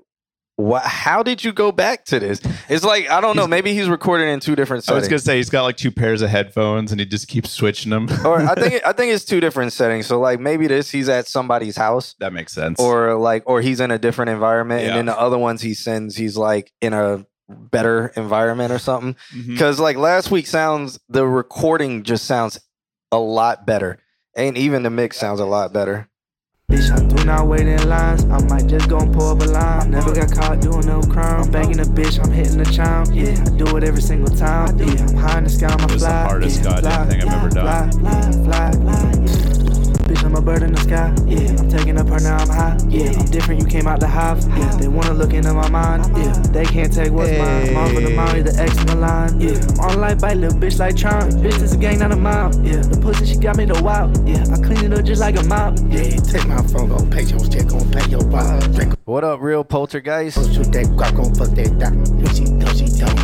[SPEAKER 1] What? How did you go back to this? It's like I don't know. Maybe he's recording in two different
[SPEAKER 4] I
[SPEAKER 1] settings.
[SPEAKER 4] was gonna say he's got like two pairs of headphones and he just keeps switching them.
[SPEAKER 1] or I think I think it's two different settings. So like maybe this he's at somebody's house.
[SPEAKER 4] That makes sense.
[SPEAKER 1] Or like or he's in a different environment,
[SPEAKER 4] Yeah.
[SPEAKER 1] and then the other ones he sends he's like in a better environment or something. Because like last week sounds the recording just sounds a lot better, and even the mix sounds a lot better.
[SPEAKER 12] Bitch, I do not wait in lines. I might just go and pull up a line. Never got caught doing no crime. I'm banging a bitch, I'm hitting the chime. Yeah, I do it every single time. Yeah, I'm high in the sky, I'm a
[SPEAKER 4] This is the
[SPEAKER 12] fly.
[SPEAKER 4] hardest
[SPEAKER 12] yeah,
[SPEAKER 4] goddamn
[SPEAKER 12] fly,
[SPEAKER 4] thing I've ever
[SPEAKER 12] Fly,
[SPEAKER 4] done.
[SPEAKER 12] fly, fly, yeah. Bitch, I'm a bird in the sky. Yeah, I'm taking up her now, I'm high. Yeah, I'm different, you came out the hive. Yeah, they wanna look into my mind. Yeah, they can't take what's mine. Mom for the mommy, the ex in the line. Yeah, I'm on light bite, little bitch like charm. Bitch, this a gang, not a mom. Yeah, the pussy, she got me the wild. Yeah, I clean it up just like a mop. Yeah, take my phone, go pay your check, gon' pay your wallet.
[SPEAKER 1] What up, real poltergeist?
[SPEAKER 17] shoot that guap, gon' fuck that dot. No, she don't, she don't.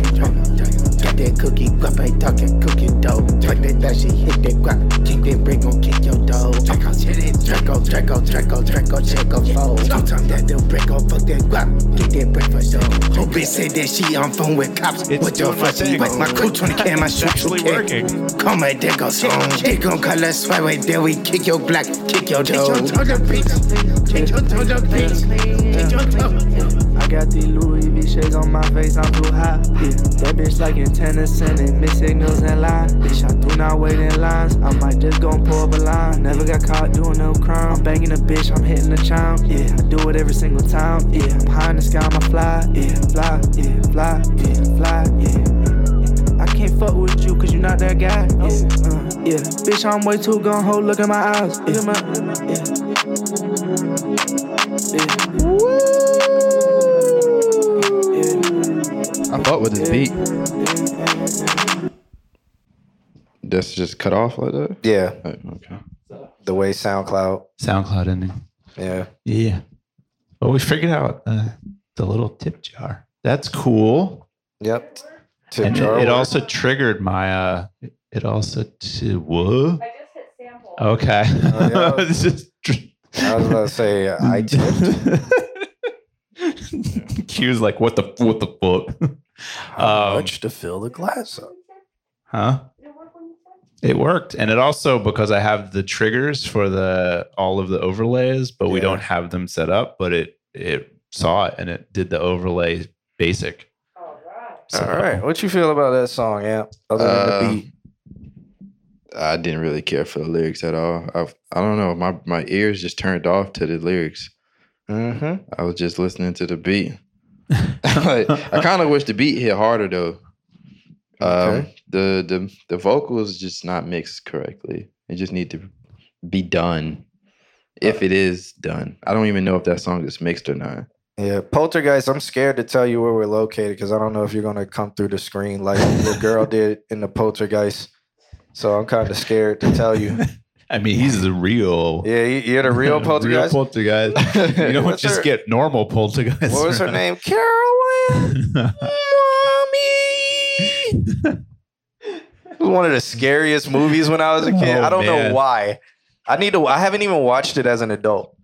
[SPEAKER 17] Got that cookie guap, ain't talking cookie dough. Fuck that dot, she hit that guap. Keep that brick, gon' kick your dough. Draco, Draco, Draco, Draco, Draco, Draco, fold. Don't talk that the brick, gon' fuck that guap. Get that brick for sure. Who bitch said that she on phone with cops? What the
[SPEAKER 4] doing my
[SPEAKER 17] fuck she
[SPEAKER 4] thing.
[SPEAKER 17] with? My crew 20k, my shoot 2k. Call my dick on song. Dick gon' call us right way there. We kick your black, kick your dough.
[SPEAKER 12] Kick your toe, dog, please. Kick your toe. I got these Louis V shades on my face, I'm too hot. Yeah. That bitch like in tennis, sending mixed signals and lines. Bitch, I do not wait in lines. I might just go and pull up a line. Never got caught doing no crime. I'm banging a bitch, I'm hitting the chime. Yeah, I do it every single time. Yeah, I'm high in the sky, I'm a fly. Yeah, fly, yeah, fly, yeah, fly, yeah. I can't fuck with you cause you're not that guy. Yeah, uh, yeah. Bitch, I'm way too gung ho. Look at my eyes. Look at my, yeah.
[SPEAKER 3] I fuck with this beat. That's just cut off like that.
[SPEAKER 1] Yeah.
[SPEAKER 3] Okay.
[SPEAKER 1] The way SoundCloud.
[SPEAKER 4] SoundCloud ending.
[SPEAKER 1] Yeah.
[SPEAKER 4] Yeah. Well, we figured out uh, the little tip jar. That's cool.
[SPEAKER 1] Yep. Tip
[SPEAKER 4] And it,
[SPEAKER 1] jar
[SPEAKER 4] it
[SPEAKER 1] work.
[SPEAKER 4] also triggered my. Uh, it also t- whoa. I just hit sample. Okay.
[SPEAKER 1] Oh, yeah.
[SPEAKER 4] It's just
[SPEAKER 1] I was about to say uh, I tipped.
[SPEAKER 4] Q's like, what the what the fuck? Um,
[SPEAKER 1] How much to fill the glass up?
[SPEAKER 4] Huh? It worked. And it also because I have the triggers for the all of the overlays, but we don't have them set up, but it it saw it and it did the overlay basic.
[SPEAKER 1] All right. What you feel about that song? Yeah. Other than
[SPEAKER 3] Uh,
[SPEAKER 1] the beat.
[SPEAKER 3] I didn't really care for the lyrics at all. I I don't know. My my ears just turned off to the lyrics.
[SPEAKER 1] Mm-hmm.
[SPEAKER 3] I was just listening to the beat. Like, I kind of wish the beat hit harder though. Um,
[SPEAKER 1] Okay.
[SPEAKER 3] the the the vocals just not mixed correctly. It just need to be done.
[SPEAKER 1] Uh,
[SPEAKER 3] If it is done, I don't even know if that song is mixed or not.
[SPEAKER 1] Yeah, Poltergeist. I'm scared to tell you where we're located because I don't know if you're gonna come through the screen like the girl did in the Poltergeist. So I'm kind of scared to tell you.
[SPEAKER 4] I mean, he's the real
[SPEAKER 1] Yeah, you- you're the real Poltergeist.
[SPEAKER 4] Real poltergeist. You don't
[SPEAKER 1] What's
[SPEAKER 4] just
[SPEAKER 1] her-
[SPEAKER 4] get normal poltergeist.
[SPEAKER 1] what was her name? Carolyn. Mommy. It was one of the scariest movies when I was a kid.
[SPEAKER 4] Oh,
[SPEAKER 1] I don't
[SPEAKER 4] man.
[SPEAKER 1] know why. I need to. I haven't even watched it as an adult.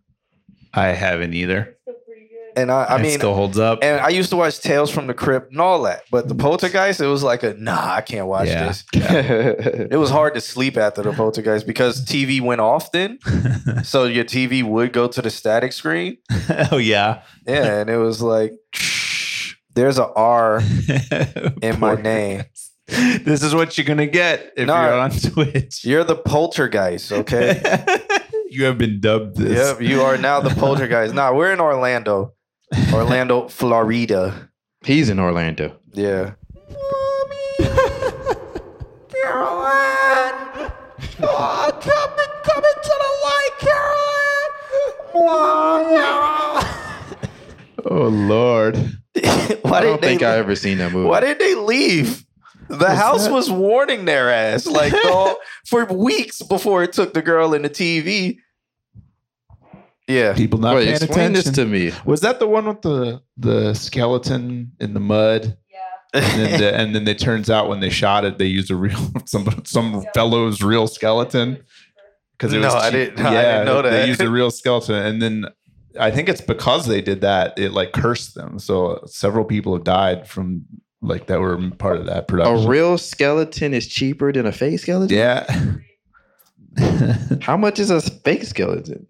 [SPEAKER 4] I haven't either.
[SPEAKER 1] And I, I
[SPEAKER 4] It
[SPEAKER 1] mean,
[SPEAKER 4] still holds up. Mm.
[SPEAKER 1] And I used to watch Tales from the Crypt and all that, but the Poltergeist, it was like a nah, I can't watch
[SPEAKER 4] Yeah.
[SPEAKER 1] this. it was hard to sleep after the Poltergeist because TV went off then, so your TV would go to the static screen.
[SPEAKER 4] oh yeah.
[SPEAKER 1] Yeah, and it was like, there's a R in my name.
[SPEAKER 4] This is what you're gonna get if
[SPEAKER 1] No.
[SPEAKER 4] you're on Twitch.
[SPEAKER 1] You're the Poltergeist, okay?
[SPEAKER 4] You have been dubbed this.
[SPEAKER 1] Yep, you are now the Poltergeist. Nah, we're in Orlando, Orlando, Florida.
[SPEAKER 3] He's in Orlando.
[SPEAKER 1] Yeah.
[SPEAKER 12] Caroline! Oh, come and come into the light, Caroline! Wow.
[SPEAKER 3] Oh Lord!
[SPEAKER 1] Why
[SPEAKER 3] I
[SPEAKER 1] did
[SPEAKER 3] don't
[SPEAKER 1] they
[SPEAKER 3] think I
[SPEAKER 1] li-
[SPEAKER 3] ever seen that movie.
[SPEAKER 1] Why did they leave? The house was warning their ass like the whole- for weeks before it took the girl in the TV. Yeah.
[SPEAKER 4] People not
[SPEAKER 3] Wait,
[SPEAKER 4] paying
[SPEAKER 3] explain
[SPEAKER 4] attention.
[SPEAKER 3] this to me.
[SPEAKER 4] Was that the one with the the skeleton in the mud? Yeah. And then, the, and then it turns out when they shot it, they used a real some some fellow's real skeleton because it was
[SPEAKER 1] No, I
[SPEAKER 4] cheap.
[SPEAKER 1] didn't- I didn't know
[SPEAKER 4] They
[SPEAKER 1] that.
[SPEAKER 4] used a real skeleton, and then I think it's because they did that. It like cursed them. So uh, several people have died from like that were part of that production.
[SPEAKER 3] A real skeleton is cheaper than a fake skeleton.
[SPEAKER 4] Yeah.
[SPEAKER 3] How much is a fake skeleton?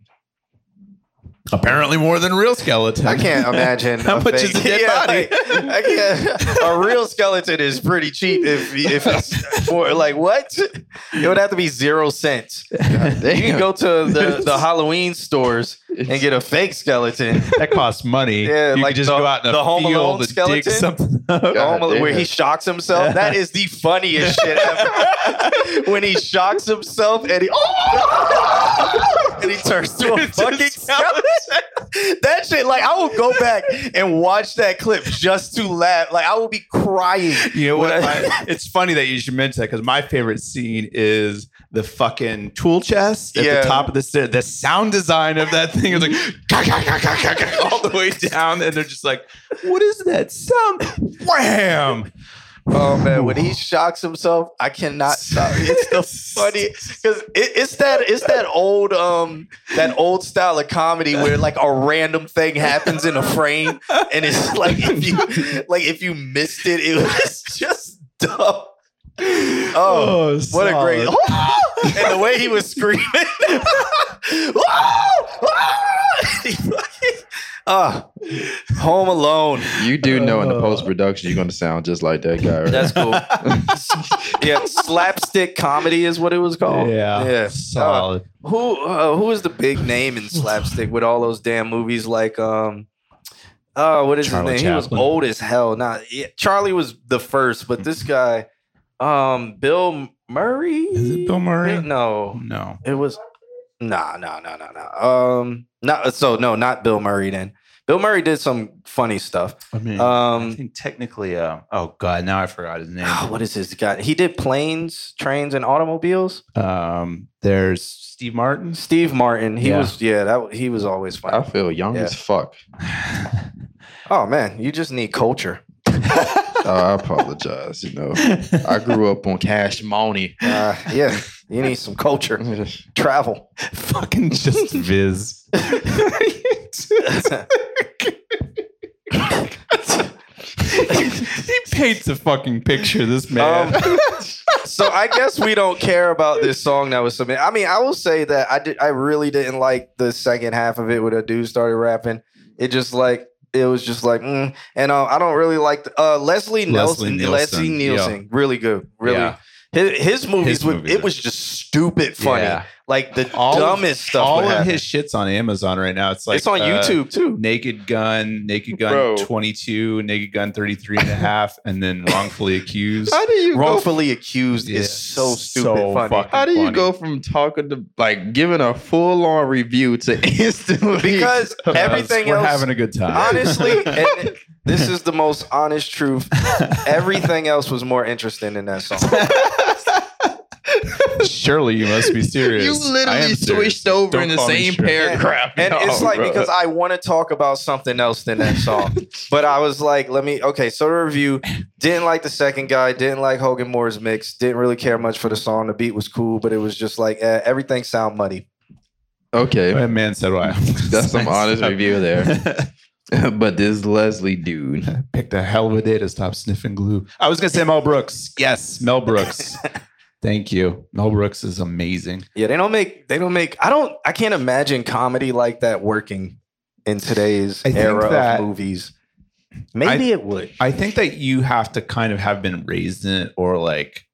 [SPEAKER 4] Apparently more than real skeleton.
[SPEAKER 1] I can't imagine.
[SPEAKER 4] How
[SPEAKER 1] a
[SPEAKER 4] much
[SPEAKER 1] fake-
[SPEAKER 4] is a dead
[SPEAKER 1] Yeah,
[SPEAKER 4] body?
[SPEAKER 1] like, I can't- a real skeleton is pretty cheap if if it's for like what? It would have to be zero cents. You can go to the, the Halloween stores and get a fake skeleton.
[SPEAKER 4] that costs money.
[SPEAKER 1] Yeah,
[SPEAKER 4] You
[SPEAKER 1] like
[SPEAKER 4] could just
[SPEAKER 1] the,
[SPEAKER 4] go out in a
[SPEAKER 1] the Home
[SPEAKER 4] field
[SPEAKER 1] Alone
[SPEAKER 4] and dig
[SPEAKER 1] skeleton.
[SPEAKER 4] something
[SPEAKER 1] The Home Alone- where
[SPEAKER 4] damn.
[SPEAKER 1] he shocks himself. That is the funniest shit ever. when he shocks himself and he oh, and he turns to a fucking skeleton. that shit, like I will go back and watch that clip just to laugh. Like I will be crying.
[SPEAKER 4] You know what?
[SPEAKER 1] when I-
[SPEAKER 4] My- it's funny that you should mention that because my favorite scene is the fucking tool chest at
[SPEAKER 1] Yeah.
[SPEAKER 4] the top of the stair. The sound design of that thing is like all the way down, and they're just like, "What is that sound?" Wham!
[SPEAKER 1] Oh man, when he shocks himself, I cannot stop. It's the funny because it, it's that it's that old um that old style of comedy where like a random thing happens in a frame and it's like if you like if you missed it, it was just dumb. Oh,
[SPEAKER 4] Oh,
[SPEAKER 1] what a great! and the way he was screaming. Ah, Home Alone.
[SPEAKER 3] You do know
[SPEAKER 4] Uh.
[SPEAKER 3] in the post production you're going to sound just like that guy. Right?
[SPEAKER 1] That's cool. yeah, slapstick comedy is what it was called.
[SPEAKER 4] Yeah,
[SPEAKER 1] yeah.
[SPEAKER 4] solid.
[SPEAKER 1] Uh, who uh, who is the big name in slapstick with all those damn movies like um. Oh, what is
[SPEAKER 4] Charlie
[SPEAKER 1] his name? He was
[SPEAKER 4] Chaplin.
[SPEAKER 1] old as hell. Nah, yeah, Charlie was the first, but this guy, um, Bill Murray. Is it
[SPEAKER 4] Bill Murray?
[SPEAKER 1] No,
[SPEAKER 4] No,
[SPEAKER 1] it was. Nah, nah, nah, nah, nah. Um, not so. No, not Bill Murray. Then Bill Murray did some funny stuff.
[SPEAKER 4] I
[SPEAKER 1] Um,
[SPEAKER 4] mean,
[SPEAKER 1] Ah,
[SPEAKER 4] I think technically, uh, oh god, now I forgot his name.
[SPEAKER 1] what is this guy? He did planes, trains, and automobiles.
[SPEAKER 4] Um, there's Steve Martin.
[SPEAKER 1] Steve Martin. He
[SPEAKER 4] Yeah.
[SPEAKER 1] was yeah. That he was always
[SPEAKER 3] I
[SPEAKER 1] funny.
[SPEAKER 3] feel young
[SPEAKER 1] Yeah.
[SPEAKER 3] as fuck.
[SPEAKER 1] Oh man, you just need culture.
[SPEAKER 3] Uh, I apologize. You know, I grew up on cash money.
[SPEAKER 1] Uh, yeah, you need some culture. Travel.
[SPEAKER 4] Fucking just Viz. he paints a fucking picture. This man.
[SPEAKER 1] Um, so I guess we don't care about this song that was submitted. I mean, I will say that I did. I really didn't like the second half of it when a dude started rapping. It just like it was just like, mm. and uh, I don't really like the, uh, Leslie
[SPEAKER 4] Leslie
[SPEAKER 1] Nelson.
[SPEAKER 4] Nielsen,
[SPEAKER 1] Leslie
[SPEAKER 4] yeah.
[SPEAKER 1] Nielsen, really good, really.
[SPEAKER 4] Yeah.
[SPEAKER 1] His, his movies,
[SPEAKER 4] His
[SPEAKER 1] would,
[SPEAKER 4] movies
[SPEAKER 1] it
[SPEAKER 4] are-
[SPEAKER 1] was just stupid Oh, funny,
[SPEAKER 4] Yeah.
[SPEAKER 1] like the
[SPEAKER 4] of-
[SPEAKER 1] dumbest stuff.
[SPEAKER 4] All
[SPEAKER 1] would
[SPEAKER 4] of
[SPEAKER 1] happen.
[SPEAKER 4] his shits on Amazon right now. It's like uh,
[SPEAKER 1] It's on YouTube, too.
[SPEAKER 4] Naked Gun, Naked Gun
[SPEAKER 3] Bro.
[SPEAKER 4] 22, Naked Gun 33 and a half, and then Wrongfully Accused.
[SPEAKER 3] How do you go?
[SPEAKER 1] wrongfully accused
[SPEAKER 4] Yeah,
[SPEAKER 1] is so stupid
[SPEAKER 4] so
[SPEAKER 1] funny.
[SPEAKER 4] fucking
[SPEAKER 3] How do you
[SPEAKER 4] funny.
[SPEAKER 3] go from talking to like giving a full on review to instantly?
[SPEAKER 1] Because everything
[SPEAKER 4] we're
[SPEAKER 1] else,
[SPEAKER 4] having a good time.
[SPEAKER 1] honestly, and this is the most honest truth. Everything else was more interesting than that song.
[SPEAKER 4] surely you must be serious.
[SPEAKER 3] you
[SPEAKER 4] I am
[SPEAKER 3] literally
[SPEAKER 4] serious.
[SPEAKER 3] switched over
[SPEAKER 4] Don't
[SPEAKER 3] in the
[SPEAKER 4] call me
[SPEAKER 3] same
[SPEAKER 4] sure.
[SPEAKER 3] paragraph.
[SPEAKER 1] And it's
[SPEAKER 3] No,
[SPEAKER 1] like
[SPEAKER 3] bro.
[SPEAKER 1] because I want to talk about something else than that song. but I was like, let me okay, so the review didn't like the second guy, didn't like Hogan Moore's mix, didn't really care much for the song. The beat was cool, but it was just like eh, everything sound muddy.
[SPEAKER 3] okay,
[SPEAKER 4] That man said, "Why?"
[SPEAKER 3] that's some honest review there. but this Leslie dude,
[SPEAKER 4] Picked a hell of a day to stop sniffing glue. I was gonna say Mel Brooks. Yes, Mel Brooks. Thank you. Mel Brooks is amazing.
[SPEAKER 1] Yeah, they don't make they don't make I don't I can't imagine comedy like that working in today's
[SPEAKER 4] I think
[SPEAKER 1] era
[SPEAKER 4] that-
[SPEAKER 1] of movies. Maybe it would.
[SPEAKER 4] I think that you have to kind of have been raised in it or like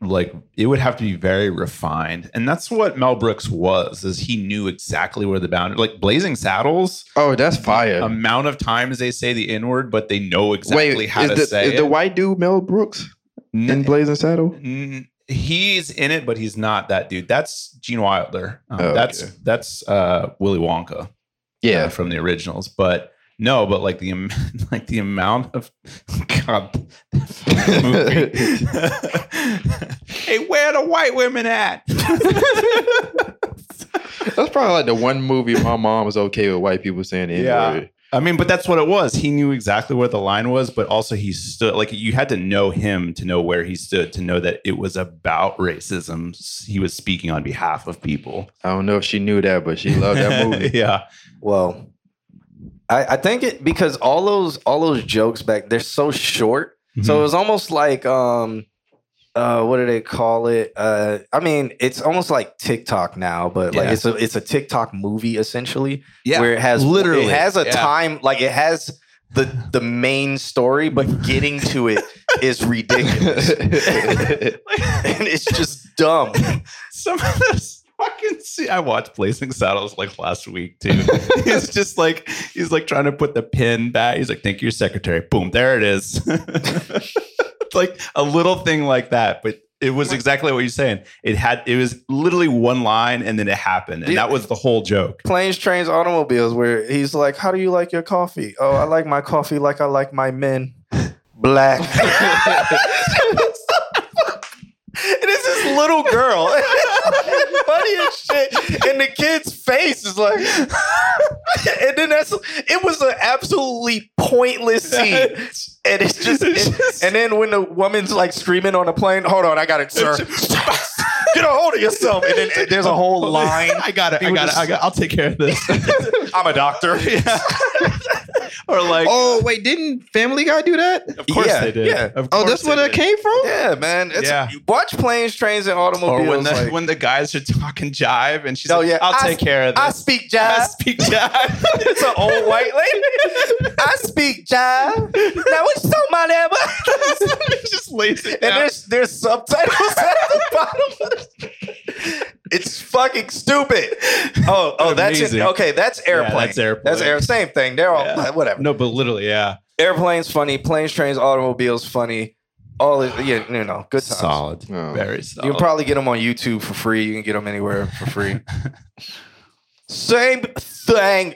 [SPEAKER 4] like it would have to be very refined. And that's what Mel Brooks was, is he knew exactly where the boundary like Blazing Saddles,
[SPEAKER 3] oh, that's fire.
[SPEAKER 4] amount of times they say the N-word, but they know exactly
[SPEAKER 3] Wait,
[SPEAKER 4] how
[SPEAKER 3] is
[SPEAKER 4] to
[SPEAKER 3] the,
[SPEAKER 4] say
[SPEAKER 3] is
[SPEAKER 4] it.
[SPEAKER 3] the white dude Mel Brooks
[SPEAKER 4] N-
[SPEAKER 3] in Blazing Saddle?
[SPEAKER 4] n- he's in it, but he's not that dude. That's Gene Wilder. Um,
[SPEAKER 3] Oh,
[SPEAKER 4] That's
[SPEAKER 3] okay.
[SPEAKER 4] that's uh Willy Wonka. uh,
[SPEAKER 3] Yeah,
[SPEAKER 4] from the originals. But no, but like the am- like the amount of God, that fucking movie. hey, where the white women at?
[SPEAKER 3] that's probably like the one movie my mom was okay with white people saying the
[SPEAKER 4] Yeah.
[SPEAKER 3] N-word.
[SPEAKER 4] I mean, but that's what it was. He knew exactly where the line was, but also he stood like you had to know him to know where he stood to know that it was about racism. He was speaking on behalf of people.
[SPEAKER 3] I don't know if she knew that, but she loved that movie.
[SPEAKER 4] yeah,
[SPEAKER 1] Well, I, I think it because all those all those jokes back they're so short.
[SPEAKER 4] Mm-hmm.
[SPEAKER 1] So it was almost like um uh what do they call it? Uh I mean it's almost like TikTok now, but like
[SPEAKER 4] Yeah.
[SPEAKER 1] it's a it's a TikTok movie essentially.
[SPEAKER 4] Yeah,
[SPEAKER 1] Where it has
[SPEAKER 4] literally,
[SPEAKER 1] it has a
[SPEAKER 4] yeah.
[SPEAKER 1] time like it has the the main story, but getting to it is ridiculous. and it's just dumb.
[SPEAKER 4] Some of those fucking see I watched Blazing Saddles like last week too. it's just like he's like trying to put the pin back. He's like, thank you, secretary. Boom, there it is. It's like a little thing like that, but it was exactly what you're saying. It had it was literally one line and then it happened. And
[SPEAKER 1] Yeah.
[SPEAKER 4] that was the whole joke.
[SPEAKER 1] Planes, trains, automobiles, where he's like, How do you like your coffee? Oh, I like my coffee like I like my men. Black. And it's this little girl. Funny as shit. And the kid's face is like. and then that's it was an absolutely pointless scene. And it's just, and then when the woman's like screaming on the plane, hold on, I got it, sir. Get a hold of yourself. And then there's a whole line.
[SPEAKER 4] I got it. I
[SPEAKER 1] People
[SPEAKER 4] got it.
[SPEAKER 1] just-
[SPEAKER 4] I got I'll take care of this.
[SPEAKER 1] I'm a doctor.
[SPEAKER 4] or like
[SPEAKER 3] oh wait didn't family guy do that
[SPEAKER 4] Of course
[SPEAKER 1] Yeah,
[SPEAKER 4] they did.
[SPEAKER 1] yeah.
[SPEAKER 4] Of
[SPEAKER 3] oh
[SPEAKER 4] course
[SPEAKER 3] that's where
[SPEAKER 4] they
[SPEAKER 3] that
[SPEAKER 4] did.
[SPEAKER 3] came from
[SPEAKER 1] Yeah, man. It's,
[SPEAKER 4] Yeah.
[SPEAKER 1] Watch planes, trains, and automobiles.
[SPEAKER 4] Or when the
[SPEAKER 1] like-
[SPEAKER 4] when the guys are talking jive and she's
[SPEAKER 1] Oh,
[SPEAKER 4] like,
[SPEAKER 1] yeah.
[SPEAKER 4] I'll
[SPEAKER 1] I-
[SPEAKER 4] take care of this.
[SPEAKER 1] I speak jive.
[SPEAKER 4] I speak jive.
[SPEAKER 1] it's an old white lady. I speak jive. Now what you talking about, Emma?
[SPEAKER 4] just lays it
[SPEAKER 1] And
[SPEAKER 4] down.
[SPEAKER 1] there's there's subtitles at the bottom. It's fucking stupid. Oh, oh, that's it.
[SPEAKER 4] Amazing.
[SPEAKER 1] Okay, that's airplane.
[SPEAKER 4] that's airplane.
[SPEAKER 1] That's air. Same thing. They're all whatever.
[SPEAKER 4] No, but literally, yeah.
[SPEAKER 1] Airplanes funny. Planes, trains, automobiles funny. All is, yeah, you know, good times.
[SPEAKER 4] Solid.
[SPEAKER 3] Oh.
[SPEAKER 4] Very solid.
[SPEAKER 1] You can probably get them on YouTube for free. You can get them anywhere for free. Same thing.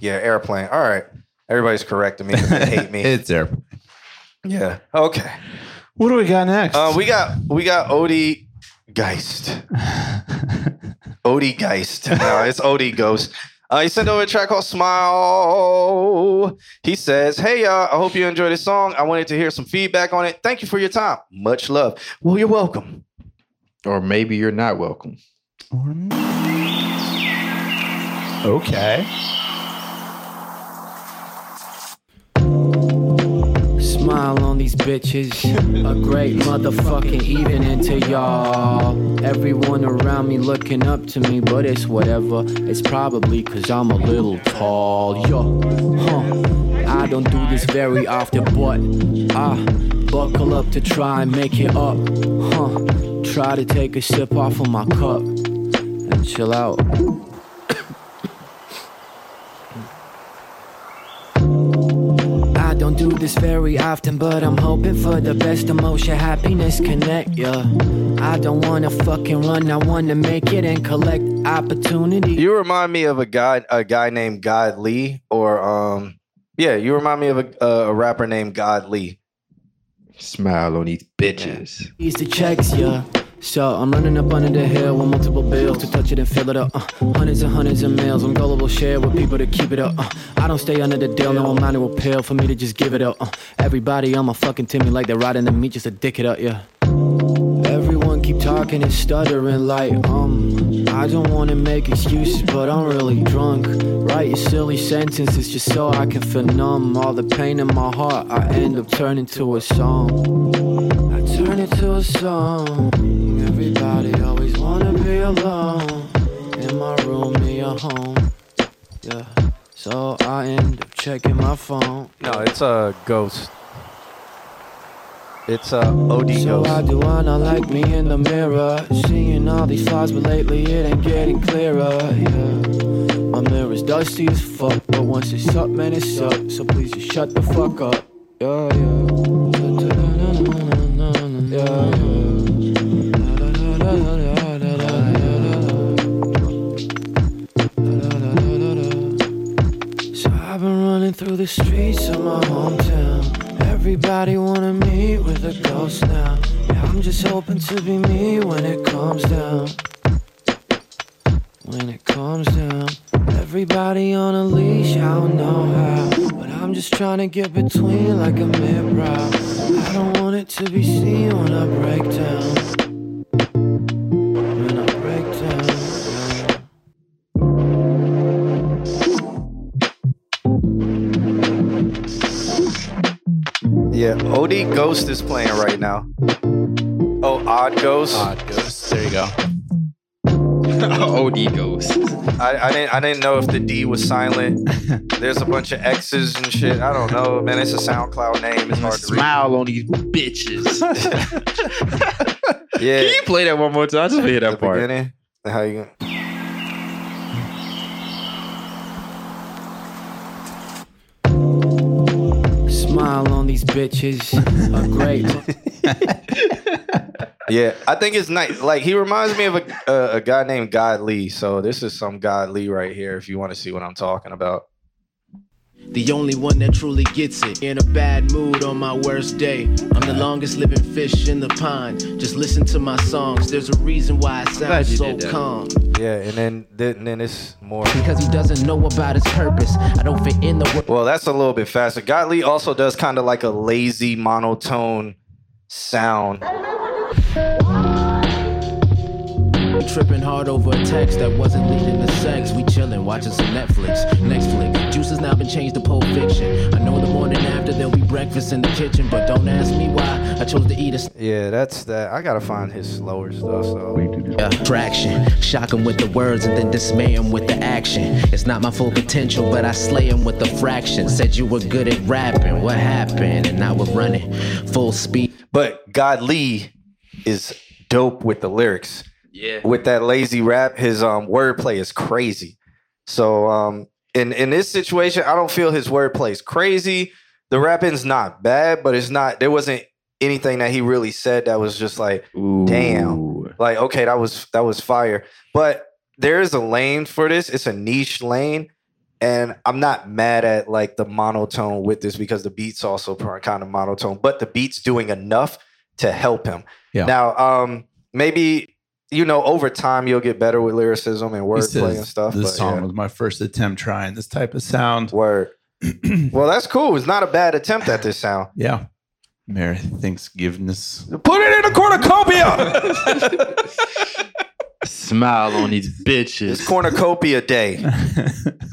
[SPEAKER 1] Yeah, airplane. All right. Everybody's correcting me. 'cause They hate me.
[SPEAKER 4] It's air.
[SPEAKER 1] yeah. Okay.
[SPEAKER 4] What do we got next?
[SPEAKER 1] Uh, we got we got Odie Geist. Odie Geist. No, it's Odie Ghost. Uh, he sent over a track called Smile. He says, Hey, y'all, I hope you enjoyed this song. I wanted to hear some feedback on it. Thank you for your time. Much love. Well, you're welcome.
[SPEAKER 3] or maybe you're not welcome
[SPEAKER 4] okay
[SPEAKER 18] Smile on these bitches. A great motherfucking evening to y'all. Everyone around me looking up to me, but it's whatever. It's probably cause I'm a little tall. Yo, huh. I don't do this very often, but I buckle up to try and make it up. Huh. Try to take a sip off of my cup and chill out. I don't do this very often, but I'm hoping for the best emotion, happiness connect, yeah. I don't wanna fucking run, I wanna make it and collect opportunity.
[SPEAKER 1] You remind me of a guy, a guy named God Lee, or um, yeah, you remind me of a, uh, a rapper named God Lee.
[SPEAKER 3] smile on these bitches
[SPEAKER 18] These the checks, yeah. So I'm running up under the hill with multiple bills to touch it and feel it up. Uh, hundreds and hundreds of meals. I'm gullible, share with people to keep it up. Uh, I don't stay under the deal, no amount of appeal for me to just give it up. Uh, everybody on my fucking team, me like they're riding the meat just to dick it up, yeah. Everyone keep talking and stuttering like, um, I don't wanna make excuses, but I'm really drunk. Write your silly sentences just so I can feel numb. All the pain in my heart, I end up turning to a song. I turn it to a song. Everybody always wanna be alone. In my room, me a home. Yeah. So I end up checking my phone.
[SPEAKER 1] No, it's a ghost. It's a OD
[SPEAKER 18] So why
[SPEAKER 1] ghost.
[SPEAKER 18] do I not like me in the mirror? Seeing all these flaws, but lately it ain't getting clearer. Yeah. My mirror's dusty as fuck, but once it's up, man, it's up. So please just shut the fuck up. Yeah, yeah. Yeah, yeah. So I've been running through the streets of my hometown. Everybody wanna meet with a ghost now. Yeah, I'm just hoping to be me when it calms down. When it calms down, everybody on a leash, I don't know how. But I'm just trying to get between like a mirror. I don't want it to be seen when I break down. When I break down.
[SPEAKER 1] Ghost is playing right now. Oh, Odd Ghost. Odd Ghost. There you go.
[SPEAKER 3] OD Ghost.
[SPEAKER 1] I, I didn't I didn't know if the D was silent. There's a bunch of X's and shit. I don't know, man. It's a SoundCloud name. It's hard to read.
[SPEAKER 3] Smile on these bitches.
[SPEAKER 1] Yeah.
[SPEAKER 3] Can you play that one more time? I just wanna hear that part.
[SPEAKER 1] Beginning. How you? gonna-
[SPEAKER 18] Smile on these bitches. A great.
[SPEAKER 1] Yeah, I think it's nice. Like he reminds me of a a, a guy named God Lee. So this is some God Lee right here. If you want to see what I'm talking about.
[SPEAKER 19] The only one that truly gets it. In a bad mood on my worst day. I'm the longest living fish in the pond. Just listen to my songs. There's a reason why I sound
[SPEAKER 1] glad you
[SPEAKER 19] so
[SPEAKER 1] did that.
[SPEAKER 19] calm.
[SPEAKER 1] Yeah, and then th- and then it's more.
[SPEAKER 19] Because he doesn't know about his purpose. I don't fit in the world.
[SPEAKER 1] Well, that's a little bit faster. Gottlieb also does kind of like a lazy monotone sound.
[SPEAKER 19] We tripping hard over a text that wasn't leading to sex. We chilling, watching some Netflix. Next flick. Juice has now been changed to Pulp Fiction. I know the morning after there'll be breakfast in the kitchen, but don't ask me why. I chose to eat a s-
[SPEAKER 1] Yeah, that's that. I gotta find his slower stuff. So
[SPEAKER 19] attraction. Shock him with the words and then dismay him with the action. It's not my full potential, but I slay him with a fraction. Said you were good at rapping. What happened? And now we're running full speed.
[SPEAKER 1] But God Lee is dope with the lyrics.
[SPEAKER 19] Yeah.
[SPEAKER 1] With that lazy rap, his um wordplay is crazy. So um in in this situation, I don't feel his wordplay is crazy. The rapping's not bad, but it's not there wasn't anything that he really said that was just like damn. Like okay, that was that was fire. But there is a lane for this. It's a niche lane. And I'm not mad at like the monotone with this because the beat's also kind of monotone, but the beat's doing enough to help him.
[SPEAKER 4] Yeah.
[SPEAKER 1] Now, um, maybe you know, over time you'll get better with lyricism and
[SPEAKER 4] He
[SPEAKER 1] wordplay
[SPEAKER 4] says,
[SPEAKER 1] and stuff.
[SPEAKER 4] This
[SPEAKER 1] but
[SPEAKER 4] song
[SPEAKER 1] yeah.
[SPEAKER 4] was my first attempt trying this type of sound.
[SPEAKER 1] Word. well, that's cool. It's not a bad attempt at this sound.
[SPEAKER 4] Yeah. Merry Thanksgiveness.
[SPEAKER 1] Put it in a cornucopia.
[SPEAKER 3] Smile on these bitches.
[SPEAKER 1] It's cornucopia day.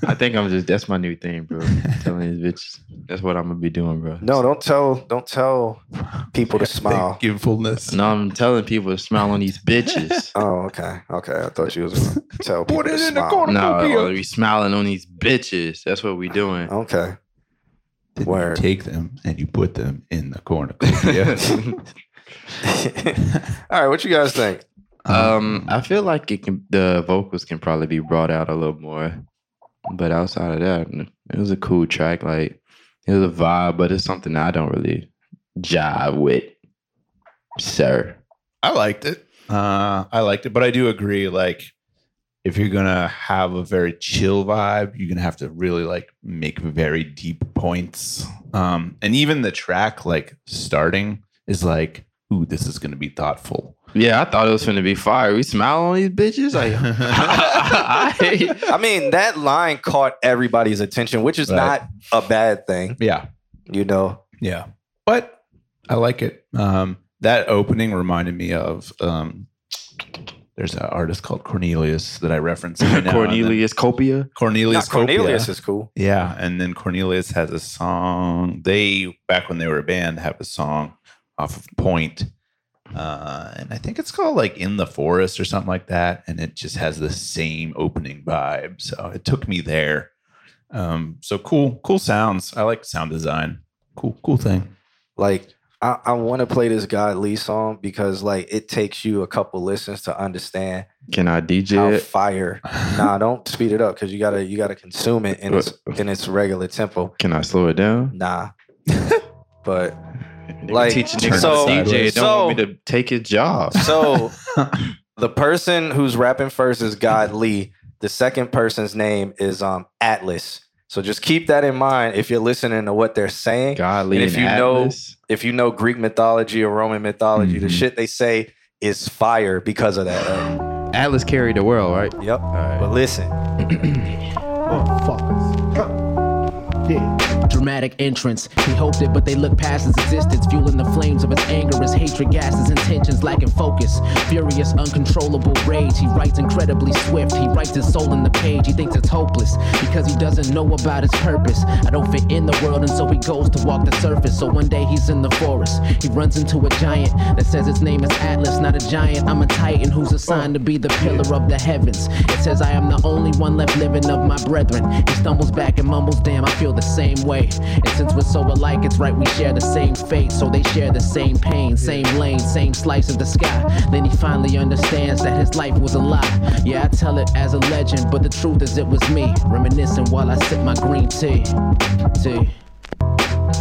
[SPEAKER 3] I think I'm just that's my new thing, bro. Telling these bitches. That's what I'm gonna be doing, bro.
[SPEAKER 1] No, don't tell, don't tell people to smile.
[SPEAKER 4] Thankfulness.
[SPEAKER 3] No, I'm telling people to smile on these bitches.
[SPEAKER 1] oh, okay. Okay. I thought you was gonna tell people
[SPEAKER 3] Put
[SPEAKER 1] to
[SPEAKER 3] it in the
[SPEAKER 1] smile.
[SPEAKER 3] corner. No, we smiling on these bitches. That's what we doing.
[SPEAKER 1] Okay.
[SPEAKER 4] Then you take them and you put them in the cornucopia.
[SPEAKER 1] All right, what you guys think?
[SPEAKER 3] Um, I feel like it can the vocals can probably be brought out a little more. But outside of that, it was a cool track. Like it was a vibe, but it's something I don't really jive with. Sir.
[SPEAKER 4] I liked it. Uh, I liked it, but I do agree. Like, if you're gonna have a very chill vibe, you're gonna have to really like make very deep points. Um, and even the track, like starting, is like, "Ooh, this is gonna be thoughtful."
[SPEAKER 3] Yeah, I thought it was gonna be fire. We smile on these bitches. Like
[SPEAKER 1] I mean, that line caught everybody's attention, which is
[SPEAKER 4] Right.
[SPEAKER 1] not a bad thing.
[SPEAKER 4] Yeah,
[SPEAKER 1] you know.
[SPEAKER 4] Yeah, but I like it. Um, that opening reminded me of um, there's an artist called Cornelius that I reference. every now and then.
[SPEAKER 3] Cornelius Copia.
[SPEAKER 4] Cornelius.
[SPEAKER 1] Nah, Cornelius
[SPEAKER 4] Copia.
[SPEAKER 1] is cool.
[SPEAKER 4] Yeah, and then Cornelius has a song. They back when they were a band have a song off of Point, uh, and I think it's called like "In the Forest" or something like that. And it just has the same opening vibe, so it took me there. Um, so cool, cool sounds. I like sound design. Cool, cool thing.
[SPEAKER 1] Like I, I want to play this God Lee song because like it takes you a couple listens to understand
[SPEAKER 3] Can I
[SPEAKER 1] how
[SPEAKER 3] DJ it?
[SPEAKER 1] fire. Nah, don't speed it up because you gotta you gotta consume it in its in its regular tempo.
[SPEAKER 3] Can I slow it down?
[SPEAKER 1] Nah. but like
[SPEAKER 3] teaching niggas
[SPEAKER 1] so,
[SPEAKER 3] to DJ. Don't
[SPEAKER 1] so,
[SPEAKER 3] want me to take his job.
[SPEAKER 1] so the person who's rapping first is God Lee. The second person's name is um Atlas. So just keep that in mind if you're listening to what they're saying.
[SPEAKER 3] God,
[SPEAKER 1] And
[SPEAKER 3] Lee
[SPEAKER 1] if
[SPEAKER 3] and
[SPEAKER 1] you
[SPEAKER 3] Atlas. Mm-hmm.
[SPEAKER 1] know if you know Greek mythology or Roman mythology, the shit they say is fire because of that. right?
[SPEAKER 3] Atlas carried the world, right?
[SPEAKER 1] Yep. But listen.
[SPEAKER 12] Motherfuckers. Huh. Yeah.
[SPEAKER 19] Dramatic entrance. He hoped it, but they looked past his existence, fueling the flames of his anger, his hatred, gases, intentions lacking focus. Furious, uncontrollable rage. He writes incredibly swift. He writes his soul in the page. He thinks it's hopeless because he doesn't know about his purpose. I don't fit in the world, and so he goes to walk the surface. So one day he's in the forest. He runs into a giant that says his name is Atlas, not a giant. I'm a titan who's assigned to be the pillar of the heavens. It says I am the only one left living of my brethren. He stumbles back and mumbles, Damn, I feel the same way. And since we're so alike, it's right we share the same fate. So they share the same pain, same lane, same slice of the sky. Then he finally understands that his life was a lie. Yeah, I tell it as a legend, but the truth is it was me. Reminiscing while I sip my green tea. Tea.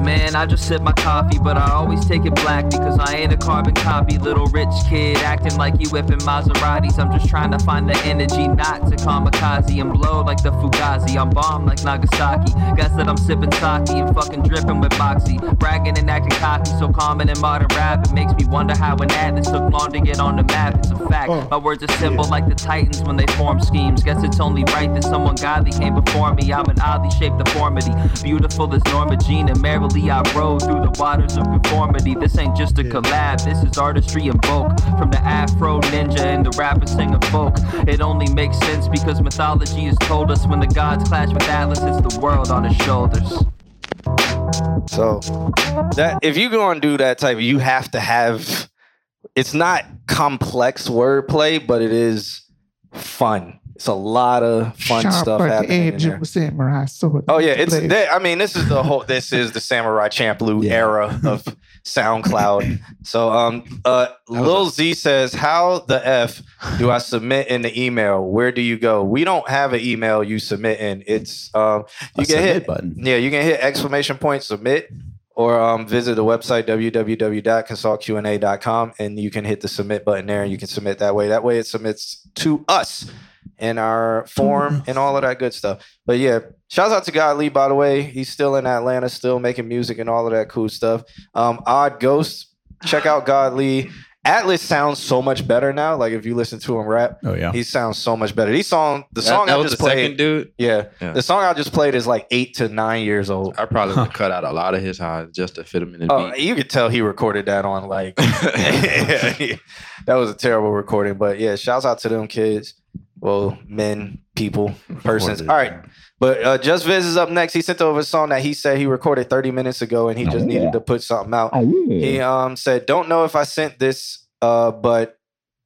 [SPEAKER 20] Man, I just sip my coffee, but I always take it black because I ain't a carbon copy. Little rich kid acting like he whipping Maseratis. I'm just trying to find the energy not to kamikaze. I'm blowed like the Fugazi. I'm bomb like Nagasaki. Guess that I'm sipping sake and fucking dripping with Moxie. Bragging and acting cocky, so common in modern rap. It makes me wonder how an atlas took long to get on the map. It's a fact.
[SPEAKER 21] Oh,
[SPEAKER 20] my words are simple like the Titans when they form schemes. Guess it's only right that someone godly came before me. I'm an oddly shaped deformity. Beautiful as Norma Jean and Mary merrily I rode through the waters of conformity. This ain't just a collab, this is artistry in bulk. From the Afro ninja and the rapper singing folk. It only makes sense because mythology has told us when the gods clash with Atlas, it's the world on his shoulders.
[SPEAKER 1] So that if you go and do that type, you have to have. It's not complex wordplay, but it is fun. It's a lot of fun stuff happening. in there.
[SPEAKER 12] samurai sword.
[SPEAKER 1] Oh yeah, it's. They, I mean, this is the whole. This is the Samurai Champloo era of SoundCloud. So, um, uh, Lil Z says, "How the f do I submit in the email? Where do you go? We don't have an email you submit in. It's um, you can
[SPEAKER 4] A submit
[SPEAKER 1] hit
[SPEAKER 4] button.
[SPEAKER 1] Yeah, you can hit exclamation point submit." Or um, visit the website www.consultqna.com and you can hit the submit button there and you can submit that way. That way it submits to us in our form and all of that good stuff. But yeah, shouts out to God Lee, by the way. He's still in Atlanta, still making music and all of that cool stuff. Um, Odd Ghost, check out God Lee. Atlas sounds so much better now. Like if you listen to him rap, oh yeah, he sounds so much better. He song, the
[SPEAKER 3] That-
[SPEAKER 1] song
[SPEAKER 3] that
[SPEAKER 1] I
[SPEAKER 3] was
[SPEAKER 1] just
[SPEAKER 3] the
[SPEAKER 1] played,
[SPEAKER 3] second dude?
[SPEAKER 1] Yeah,
[SPEAKER 3] Yeah.
[SPEAKER 1] the song I just played is like eight to nine years old.
[SPEAKER 3] I probably would cut out a lot of his highs just to fit him in the
[SPEAKER 1] Oh,
[SPEAKER 3] beat.
[SPEAKER 1] you could tell he recorded that on like that was a terrible recording, but yeah, shouts out to them kids. Well, men, people, persons. All right. But uh, Just Viz is up next. He sent over a song that he said he recorded 30 minutes ago
[SPEAKER 3] Oh,
[SPEAKER 1] and he just needed to put something out. He um said, Don't know if I sent this, uh, but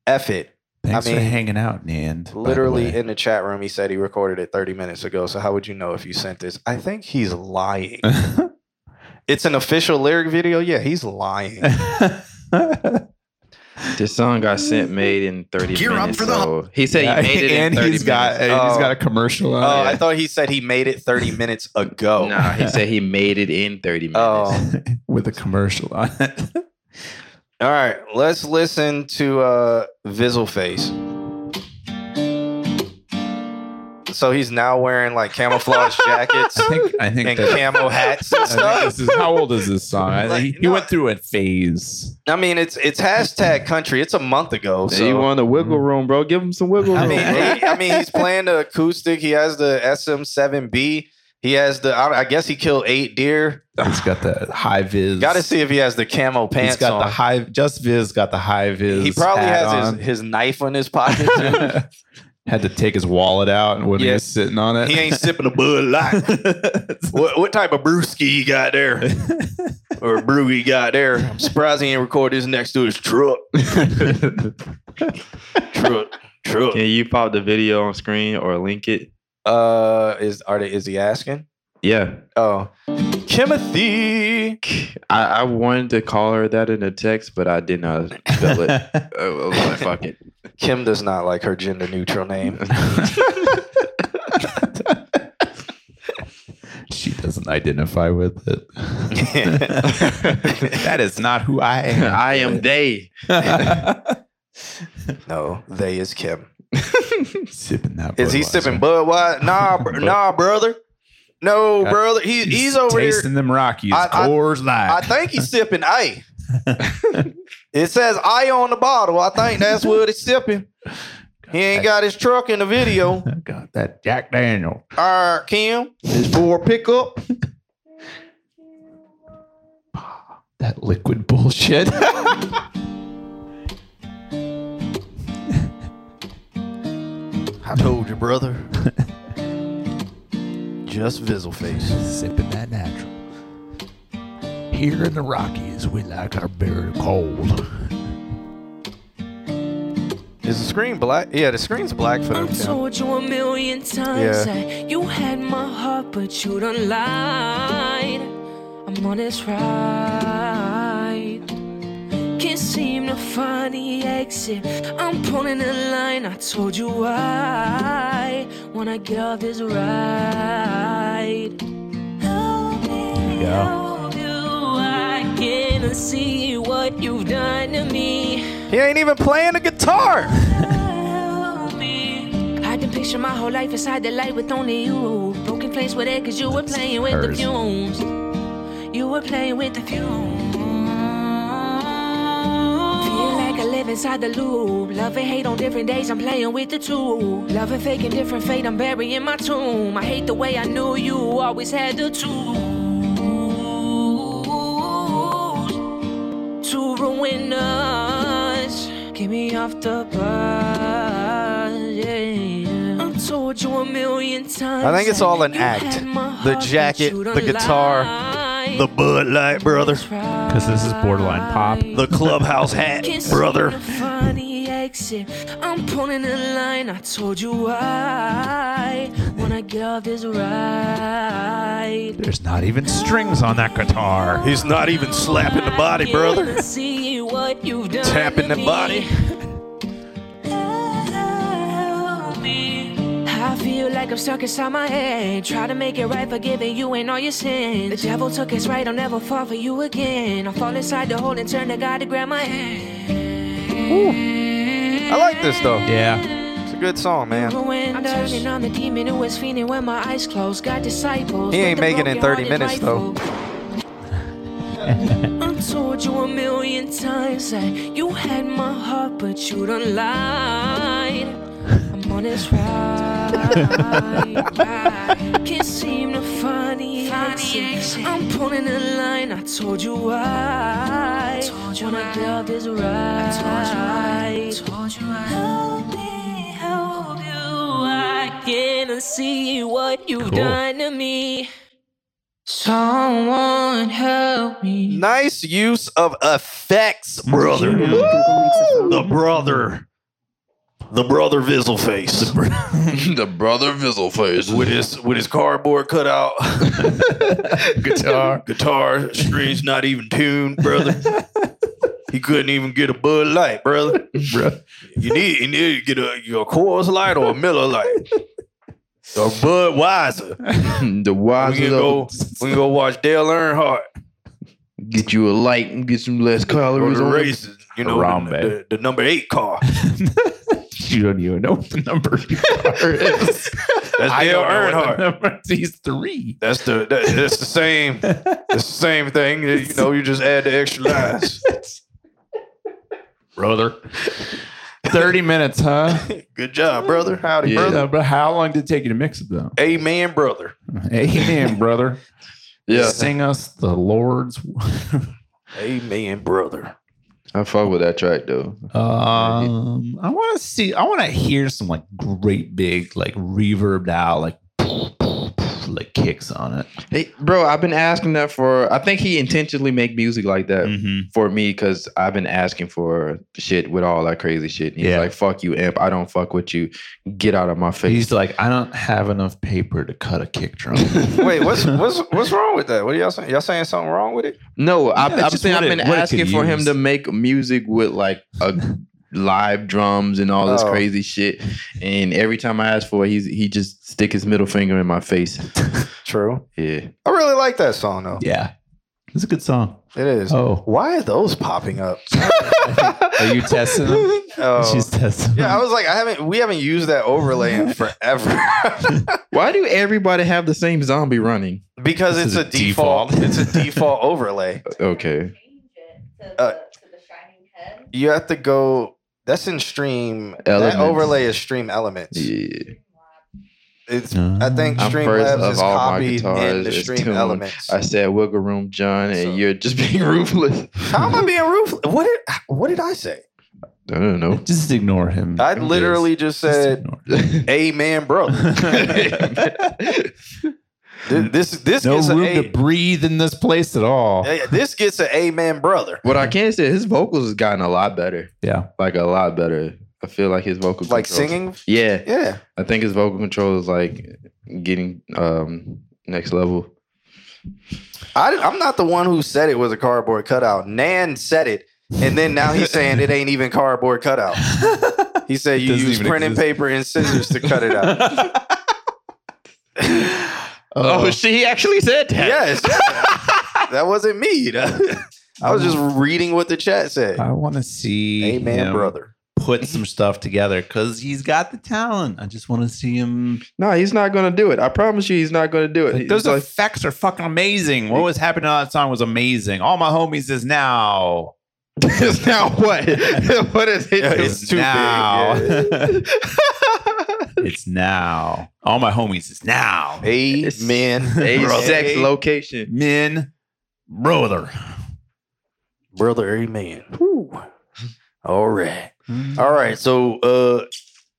[SPEAKER 1] F it.
[SPEAKER 4] Thanks
[SPEAKER 1] I mean,
[SPEAKER 4] for hanging out, Nand.
[SPEAKER 1] literally in the chat room, he said he recorded it 30 minutes ago. So how would you know if you sent this? I think he's lying. it's an official lyric video. Yeah, he's lying.
[SPEAKER 3] This song I sent made in 30
[SPEAKER 1] Gear up
[SPEAKER 3] minutes.
[SPEAKER 1] for the-
[SPEAKER 3] so he said he made it in 30 minutes.
[SPEAKER 1] Oh.
[SPEAKER 4] commercial.
[SPEAKER 1] Oh,
[SPEAKER 4] on it.
[SPEAKER 1] I thought he said he made it 30 minutes ago.
[SPEAKER 3] Nah, he said he made it in 30 minutes.
[SPEAKER 1] Oh,
[SPEAKER 4] with a commercial on it.
[SPEAKER 1] all right. Let's listen to uh, Vizzle Face. So he's now wearing like camouflage jackets. I think
[SPEAKER 4] I think
[SPEAKER 1] and
[SPEAKER 4] that-
[SPEAKER 1] camo hats and
[SPEAKER 4] I think
[SPEAKER 1] stuff.
[SPEAKER 4] This is, how old is this song? I think he went through a phase.
[SPEAKER 1] I mean, it's it's hashtag country. It's a month ago. So.
[SPEAKER 3] He won the wiggle room, bro. Give him some wiggle room.
[SPEAKER 1] I mean,
[SPEAKER 3] bro.
[SPEAKER 1] he- I mean, he's playing the acoustic. He has the SM7B. He has the. I, I guess he killed eight deer.
[SPEAKER 4] He's got the high viz.
[SPEAKER 1] Got to see if he has the camo pants
[SPEAKER 4] He's got
[SPEAKER 1] on.
[SPEAKER 4] the high. Just viz got the high viz.
[SPEAKER 1] he probably
[SPEAKER 4] hat
[SPEAKER 1] has
[SPEAKER 4] on.
[SPEAKER 1] his, his knife in his pocket. Too.
[SPEAKER 4] had to take his wallet out and wouldn't
[SPEAKER 1] Yeah.
[SPEAKER 4] be sitting on it.
[SPEAKER 1] he ain't sipping a Bud Light. what, what type of brewski you got there? or brew he got there? I'm surprised he ain't record this next to his truck. truck, truck.
[SPEAKER 3] Can you pop the video on screen or link it?
[SPEAKER 1] Uh, is are they, is he asking?
[SPEAKER 3] Yeah.
[SPEAKER 1] Oh, Timothy.
[SPEAKER 3] I, I wanted to call her that in a text, but I did not spell it. I was like, fuck it.
[SPEAKER 1] Kim does not like her gender neutral name.
[SPEAKER 4] she doesn't identify with it. that is not who I am.
[SPEAKER 3] I am they.
[SPEAKER 1] no, they is Kim.
[SPEAKER 4] sipping that.
[SPEAKER 1] Is he sipping Budweiser? Nah, br- nah, brother. No, brother. He, he's, over
[SPEAKER 4] tasting
[SPEAKER 1] here.
[SPEAKER 4] tasting them Rockies.
[SPEAKER 1] I- I-
[SPEAKER 4] Coors Light.
[SPEAKER 1] I think he's sipping A. it says I on the bottle. I think that's what it's sipping. He ain't got his truck in the video.
[SPEAKER 4] that Jack Daniel.
[SPEAKER 1] All right, Kim.
[SPEAKER 4] His four pickup. that liquid bullshit.
[SPEAKER 1] I told you, brother. Just Vizzle Face.
[SPEAKER 21] Sipping that natural. Here in the Rockies, we like our beer cold.
[SPEAKER 1] Is the screen black? Yeah, the screen's black for them.
[SPEAKER 22] I
[SPEAKER 1] Tim.
[SPEAKER 22] told you a million
[SPEAKER 1] Yeah.
[SPEAKER 22] times that you had my heart, but you done lied. I'm on this ride. Can't seem to find the exit. I'm pulling the line. I told you why. When I get off this ride, help me help you. I can't see what you've done to me.
[SPEAKER 1] He ain't even playing the guitar.
[SPEAKER 22] I can picture my whole life inside the light with only you. Broken place with it, cause you were playing with the
[SPEAKER 4] Hers.
[SPEAKER 22] fumes. You were playing with the fumes. Feel like I live inside the loop. Love and hate on different days, I'm playing with the two. Love and fake and different fate, I'm burying my tomb. I hate the way I knew you always had the two. To ruin us. Get me off the bus. yeah. I told you a million times.
[SPEAKER 1] I think it's all an act. The jacket, the guitar, the Bud Light, brother. Because
[SPEAKER 2] this is borderline pop.
[SPEAKER 1] The clubhouse hat,
[SPEAKER 22] Can't seem
[SPEAKER 1] brother.
[SPEAKER 22] to find the exit. I'm pulling the line. I told you why. When I get off this ride.
[SPEAKER 21] There's not even strings on that guitar.
[SPEAKER 1] He's not even slapping the body,
[SPEAKER 22] Can't See what you've done
[SPEAKER 1] Tapping
[SPEAKER 22] to
[SPEAKER 1] the body.
[SPEAKER 22] me. Help me. I feel like I'm stuck inside my head. Try to make it right, forgiving you and all your sins. The devil took his right, I'll never fall for you again. I fall inside the hole and turn to God to grab my hand.
[SPEAKER 1] I like this though.
[SPEAKER 4] Yeah.
[SPEAKER 1] It's a good song, man.
[SPEAKER 22] I'm turning on the demon who was fiending when my eyes closed. Got disciples.
[SPEAKER 1] He
[SPEAKER 22] but
[SPEAKER 1] ain't
[SPEAKER 22] the
[SPEAKER 1] making it in 30 minutes
[SPEAKER 22] brokenhearted
[SPEAKER 1] though.
[SPEAKER 22] I told you a million times that you had my heart, but you done lied. I'm on this ride. Can't seem to find the exit. I'm pulling the line. I told you why. Told you when I get off this ride. I told you I help me help you. I can't see what you've
[SPEAKER 1] Cool.
[SPEAKER 22] done to me. Someone help
[SPEAKER 1] Nice use of effects, brother. the brother. The brother Vizzle face. The,
[SPEAKER 3] brother Vizzle face.
[SPEAKER 1] With his with his cardboard cutout. Guitar. Guitar strings not even tuned, brother. He couldn't even get a Bud Light, brother. You need you need to get a your Coors Light or a Miller Light. Or Budweiser.
[SPEAKER 3] the
[SPEAKER 1] We can
[SPEAKER 3] wiser
[SPEAKER 1] go we can go watch Dale Earnhardt.
[SPEAKER 3] get you a light and get some less
[SPEAKER 1] Or
[SPEAKER 3] calories
[SPEAKER 1] the
[SPEAKER 3] on it.
[SPEAKER 1] races, you know, the, the- the number eight car.
[SPEAKER 4] you don't even know what the number you are is.
[SPEAKER 1] That's
[SPEAKER 4] I
[SPEAKER 1] Dale
[SPEAKER 4] don't know what the
[SPEAKER 1] Earnhardt.
[SPEAKER 4] number is. He's three.
[SPEAKER 1] That's the that, that's the same. That's the same thing. You know, you just add the extra lines.
[SPEAKER 4] brother. 30 minutes, huh?
[SPEAKER 1] Good job, brother. Howdy,
[SPEAKER 4] Yeah,
[SPEAKER 1] brother.
[SPEAKER 4] But how long did it take you to mix it, though?
[SPEAKER 1] Amen, brother.
[SPEAKER 4] Amen, brother.
[SPEAKER 3] Yeah.
[SPEAKER 4] Sing us the Lord's.
[SPEAKER 1] Amen, brother.
[SPEAKER 3] I fuck with that track though.
[SPEAKER 4] Um, I want to see. I want to hear some like great big like reverbed out like like kicks on it.
[SPEAKER 3] Hey, bro, I've been asking that for. I think he intentionally make music like that
[SPEAKER 4] Mm-hmm.
[SPEAKER 3] for me because I've been asking for shit with all that crazy shit. He's like, "Fuck you, imp! I don't fuck with you. Get out of my face."
[SPEAKER 4] He's like, I don't have enough paper to cut a kick drum.
[SPEAKER 1] Wait, what's what's what's wrong with that? What are y'all saying? Y'all saying something wrong with it?
[SPEAKER 3] No, I've,
[SPEAKER 1] that's
[SPEAKER 3] I've,
[SPEAKER 1] just
[SPEAKER 3] been, I've
[SPEAKER 1] what it-
[SPEAKER 3] been
[SPEAKER 1] what it could
[SPEAKER 3] asking for him
[SPEAKER 1] use.
[SPEAKER 3] to make music with like a live drums and all this
[SPEAKER 1] Oh.
[SPEAKER 3] crazy shit. And every time I ask for it, he's he just stick his middle finger in my face.
[SPEAKER 1] True.
[SPEAKER 3] Yeah.
[SPEAKER 1] I really like that song though.
[SPEAKER 4] Yeah. It's a good song.
[SPEAKER 1] It is.
[SPEAKER 4] Oh.
[SPEAKER 1] Why are those popping up?
[SPEAKER 4] Are you testing them?
[SPEAKER 1] Oh.
[SPEAKER 4] She's testing.
[SPEAKER 1] Yeah, I was like, I haven't we haven't used that overlay in forever.
[SPEAKER 3] Why do everybody have the same zombie running?
[SPEAKER 1] Because it's a default. It's a default overlay.
[SPEAKER 3] Okay.
[SPEAKER 1] Uh, you have to go. That's in stream. That
[SPEAKER 3] Elements.
[SPEAKER 1] overlay is stream elements.
[SPEAKER 3] Yeah.
[SPEAKER 1] It's
[SPEAKER 4] Uh,
[SPEAKER 1] I think
[SPEAKER 3] I'm
[SPEAKER 1] Streamlabs is
[SPEAKER 3] all my
[SPEAKER 1] copied in
[SPEAKER 3] guitars
[SPEAKER 1] the
[SPEAKER 3] is
[SPEAKER 1] stream
[SPEAKER 3] tuned.
[SPEAKER 1] elements.
[SPEAKER 3] I said wiggle room, John, and you're just being ruthless.
[SPEAKER 1] How am I being ruthless? What did what did I say?
[SPEAKER 3] I don't know.
[SPEAKER 4] Just ignore him.
[SPEAKER 1] I literally just said, "Amen, bro." Th- this this
[SPEAKER 4] no
[SPEAKER 1] gets
[SPEAKER 4] room
[SPEAKER 1] a,
[SPEAKER 4] to breathe in this place at all.
[SPEAKER 1] Yeah, yeah, this gets an amen, brother.
[SPEAKER 3] What I can say, his vocals has gotten a lot better.
[SPEAKER 4] Yeah,
[SPEAKER 3] like a lot better. I feel like his vocal,
[SPEAKER 1] Like
[SPEAKER 3] controls-
[SPEAKER 1] singing?
[SPEAKER 3] Yeah,
[SPEAKER 1] Yeah.
[SPEAKER 3] I think his vocal control is like getting um next level.
[SPEAKER 1] I, am not the one who said it was a cardboard cutout. Nan said it, and then now he's saying it ain't even cardboard cutout. He said you
[SPEAKER 4] doesn't
[SPEAKER 1] use
[SPEAKER 4] even
[SPEAKER 1] printing
[SPEAKER 4] exist.
[SPEAKER 1] paper and scissors to cut it out. Uh,
[SPEAKER 3] Oh, she he actually said that.
[SPEAKER 1] Yes, that wasn't me. I was just reading what the chat said.
[SPEAKER 4] I want to see
[SPEAKER 1] Amen,
[SPEAKER 4] him
[SPEAKER 1] brother.
[SPEAKER 4] put some stuff together because he's got the talent. I just want to see him.
[SPEAKER 3] No, he's not gonna do it. I promise you, he's not gonna do it.
[SPEAKER 4] Like,
[SPEAKER 3] He's
[SPEAKER 4] those
[SPEAKER 3] like-
[SPEAKER 4] effects are fucking amazing. What was happening on that song was amazing. All my homies is now.
[SPEAKER 3] is now what? what is it?
[SPEAKER 4] It's now. it's now. All my homies is now.
[SPEAKER 1] Amen,
[SPEAKER 3] A
[SPEAKER 1] brother.
[SPEAKER 3] sex location.
[SPEAKER 4] Men, brother.
[SPEAKER 1] brother amen Whew. all right
[SPEAKER 4] Mm-hmm.
[SPEAKER 1] all right so uh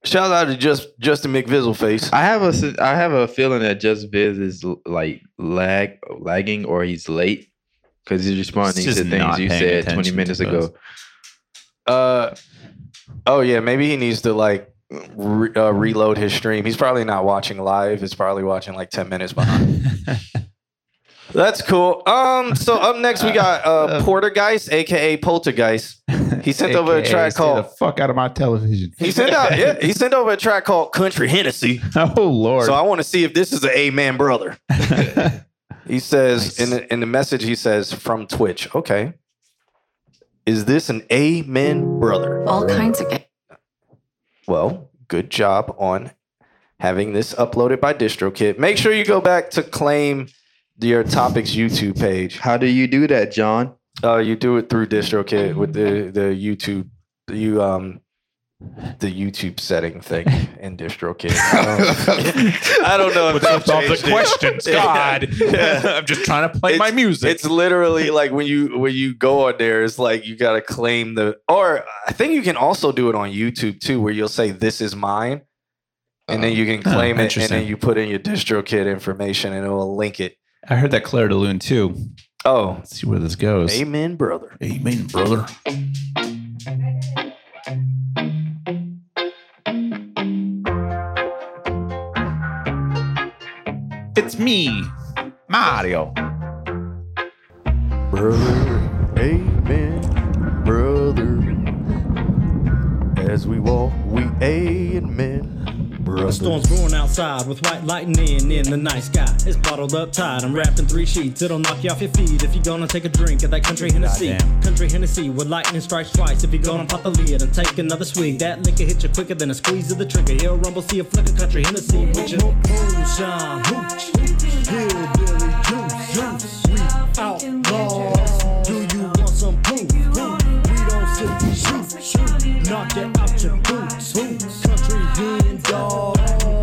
[SPEAKER 1] shout out to just justin mcvizzle face
[SPEAKER 3] I have a s- I have a feeling that Just Biz is l- like lag lagging or he's late because he's responding
[SPEAKER 4] He's
[SPEAKER 3] to
[SPEAKER 4] just not
[SPEAKER 3] things you
[SPEAKER 4] paying
[SPEAKER 3] said twenty
[SPEAKER 4] attention
[SPEAKER 3] minutes
[SPEAKER 4] to
[SPEAKER 3] ago.
[SPEAKER 4] us.
[SPEAKER 1] uh oh yeah maybe he needs to like re- uh, reload his stream he's probably not watching live he's probably watching like 10 minutes behind that's cool um so up next we got uh portergeist aka poltergeist he sent over a
[SPEAKER 4] AKA,
[SPEAKER 1] track
[SPEAKER 4] stay
[SPEAKER 1] called
[SPEAKER 4] the fuck out of my television.
[SPEAKER 1] he sent out yeah he sent over a track called country hennessy
[SPEAKER 4] Oh lord.
[SPEAKER 1] So I want to see if this is an amen brother. he says in the, in the message he says from Twitch. Okay. Is this an amen brother?
[SPEAKER 23] All kinds of gay.
[SPEAKER 1] Well, good job on having this uploaded by DistroKid. Make sure you go back to claim your topics YouTube page.
[SPEAKER 3] How do you do that, John?
[SPEAKER 1] Uh, you do it through DistroKid with the the YouTube you um the YouTube setting thing in DistroKid. I don't know if
[SPEAKER 4] What's
[SPEAKER 1] they
[SPEAKER 4] up with all the
[SPEAKER 1] changed it.
[SPEAKER 4] questions, God? I'm just trying to play my music.
[SPEAKER 1] It's literally like when you when you go on there, it's like you gotta claim the or I think you can also do it on YouTube too, where you'll say this is mine. And then you can
[SPEAKER 4] Huh,
[SPEAKER 1] claim it, and then
[SPEAKER 4] interesting.
[SPEAKER 1] you put in your distro kid information, and it will link it.
[SPEAKER 4] I heard that Claire de Lune too.
[SPEAKER 1] Oh,
[SPEAKER 4] Let's see where this goes.
[SPEAKER 1] amen, brother.
[SPEAKER 4] Amen, brother. It's me, Mario.
[SPEAKER 2] Brother, amen. Brother, as we walk, we amen.
[SPEAKER 6] The storm's brewing outside with white lightning in the night sky. It's bottled up tight. I'm wrapped in three sheets. It'll knock you off your feet if you're gonna take a drink of that country Hennessy.
[SPEAKER 15] Goddamn.
[SPEAKER 6] Country Hennessy with lightning strikes twice. If you're gonna pop the lid and take another swig, that liquor hit you quicker than a squeeze of the trigger. He'll rumble, see a flicker. Country Hennessy with you. Moonshine, hooch, hillbilly juice, we outlaws. Do you want some proof? We don't sit and shoot, shoot. Knock it out your boots, boots. Country hen dog,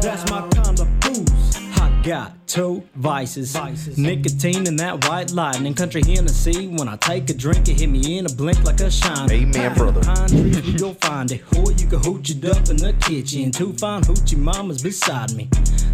[SPEAKER 6] that's my kind of booze. I got two vices. Nicotine and that white lightning. Country Hennessy. When I take a drink, it hit me in a blink like a shine. Amen, brother. Pine trees, we go find it. Or you can hooch it up in the kitchen. Two fine hoochie mamas beside me.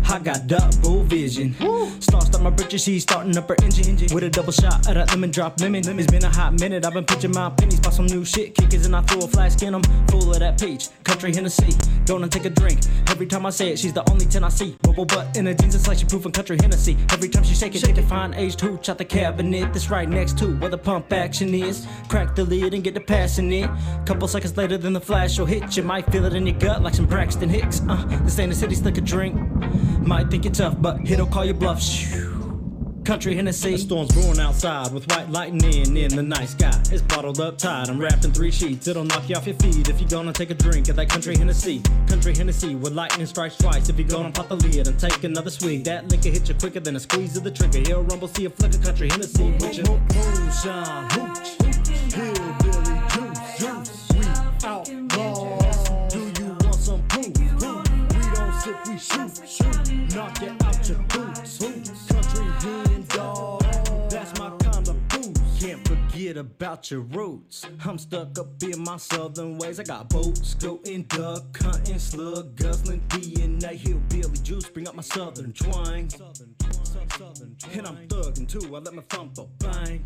[SPEAKER 6] I got double vision. Star start my britches, she's starting up her engine. With a double shot of that lemon drop lemon. It's been a hot minute, I've been pitching my pennies. Bought some new shit kickers, and I threw a flask in them. Full of that peach, country Hennessy. Gonna take a drink. Every time I say it, she's the only 10 I see. Bubble butt in her jeans, it's like she proofing country Hennessy. Every time she shake it, take the fine aged hooch out the cabinet. That's right next to where the pump action is. Crack the lid and get the passing it. Couple seconds later, then the flash will hit. You might feel it in your gut like some Braxton Hicks. Uh, this ain't a city slicker drink. Might think you're tough, but it'll call you bluff. Shoo. Country Hennessy. The storm's brewing outside with white lightning in the night sky. It's bottled up tight. I'm wrapped in three sheets. It'll knock you off your feet if you're gonna take a drink of that country Hennessy. Country Hennessy with lightning strikes twice. If you're gonna pop the lid and take another swig, that liquor hit you quicker than a squeeze of the trigger. It'll rumble, see a flicker. Country Hennessy with you. Moonshine, hooch, hillbilly juice, juice. We outlaws. Do you want some proof? We don't sip, we shoot. about your roots. I'm stuck up in my southern ways. I got boats, going duck, hunting, slug, guzzling DNA, hillbilly juice. Bring up my southern twang. And I'm thugging too. I let my thump up bang.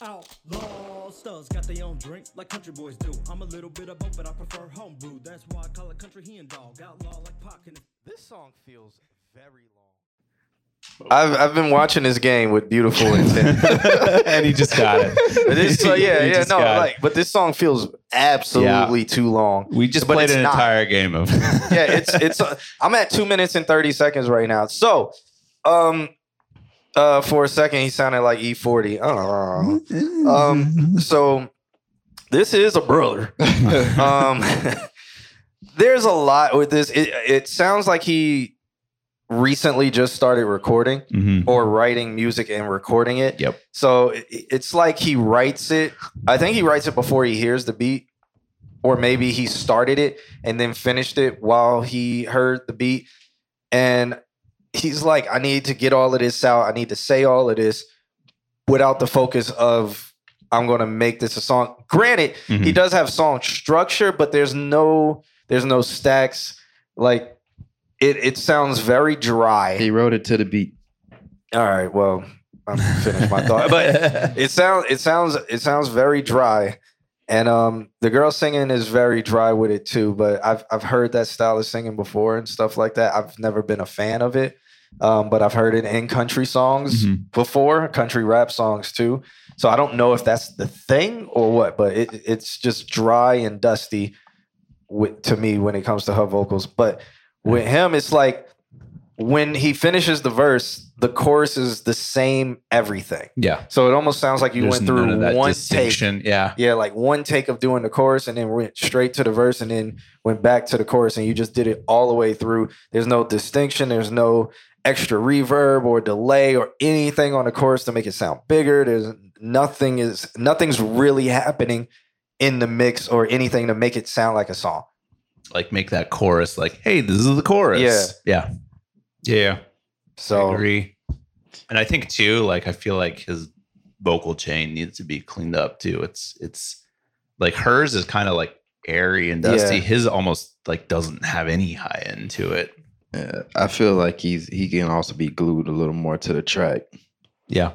[SPEAKER 6] Outlaws, studs got their own drink like country boys do. I'm a little bit of both, but I prefer homebrew. That's why I call it country hen dog. Outlaw like Pac and
[SPEAKER 1] This song feels very long. I've I've been watching this game with beautiful intent,
[SPEAKER 4] and he just got it.
[SPEAKER 1] This, so yeah,
[SPEAKER 4] He
[SPEAKER 1] yeah,
[SPEAKER 4] just
[SPEAKER 1] no,
[SPEAKER 4] got it.
[SPEAKER 1] like, but this song feels absolutely too long.
[SPEAKER 4] We just
[SPEAKER 1] But
[SPEAKER 4] played
[SPEAKER 1] it's
[SPEAKER 4] an
[SPEAKER 1] not.
[SPEAKER 4] entire game of.
[SPEAKER 1] yeah, it's it's. Uh, I'm at two minutes and thirty seconds right now. So, um, uh, for a second he sounded like E E40. Uh, um, so this is a brother. um, there's a lot with this. It, it sounds like he recently just started recording or writing music and recording it. Yep. So it, it's like he writes it. I think he writes it before he hears the beat or maybe he started it and then finished it while he heard the beat and he's like i need to get all of this out i need to say all of this without the focus of i'm going to make this a song granted
[SPEAKER 3] Mm-hmm.
[SPEAKER 1] he does have song structure but there's no there's no stacks like it it sounds very dry
[SPEAKER 3] He wrote it to the beat.
[SPEAKER 1] all right well i'm gonna finish my thought but it sounds it sounds it sounds very dry and um the girl singing is very dry with it too but i've i've heard that style of singing before and stuff like that i've never been a fan of it um but i've heard it in country songs before country rap songs too so i don't know if that's the thing or what but it it's just dry and dusty with to me when it comes to her vocals but with him it's like when he finishes the verse the chorus is the same everything
[SPEAKER 4] Yeah.
[SPEAKER 1] so it almost sounds like you
[SPEAKER 4] There's
[SPEAKER 1] went
[SPEAKER 4] none
[SPEAKER 1] through
[SPEAKER 4] of that
[SPEAKER 1] one take.
[SPEAKER 4] distinction, yeah.
[SPEAKER 1] Yeah, like one take of doing the chorus and then went straight to the verse and then went back to the chorus and you just did it all the way through. There's no distinction, there's no extra reverb or delay or anything on the chorus to make it sound bigger. There's nothing is nothing's really happening in the mix or anything to make it sound like a song.
[SPEAKER 4] like make that chorus like hey this is the chorus yeah yeah yeah
[SPEAKER 1] so
[SPEAKER 4] I agree and i think too like i feel like his vocal chain needs to be cleaned up too it's it's like hers is kind of like airy and dusty
[SPEAKER 3] Yeah.
[SPEAKER 4] his almost like doesn't have any high end to it
[SPEAKER 3] Uh, I feel like he's he can also be glued a little more to the track.
[SPEAKER 4] Yeah.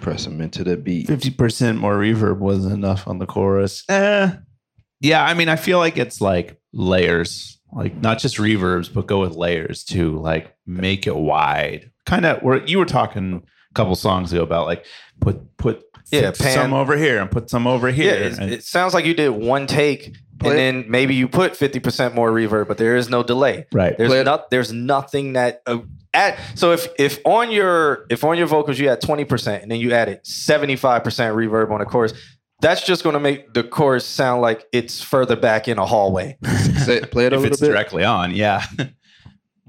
[SPEAKER 3] Press him into the beat.
[SPEAKER 4] 50% more reverb wasn't enough on the chorus eh. yeah i mean i feel like it's like layers like not just reverbs but go with layers to like make it wide kind of where you were talking a couple songs ago about like put put
[SPEAKER 1] Yeah,
[SPEAKER 4] put
[SPEAKER 1] pan-
[SPEAKER 4] some over here and put some over here
[SPEAKER 1] Yeah, it's-
[SPEAKER 4] and-
[SPEAKER 1] it sounds like you did one take and then maybe you put 50% more reverb, but there is no delay.
[SPEAKER 4] Right.
[SPEAKER 1] There's not there's nothing that uh, add, so if if on your if on your vocals you had 20% and then you added 75% reverb on a chorus, that's just going to make the chorus sound like it's further back in a hallway.
[SPEAKER 3] play it
[SPEAKER 4] if it's directly on yeah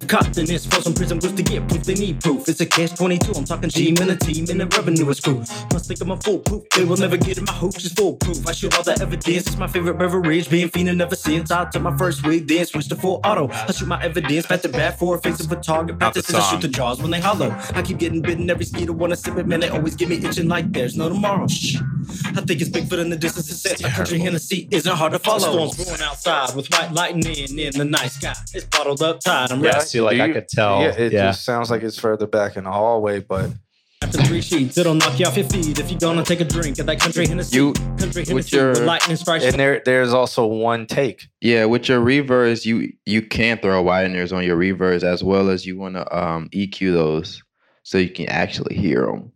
[SPEAKER 6] Costing this for some prison groups to get proof they need proof. It's a cash 22. I'm talking G and a team and the revenue is screwed. Must think I'm a foolproof. They will never get in my hoops. It's foolproof. I shoot all the evidence. It's my favorite beverage. Been fiending ever since I took my first wig, then switched to full auto. I shoot my evidence. Pat the bat for a face of a target. Pat
[SPEAKER 4] Not the
[SPEAKER 6] the scissors,
[SPEAKER 4] song.
[SPEAKER 6] shoot the jaws when they hollow. I keep getting bitten. Every skeeter wanna sip it, man. They always get me itching like there's no tomorrow. Shh. I think it's Bigfoot in the distance. It's set. My country Hennessy isn't hard to follow. Storms brewing outside with white lightning in the night sky. It's bottled up tight. I'm
[SPEAKER 4] Yeah,
[SPEAKER 6] ready.
[SPEAKER 4] see, like, I could tell.
[SPEAKER 1] Yeah, it
[SPEAKER 4] Yeah.
[SPEAKER 1] just sounds like it's further back in a hallway, but
[SPEAKER 6] After three sheets, it'll knock you off your feet if you're gonna take a drink at that country Hennessy.
[SPEAKER 1] You-
[SPEAKER 6] country Hennessy with lightning strikes.
[SPEAKER 1] and there there's also one take.
[SPEAKER 3] Yeah, with your reverse, you you can throw wideners on your reverse as well as you want to um, EQ those so you can actually hear them.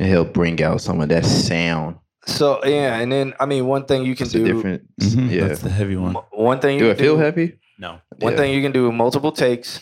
[SPEAKER 3] And he'll bring out some of that sound.
[SPEAKER 1] So yeah, and then I mean one thing you can
[SPEAKER 3] It's a
[SPEAKER 1] do
[SPEAKER 3] different, yeah.
[SPEAKER 4] Mm-hmm. the heavy one.
[SPEAKER 1] One thing you
[SPEAKER 3] Do
[SPEAKER 1] can
[SPEAKER 3] it feel happy?
[SPEAKER 4] No.
[SPEAKER 1] One
[SPEAKER 3] Yeah.
[SPEAKER 1] thing you can do multiple takes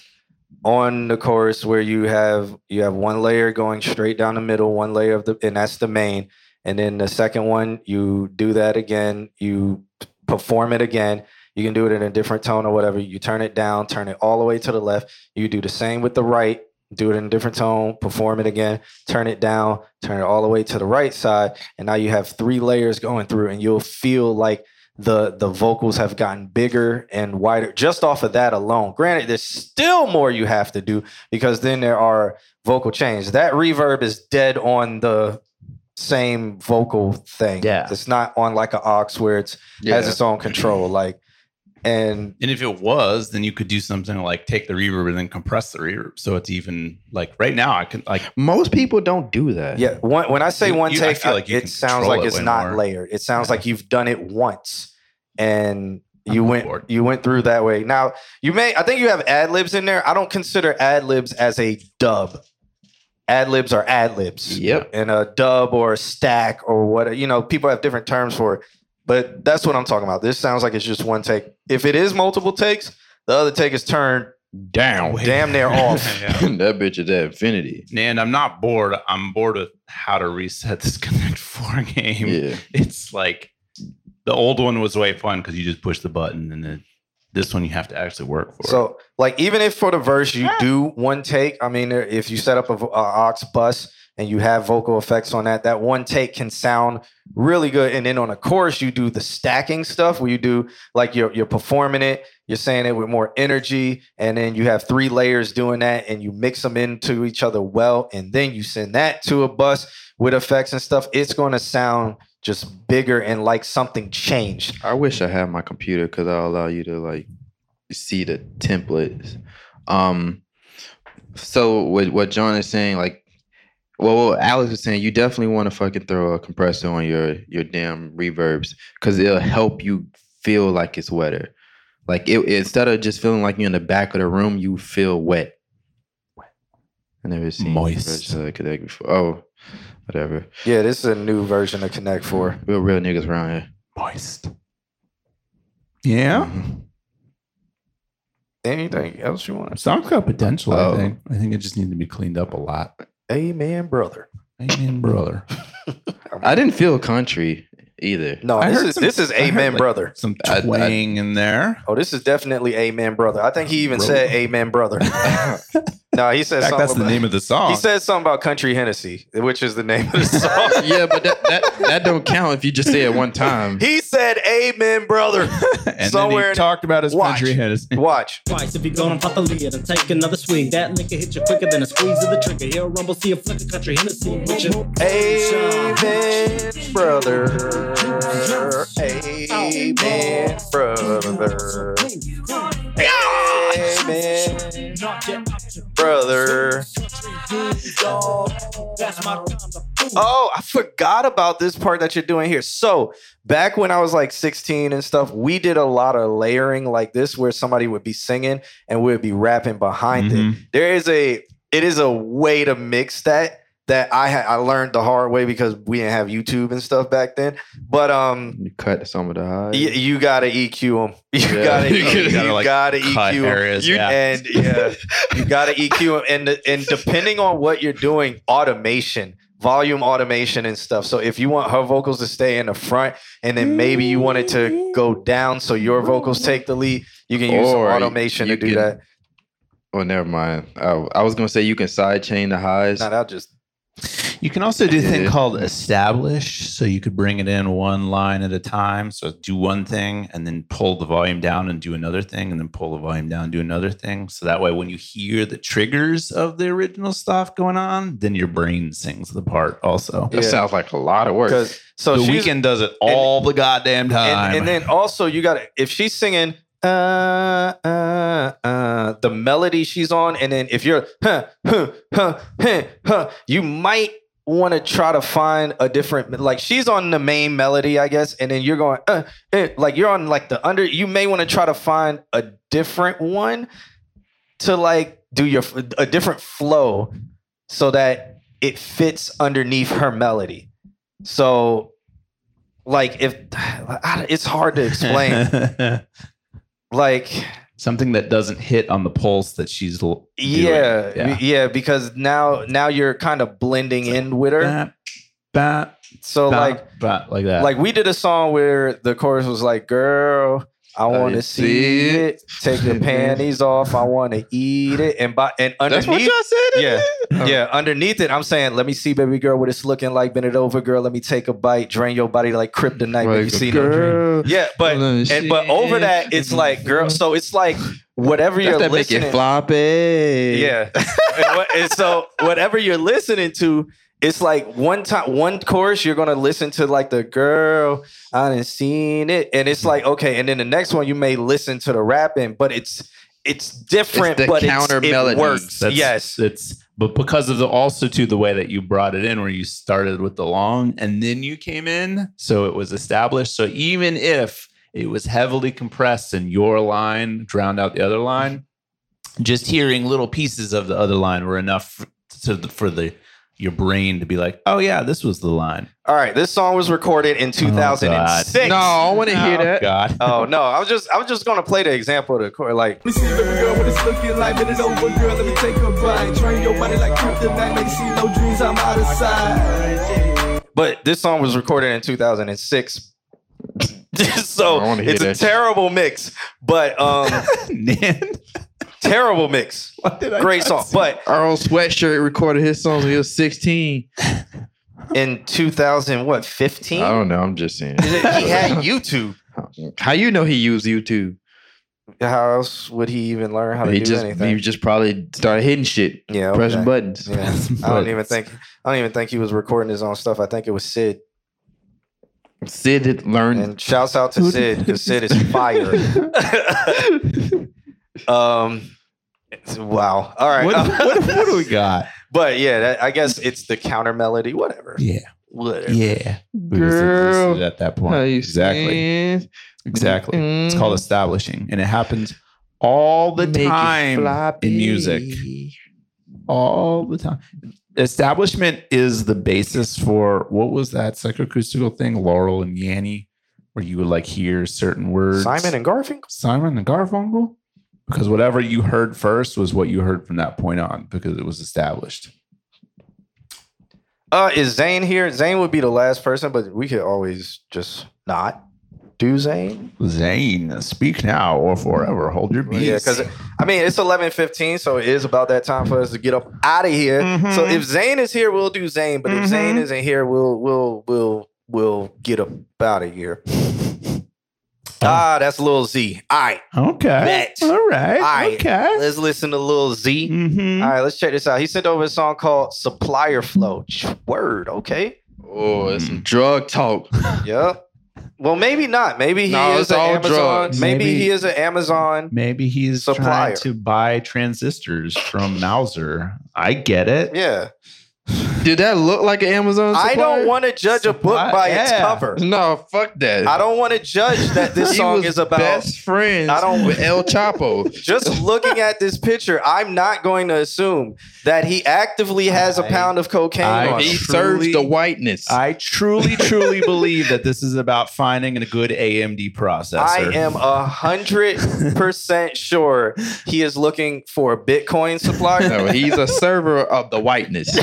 [SPEAKER 1] on the chorus where you have you have one layer going straight down the middle, one layer of the and that's the main. And then the second one, you do that again, you p- perform it again. You can do it in a different tone or whatever. You turn it down, turn it all the way to the left. You do the same with the right, do it in a different tone, perform it again, turn it down, turn it all the way to the right side. And now you have three layers going through, and you'll feel like the the vocals have gotten bigger and wider just off of that alone. Granted, there's still more you have to do because then there are vocal changes. That reverb is dead on the same vocal thing. Yeah. It's not on like an aux where it's has
[SPEAKER 4] Yeah.
[SPEAKER 1] its own control. Like and
[SPEAKER 4] And if it was, then you could do something like take the reverb and then compress the reverb, so it's even like right now I can like
[SPEAKER 3] most people don't do that.
[SPEAKER 1] Yeah, one, when I say
[SPEAKER 4] You-
[SPEAKER 1] one
[SPEAKER 4] you- I
[SPEAKER 1] take, uh,
[SPEAKER 4] feel like you
[SPEAKER 1] it
[SPEAKER 4] can
[SPEAKER 1] sounds
[SPEAKER 4] control
[SPEAKER 1] like
[SPEAKER 4] it
[SPEAKER 1] it's
[SPEAKER 4] way
[SPEAKER 1] not
[SPEAKER 4] more.
[SPEAKER 1] layered. It sounds like you've done it once and you went you went through that way. Now you may I think you have ad libs in there. I don't consider ad libs as a dub. Ad libs are ad libs. Yep. And a dub or a stack or what you know, people have different terms for it. But that's what I'm talking about. This sounds like it's just one take. If it is multiple takes, the other take is turned
[SPEAKER 3] down.
[SPEAKER 1] Damn near off.
[SPEAKER 3] that bitch is at infinity.
[SPEAKER 4] And I'm not bored. I'm bored with how to reset this Connect Four game.
[SPEAKER 3] Yeah.
[SPEAKER 4] It's like the old one was way fun because you just push the button, and then this one you have to actually work for.
[SPEAKER 1] So, like, even if for the verse you do one take, I mean, there- if you set up a, vo- a ox bus and you have vocal effects on that, that one take can sound really good. And then on a chorus, you do the stacking stuff where you do like you're you're performing it, you're saying it with more energy, and then you have three layers doing that, and you mix them into each other well, and then you send that to a bus with effects and stuff. It's going to sound just bigger and like something changed.
[SPEAKER 3] I wish I had my computer because I'll allow you to like see the templates. Um, so what what John is saying, like, well, what Alex was saying, you definitely want to fucking throw a compressor on your your damn reverbs because it'll help you feel like it's wetter. Like it, instead of just feeling like you're in the back of the room, you feel wet. I never seen moist like that before. Oh, whatever.
[SPEAKER 1] Yeah, this is a new version of Connect Four.
[SPEAKER 3] Real real niggas around here.
[SPEAKER 4] Moist. Yeah.
[SPEAKER 3] Mm-hmm.
[SPEAKER 1] Anything else you want?
[SPEAKER 4] Sound's got potential.
[SPEAKER 3] Oh.
[SPEAKER 4] I think. I think it just needs to be cleaned up a lot.
[SPEAKER 1] Amen, brother.
[SPEAKER 4] Amen, brother.
[SPEAKER 3] I didn't feel country either.
[SPEAKER 1] No,
[SPEAKER 4] I
[SPEAKER 1] this
[SPEAKER 4] heard
[SPEAKER 1] is
[SPEAKER 4] some-
[SPEAKER 1] this is
[SPEAKER 4] I heard,
[SPEAKER 1] Amen,
[SPEAKER 4] like,
[SPEAKER 1] brother.
[SPEAKER 4] Some
[SPEAKER 3] I- I-
[SPEAKER 4] twang in there.
[SPEAKER 1] Oh, this is definitely Amen, brother. I think he even
[SPEAKER 4] Bro.
[SPEAKER 1] said Amen, brother. no, he said
[SPEAKER 4] In fact,
[SPEAKER 1] something.
[SPEAKER 4] that's the name of the song.
[SPEAKER 1] He said something about Country Hennessy, which is the name of the song.
[SPEAKER 3] yeah, but that, that that don't count if you just say it one time.
[SPEAKER 1] He said Amen, brother.
[SPEAKER 4] and
[SPEAKER 7] Somewhere in-
[SPEAKER 4] talked about his
[SPEAKER 7] Watch.
[SPEAKER 4] country head.
[SPEAKER 1] Watch.
[SPEAKER 7] Twice if you're gonna pop the lid and take another swig. That liquor hit you quicker than a squeeze of the trigger. Here, rumble, see a flicker, country Hennessy with you.
[SPEAKER 1] Amen, brother. Amen, brother. Amen, brother. Oh, I forgot about this part that you're doing here. So, back when I was like 16 and stuff, we did a lot of layering like this where somebody would be singing and we'd be rapping behind
[SPEAKER 3] Mm-hmm.
[SPEAKER 1] it. There is a it is a way to mix that that I ha- I learned the hard way because we didn't have YouTube and stuff back then. But um
[SPEAKER 3] You cut some of the high.
[SPEAKER 1] y- you gotta EQ them. You
[SPEAKER 3] Yeah.
[SPEAKER 1] gotta, E
[SPEAKER 3] You
[SPEAKER 1] you
[SPEAKER 3] gotta, like,
[SPEAKER 1] gotta
[SPEAKER 3] cut
[SPEAKER 1] EQ 'em.
[SPEAKER 3] areas,
[SPEAKER 1] You-
[SPEAKER 3] yeah.
[SPEAKER 1] and yeah, you gotta EQ 'em. And the- and depending on what you're doing, automation, volume automation, and stuff. So if you want her vocals to stay in the front, and then maybe you want it to go down so your vocals take the lead, you can use some
[SPEAKER 3] Or
[SPEAKER 1] automation to
[SPEAKER 3] you
[SPEAKER 1] do
[SPEAKER 3] can-
[SPEAKER 1] that.
[SPEAKER 3] Oh, never mind. I, I was gonna say you can side chain the highs.
[SPEAKER 1] No, that'll just
[SPEAKER 4] You can also do a thing
[SPEAKER 3] Yeah.
[SPEAKER 4] called establish, so you could bring it in one line at a time. So do one thing and then pull the volume down and do another thing, and then pull the volume down, do another thing. So that way, when you hear the triggers of the original stuff going on, then your brain sings the part. Also,
[SPEAKER 1] That Yeah. sounds
[SPEAKER 3] like a lot of
[SPEAKER 1] work. 'Cause- so
[SPEAKER 4] the
[SPEAKER 1] she's-
[SPEAKER 4] weekend does it all the goddamn time.
[SPEAKER 1] and, and then also you got to if she's singing uh uh uh the melody she's on and then if you're huh huh huh huh, huh you might want to try to find a different like she's on the main melody i guess and then you're going uh, eh, like you're on like the under you may want to try to find a different one to like do your a different flow so that it fits underneath her melody so like if I- it's hard to explain like
[SPEAKER 4] something that doesn't hit on the pulse that she's l- doing.
[SPEAKER 1] yeah, yeah because now now you're kind of blending in with her
[SPEAKER 4] Bat,
[SPEAKER 1] so
[SPEAKER 4] bat,
[SPEAKER 1] like
[SPEAKER 4] bat, like that.
[SPEAKER 1] Like we did a song where the chorus was like, "Girl, I want to Oh, see it. Take the panties off. I want to eat it." And by and underneath,
[SPEAKER 3] That's what y'all said,
[SPEAKER 1] Yeah, yeah. Underneath it, I'm saying, "Let me see, baby girl, what it's looking like. Bend it over, girl. Let me take a bite. Drain your body like kryptonite. baby.
[SPEAKER 3] Like a
[SPEAKER 1] see no
[SPEAKER 3] girl.
[SPEAKER 1] dream." Yeah, but and, but over that, it's like, girl. So it's like whatever
[SPEAKER 3] That's
[SPEAKER 1] you're
[SPEAKER 3] that make
[SPEAKER 1] listening.
[SPEAKER 3] it floppy.
[SPEAKER 1] Yeah. and, what- and so whatever you're listening to, It's like one time, one chorus, you're gonna listen to like the girl, I didn't seen it. And it's like, okay, and then the next one you may listen to the rapping, but it's it's different,
[SPEAKER 3] the
[SPEAKER 1] but
[SPEAKER 3] counter
[SPEAKER 1] it's, it
[SPEAKER 3] melodies.
[SPEAKER 1] works.
[SPEAKER 4] That's,
[SPEAKER 1] yes.
[SPEAKER 4] It's but because of the also too the way that you brought it in, where you started with the long and then you came in, so it was established. So even if it was heavily compressed and your line drowned out the other line, just hearing little pieces of the other line were enough to the, for the your brain to be like, oh yeah, this was the line.
[SPEAKER 1] All right, this song was recorded
[SPEAKER 3] Oh,
[SPEAKER 1] in 2006.
[SPEAKER 4] No, I wanna hear
[SPEAKER 1] Oh,
[SPEAKER 4] that. God.
[SPEAKER 1] Oh no, I was just I was just gonna play the example of the chord. Like,
[SPEAKER 24] Listen, every girl, what it's looking like, bend it over, girl, let me take a bite. Train your body like kryptonite, make you see no dreams, I'm out of sight.
[SPEAKER 1] but this song was recorded in 2006.
[SPEAKER 3] Oh,
[SPEAKER 1] so
[SPEAKER 4] hear
[SPEAKER 1] it's a
[SPEAKER 4] that.
[SPEAKER 1] terrible mix, but um, terrible mix. Great song, but
[SPEAKER 3] Earl Sweatshirt recorded his songs when he was 16.
[SPEAKER 1] in 2000, what, 15?
[SPEAKER 3] I don't know. I'm just saying.
[SPEAKER 1] he had YouTube.
[SPEAKER 3] How you know he used YouTube?
[SPEAKER 1] How else would he even learn how to
[SPEAKER 3] He
[SPEAKER 1] do
[SPEAKER 3] just
[SPEAKER 1] anything?
[SPEAKER 3] he just probably started hitting shit.
[SPEAKER 1] Yeah, okay.
[SPEAKER 3] pressing buttons.
[SPEAKER 1] Yeah. I don't even think I don't even think he was recording his own stuff. I think it was Sid.
[SPEAKER 3] Sid had learned.
[SPEAKER 1] And shouts out to Sid because Sid is fire. um, it's- wow. All right.
[SPEAKER 4] What- what- what do we got?
[SPEAKER 1] But yeah, that, I guess it's the counter melody. Whatever.
[SPEAKER 4] Yeah.
[SPEAKER 1] Whatever.
[SPEAKER 4] Yeah. We just
[SPEAKER 1] Girl,
[SPEAKER 4] existed at that point.
[SPEAKER 1] how you Mm-hmm.
[SPEAKER 4] Exactly. Exactly. It's called establishing. And it happens all the
[SPEAKER 3] you
[SPEAKER 4] time
[SPEAKER 3] floppy.
[SPEAKER 4] in music. All the time. Establishment is the basis for what was that psychoacoustical thing, Laurel and Yanny, where you would like hear certain words.
[SPEAKER 1] Simon and Garfunkel.
[SPEAKER 4] Simon and Garfunkel. Because whatever you heard first was what you heard from that point on because it was established.
[SPEAKER 1] Uh, is Zane here? Zane would be the last person, but we could always just not do Zane.
[SPEAKER 4] Zane, speak now or forever. Hold your peace.
[SPEAKER 1] Yeah, because I mean it's eleven fifteen, so it is about that time for us to get up out of here.
[SPEAKER 4] Mm-hmm.
[SPEAKER 1] So if Zane is here, we'll do Zane. But if Zane isn't here, we'll we'll we'll we'll get up out of here.
[SPEAKER 3] Oh.
[SPEAKER 1] Ah, that's Lil Z. All right.
[SPEAKER 4] Okay.
[SPEAKER 1] Bet.
[SPEAKER 4] All right.
[SPEAKER 1] All right.
[SPEAKER 4] Okay. Mm-hmm.
[SPEAKER 1] Let's listen to Lil Z. All right, let's check this out. He sent over a song called Supplier Flow. Ch- Word, okay.
[SPEAKER 3] Oh, it's some drug talk.
[SPEAKER 1] Yep. Well, maybe not. Maybe he
[SPEAKER 3] No,
[SPEAKER 1] is
[SPEAKER 3] it's
[SPEAKER 1] an
[SPEAKER 3] all
[SPEAKER 1] Amazon.
[SPEAKER 3] drugs.
[SPEAKER 1] Maybe,
[SPEAKER 4] Maybe-
[SPEAKER 1] he is an Amazon.
[SPEAKER 4] Maybe he's
[SPEAKER 1] Supplier.
[SPEAKER 4] trying to buy transistors from Mauser. I get it.
[SPEAKER 1] Yeah.
[SPEAKER 3] Did that look like an Amazon?
[SPEAKER 1] I
[SPEAKER 3] supplier?
[SPEAKER 1] don't want to judge a book by its
[SPEAKER 3] Yeah.
[SPEAKER 1] cover.
[SPEAKER 3] No, fuck that.
[SPEAKER 1] I don't want to judge that this
[SPEAKER 3] He
[SPEAKER 1] song
[SPEAKER 3] was
[SPEAKER 1] is about
[SPEAKER 3] best friends. I don't with El Chapo.
[SPEAKER 1] Just looking at this picture, I'm not going to assume that he actively has a pound of cocaine. on
[SPEAKER 3] he
[SPEAKER 1] him.
[SPEAKER 3] serves the whiteness.
[SPEAKER 4] I truly, truly believe that this is about finding a good AMD processor.
[SPEAKER 1] I am a hundred percent sure he is looking for a Bitcoin supplier.
[SPEAKER 3] No, he's a server of the whiteness.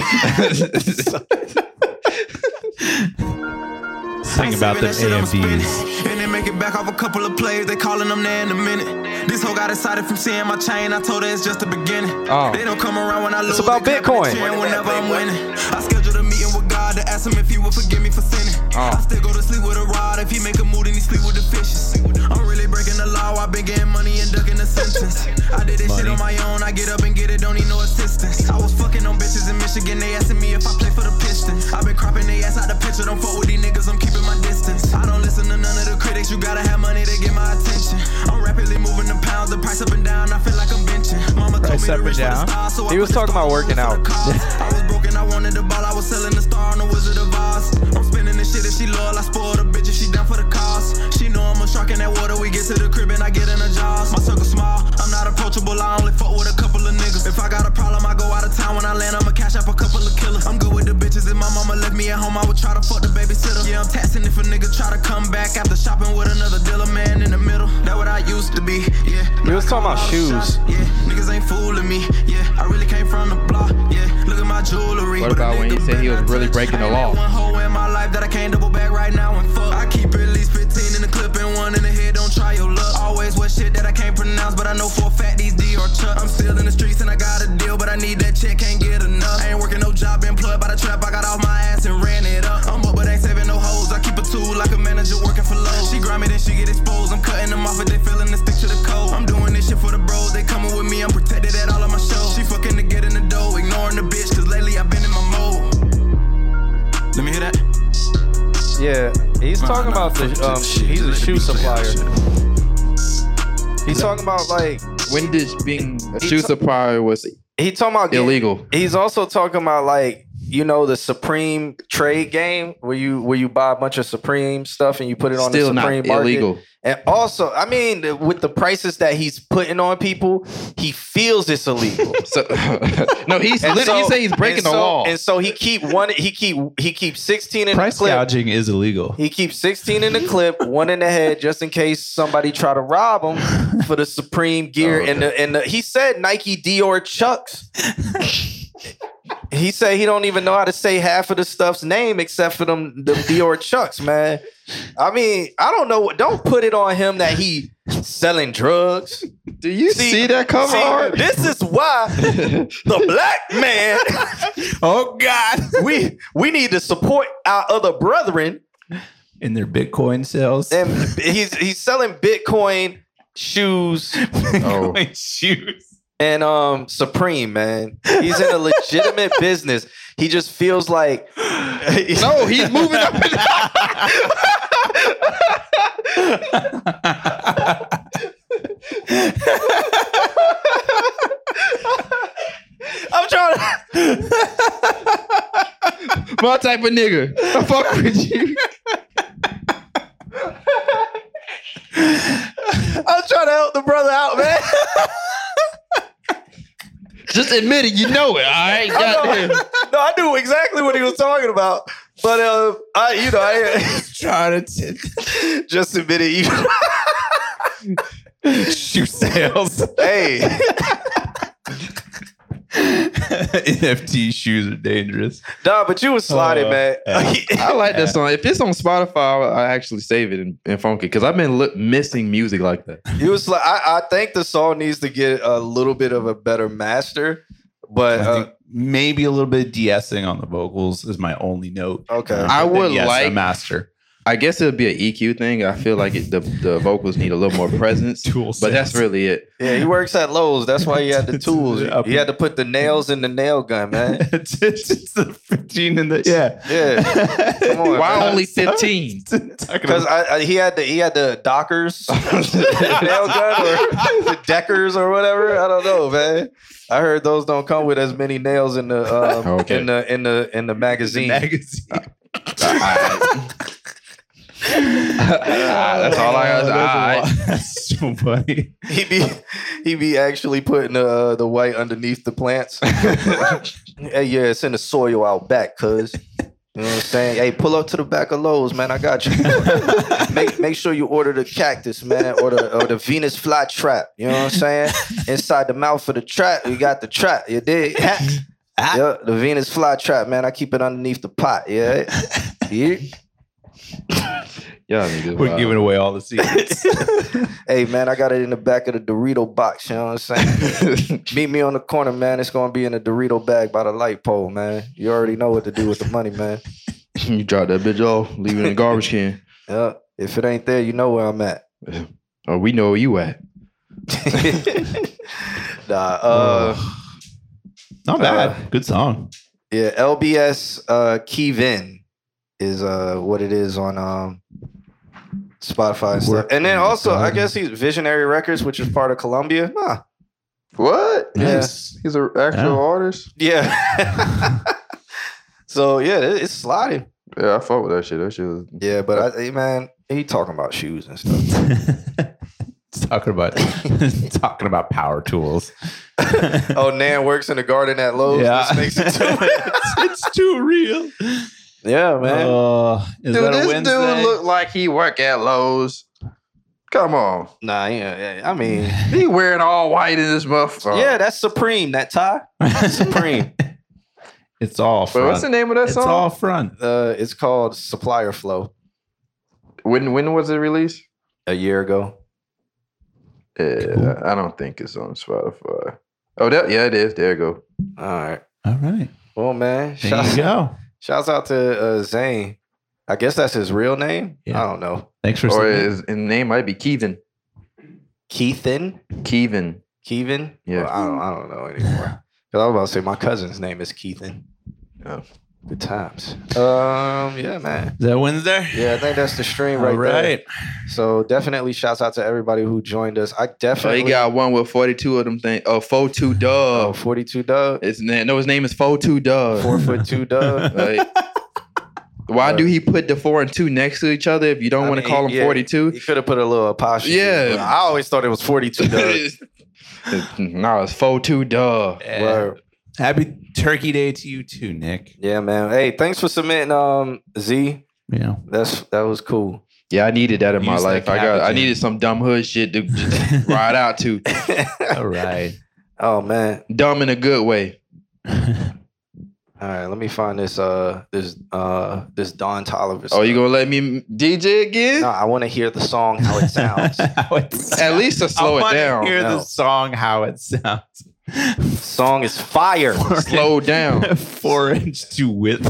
[SPEAKER 4] Sing about them AMDs.
[SPEAKER 24] And they make it back off a couple of plays, they calling them there in a minute. This hoe got excited from seeing my chain, I told her it's just the beginning.
[SPEAKER 1] Oh.
[SPEAKER 24] They don't come around when I lose.
[SPEAKER 1] It's about
[SPEAKER 24] they clap in the
[SPEAKER 1] Bitcoin.
[SPEAKER 24] chair Whenever I'm winning. I scheduled a meeting with God to ask him if he would forgive me for sinning. I still go to sleep with a rod, if he make a mood and he sleep with the fishes. I'm really breaking the law, I've been getting money and ducking the sentence. I did this shit on my own, I get up and get it, don't need no assistance. I was fucking on bitches in Michigan, they asking me if I play for the Pistons. I've been cropping they ass out the picture, don't fuck with these niggas, I'm keeping my distance. I don't listen to none of the critics, you gotta have money to get my attention. I'm rapidly moving the pounds, the price up and down, I feel like I'm benching. Mama told me to reach for the stars, so I
[SPEAKER 1] He was talking about working out.
[SPEAKER 24] broken, I wanted the ball, I was selling the star on the Wizard of Oz. I'm spinning the shit if she loyal, I spoil the bitch if she down for the cause. She know I'm a shark in that water, we get to the crib and I get in her jaws. My circle small, I'm not approachable, I only fuck with a couple of niggas. If I got a problem, I go out of town when I land, I'ma cash up a couple of killers. I'm good with the bitches, if my mama left me at home, I would try to fuck the babysitter. Yeah, I'm taxing if a nigga try to come back after shopping with another dealer man in the middle. That what I used to be, yeah.
[SPEAKER 1] He was talking about shoes.
[SPEAKER 24] Niggas ain't fooling me, yeah. I really came from the block, yeah. Look at my jewelry.
[SPEAKER 3] What about when he said he was really breaking the law?
[SPEAKER 24] One hole in my life that I can't double back right now and fuck. I keep at least 15 in the clip and one in the head. Don't try your luck. Always what shit that I can't pronounce, but I know for a fact these D are Chuck. I'm still in the streets and I got a deal, but I need that check. Can't get enough. I ain't working no job, been plugged by the trap. I got off my ass and ran it up. I'm up, but ain't saving no hoes. I keep a tool like a manager working for low. She grimy, then she get exposed. I'm cutting them off if they feeling the stick to the code. I'm doing this shit for the bros. They coming with me. I'm protected at all of my shows. She fucking to get in the dough, ignoring the bitch, cause lately I've been in my mode.
[SPEAKER 6] Let me hear that.
[SPEAKER 1] Yeah, he's talking about the. Um, he's a shoe supplier. He's talking about like
[SPEAKER 3] when did being a shoe Oh. supplier was
[SPEAKER 1] he talking about
[SPEAKER 3] illegal.
[SPEAKER 1] He's also talking about like you know the Supreme trade game where you where you buy a bunch of Supreme stuff and you put it on
[SPEAKER 3] Still
[SPEAKER 1] the
[SPEAKER 3] not
[SPEAKER 1] Supreme market.
[SPEAKER 3] illegal.
[SPEAKER 1] And also, I mean, the- with the prices that he's putting on people, he feels it's illegal.
[SPEAKER 3] no, he's lit- he say he's breaking the law.
[SPEAKER 1] and so he keep one. He keep he keeps sixteen in
[SPEAKER 4] Price
[SPEAKER 1] the clip.
[SPEAKER 4] gouging is illegal.
[SPEAKER 1] He keeps 16 in the clip, one in the head, just in case somebody try to rob him for the Supreme gear. And the, and the, he said Nike Dior Chucks. he said he don't even know how to say half of the stuff's name except for them the Dior Chucks, man. I mean, I don't know. Don't put it on him that he selling drugs.
[SPEAKER 3] Do you
[SPEAKER 1] see,
[SPEAKER 3] that cover art?
[SPEAKER 1] This is why the black man.
[SPEAKER 4] oh God,
[SPEAKER 1] we we need to support our other brethren
[SPEAKER 4] in their Bitcoin sales.
[SPEAKER 1] and he's he's selling Bitcoin shoes,
[SPEAKER 4] Bitcoin shoes,
[SPEAKER 1] and um Supreme man. He's in a legitimate business. He just feels like
[SPEAKER 3] no, he's moving up.
[SPEAKER 1] I'm trying to.
[SPEAKER 3] My type of nigga. I fuck with you.
[SPEAKER 1] I'm trying to help the brother out, man.
[SPEAKER 3] Just admit it. You know it. All right. Goddamn.
[SPEAKER 1] no, I knew exactly what he was talking about, but uh, I you know I
[SPEAKER 4] trying to
[SPEAKER 1] just admit it. You
[SPEAKER 4] shoe sales.
[SPEAKER 1] Hey.
[SPEAKER 4] NFT shoes are dangerous.
[SPEAKER 1] Nah, but you was sliding,
[SPEAKER 3] Uh,
[SPEAKER 1] man.
[SPEAKER 3] I like that song. If it's on Spotify, I'll, i actually save it and, and funk it because I've been li- missing music like that.
[SPEAKER 1] You was like, I, I think the song needs to get a little bit of a better master, but
[SPEAKER 4] I
[SPEAKER 1] uh,
[SPEAKER 4] think maybe a little bit of de-essing on the vocals is my only note. Uh,
[SPEAKER 1] Okay.
[SPEAKER 3] I
[SPEAKER 4] But then,
[SPEAKER 3] would
[SPEAKER 4] yes,
[SPEAKER 3] like
[SPEAKER 4] a master.
[SPEAKER 3] I guess it'd be an EQ thing. I feel like it, the the vocals need a little more presence, but that's really it.
[SPEAKER 1] yeah, he works at Lowe's. That's why he had the tools. He had to put the nails in the nail gun, man.
[SPEAKER 4] it's, the 15 in the yeah.
[SPEAKER 1] Yeah. Come on,
[SPEAKER 3] Why
[SPEAKER 1] man.
[SPEAKER 3] only 15?
[SPEAKER 1] Because I, I, he had the he had the Dockers nail gun or the Deckers or whatever. I don't know, man. I heard those don't come with as many nails in the um,
[SPEAKER 3] Okay.
[SPEAKER 1] in the in the in the magazine. Uh,
[SPEAKER 4] magazine.
[SPEAKER 3] Ah, that's all I got.
[SPEAKER 4] That's so funny.
[SPEAKER 1] He be he be actually putting uh, the white underneath the plants. hey, yeah, it's in the soil out back, cuz. You know what I'm saying? Hey, pull up to the back of Lowe's, man. I got you. make make sure you order the cactus, man, or the or the Venus fly trap. You know what I'm saying? Inside the mouth of the trap, you got the trap. You dig? yeah, the Venus fly trap, man. I keep it underneath the pot. Yeah. yeah.
[SPEAKER 3] Yeah,
[SPEAKER 4] We're giving away all the secrets.
[SPEAKER 1] Hey man, I got it in the back of the Dorito box. You know what I'm saying? Meet me on the corner, man. It's gonna be in a Dorito bag by the light pole, man. You already know what to do with the money, man.
[SPEAKER 3] You drop that bitch off, leave it in the garbage can.
[SPEAKER 1] Yeah. If it ain't there, you know where I'm at.
[SPEAKER 3] Or Oh, we know where you at.
[SPEAKER 1] Nah. Uh,
[SPEAKER 4] Not bad. Good song.
[SPEAKER 1] yeah. LBS uh, Kevin is uh, what it is on um, Spotify and stuff. And then also, I guess he's Visionary Records, which is part of Columbia. Huh.
[SPEAKER 3] What?
[SPEAKER 1] Nice.
[SPEAKER 3] He's an actual artist.
[SPEAKER 1] Yeah. so yeah, it- it's sliding.
[SPEAKER 3] Yeah, I fought with that shit. That shit was
[SPEAKER 1] Yeah, but I, hey, man, he talking about shoes and stuff.
[SPEAKER 4] talking about talking about power tools.
[SPEAKER 1] oh, Nan works in the garden at Lowe's.
[SPEAKER 4] Yeah.
[SPEAKER 1] This makes it too.
[SPEAKER 4] it's too real.
[SPEAKER 1] Yeah, man.
[SPEAKER 4] Uh, is
[SPEAKER 3] dude,
[SPEAKER 4] that
[SPEAKER 3] this
[SPEAKER 4] a Wednesday?
[SPEAKER 3] dude look like he work at Lowe's. Come on.
[SPEAKER 1] Nah, uh, yeah, yeah, I mean,
[SPEAKER 3] he wearing all white in this motherfucker.
[SPEAKER 1] yeah, that's Supreme. That tie, Supreme.
[SPEAKER 4] it's all.
[SPEAKER 3] Wait, what's the name of that
[SPEAKER 4] it's
[SPEAKER 3] song?
[SPEAKER 4] all front.
[SPEAKER 1] Uh, it's called Supplier Flow.
[SPEAKER 3] When when was it released?
[SPEAKER 1] A year ago.
[SPEAKER 3] Yeah, I don't think it's on Spotify. Oh, that yeah, it is. There you go.
[SPEAKER 1] All right.
[SPEAKER 4] All right.
[SPEAKER 1] Well, man,
[SPEAKER 4] There you go.
[SPEAKER 1] Shouts out to uh, Zane. I guess that's his real name. I don't know.
[SPEAKER 4] Thanks for
[SPEAKER 3] Or
[SPEAKER 4] submitting.
[SPEAKER 3] his, his name might be Keevan.
[SPEAKER 1] Keithan.
[SPEAKER 3] Keevan.
[SPEAKER 1] Keevan.
[SPEAKER 3] Yeah.
[SPEAKER 1] Well, I don't. I don't know anymore. 'Cause I was about to say my cousin's name is Keithan.
[SPEAKER 3] Oh.
[SPEAKER 1] Good times. Um, yeah, man.
[SPEAKER 4] Is that Wednesday?
[SPEAKER 1] Yeah, I think that's the stream right,
[SPEAKER 4] All right.
[SPEAKER 1] there. So definitely shouts out to everybody who joined us. I definitely
[SPEAKER 3] Oh, he got one with 42 of them things. Oh, 42 Dub. Oh,
[SPEAKER 1] 42 Dub.
[SPEAKER 3] His name, no, his name is 42 Dub.
[SPEAKER 1] Four foot two Dub.
[SPEAKER 3] Like, why do he put the four and two next to each other if you don't want to call him 42?
[SPEAKER 1] He could have put a little apostrophe.
[SPEAKER 3] Yeah.
[SPEAKER 1] but I always thought it was 42 Dub.
[SPEAKER 3] nah, it's 42 Dub.
[SPEAKER 1] Word.
[SPEAKER 4] Happy Turkey Day to you too, Nick.
[SPEAKER 1] Yeah, man. Hey, thanks for submitting, um, Z.
[SPEAKER 4] Yeah.
[SPEAKER 1] That's that was cool.
[SPEAKER 3] Yeah, I needed that in my
[SPEAKER 1] Use that
[SPEAKER 3] life. I got I
[SPEAKER 1] capital.
[SPEAKER 3] needed some dumb hood shit to just ride out to.
[SPEAKER 4] All right.
[SPEAKER 1] Oh man.
[SPEAKER 3] Dumb in a good way.
[SPEAKER 1] All right, let me find this uh this uh this Don Tolliver.
[SPEAKER 3] Oh, you gonna let me DJ again?
[SPEAKER 1] No, I want to hear the song how it sounds.
[SPEAKER 3] At least to slow it down. No.
[SPEAKER 4] song how it sounds.
[SPEAKER 1] song is fire.
[SPEAKER 3] Slow down.
[SPEAKER 4] Four inch to width.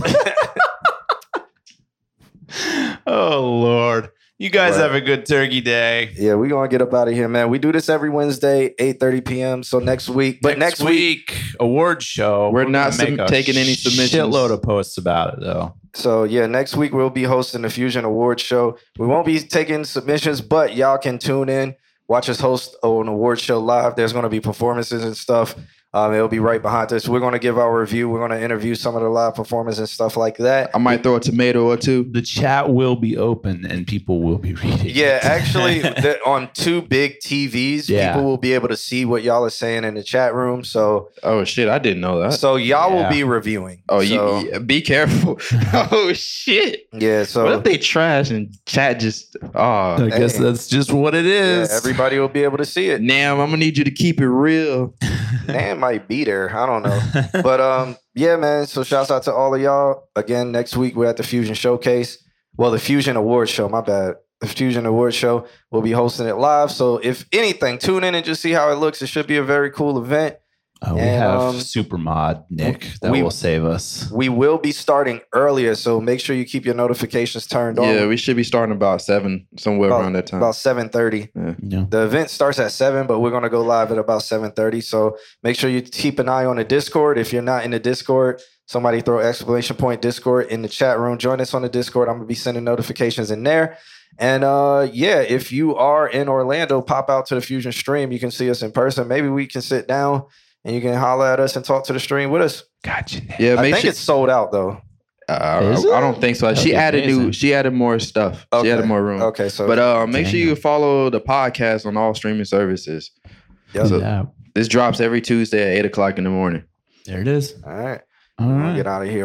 [SPEAKER 4] oh Lord. You guys
[SPEAKER 1] Right.
[SPEAKER 4] have a good turkey day.
[SPEAKER 1] Yeah, we're gonna get up out of here, man. We do this every Wednesday, 8 30 p.m. So next week, but next, week,
[SPEAKER 4] award show.
[SPEAKER 1] We're not
[SPEAKER 4] gonna
[SPEAKER 1] sub-
[SPEAKER 4] make a
[SPEAKER 1] taking any submissions.
[SPEAKER 4] Shitload of posts about it though.
[SPEAKER 1] so yeah, next week we'll be hosting the Fusion Awards show. We won't be taking submissions, but y'all can tune in, watch us host an award show live. There's gonna be performances and stuff. Um, it'll be right behind us. We're gonna give our review. We're gonna interview some of the live performers and stuff like that.
[SPEAKER 3] I might throw a tomato or two.
[SPEAKER 4] The chat will be open and people will be reading.
[SPEAKER 1] Yeah, actually, the, on two big TVs,
[SPEAKER 4] Yeah.
[SPEAKER 1] people will be able to see what y'all are saying in the chat room. So,
[SPEAKER 3] Oh shit, I didn't know that.
[SPEAKER 1] so y'all
[SPEAKER 3] Yeah.
[SPEAKER 1] will be reviewing.
[SPEAKER 3] Oh,
[SPEAKER 1] So-
[SPEAKER 3] you, yeah, be careful. oh shit.
[SPEAKER 1] Yeah, so
[SPEAKER 3] what if they trash and chat just oh
[SPEAKER 1] I guess Hey.
[SPEAKER 4] that's just what it
[SPEAKER 1] Yeah, everybody will be able to see it.
[SPEAKER 3] Nam, I'm gonna need you to keep it real.
[SPEAKER 1] Nan might be there. I don't know. But um, yeah, man. So shouts out to all of y'all. Again, next week we're at the Fusion Showcase. Well, the Fusion Awards show, my bad. The Fusion Awards show. We'll be hosting it live. So if anything, tune in and just see how it looks. It should be a very cool event.
[SPEAKER 4] Oh, we
[SPEAKER 1] And,
[SPEAKER 4] have
[SPEAKER 1] um,
[SPEAKER 4] super mod Nick that
[SPEAKER 1] we-
[SPEAKER 4] will save us.
[SPEAKER 1] We will be starting earlier, so make sure you keep your notifications turned on.
[SPEAKER 3] Yeah, we should be starting about seven, somewhere
[SPEAKER 1] about,
[SPEAKER 3] around that time.
[SPEAKER 1] About seven thirty. The event starts at seven, but we're gonna go live at about seven thirty. So make sure you keep an eye on the Discord. If you're not in the Discord, somebody throw exclamation point Discord in the chat room. Join us on the Discord. I'm gonna be sending notifications in there. And uh, yeah, if you are in Orlando, pop out to the Fusion stream. You can see us in person. Maybe we can sit down and you can holler at us and talk to the stream with us.
[SPEAKER 4] Gotcha. Nick.
[SPEAKER 3] Yeah,
[SPEAKER 1] I
[SPEAKER 3] make
[SPEAKER 1] think
[SPEAKER 3] sure-
[SPEAKER 1] it's sold out though.
[SPEAKER 3] Uh, I,
[SPEAKER 1] Is
[SPEAKER 3] I
[SPEAKER 1] it?
[SPEAKER 3] don't think so.
[SPEAKER 1] That'd
[SPEAKER 3] She
[SPEAKER 1] be
[SPEAKER 3] added new.
[SPEAKER 1] amazing.
[SPEAKER 3] She added more stuff. She added more room.
[SPEAKER 1] Okay, so
[SPEAKER 3] but uh, make sure
[SPEAKER 1] Dang.
[SPEAKER 3] you follow the podcast on all streaming services.
[SPEAKER 1] Yep.
[SPEAKER 3] So
[SPEAKER 1] Yeah.
[SPEAKER 3] This drops every Tuesday at eight o'clock in the morning.
[SPEAKER 4] There it is.
[SPEAKER 1] All right.
[SPEAKER 4] All
[SPEAKER 1] Get out of here.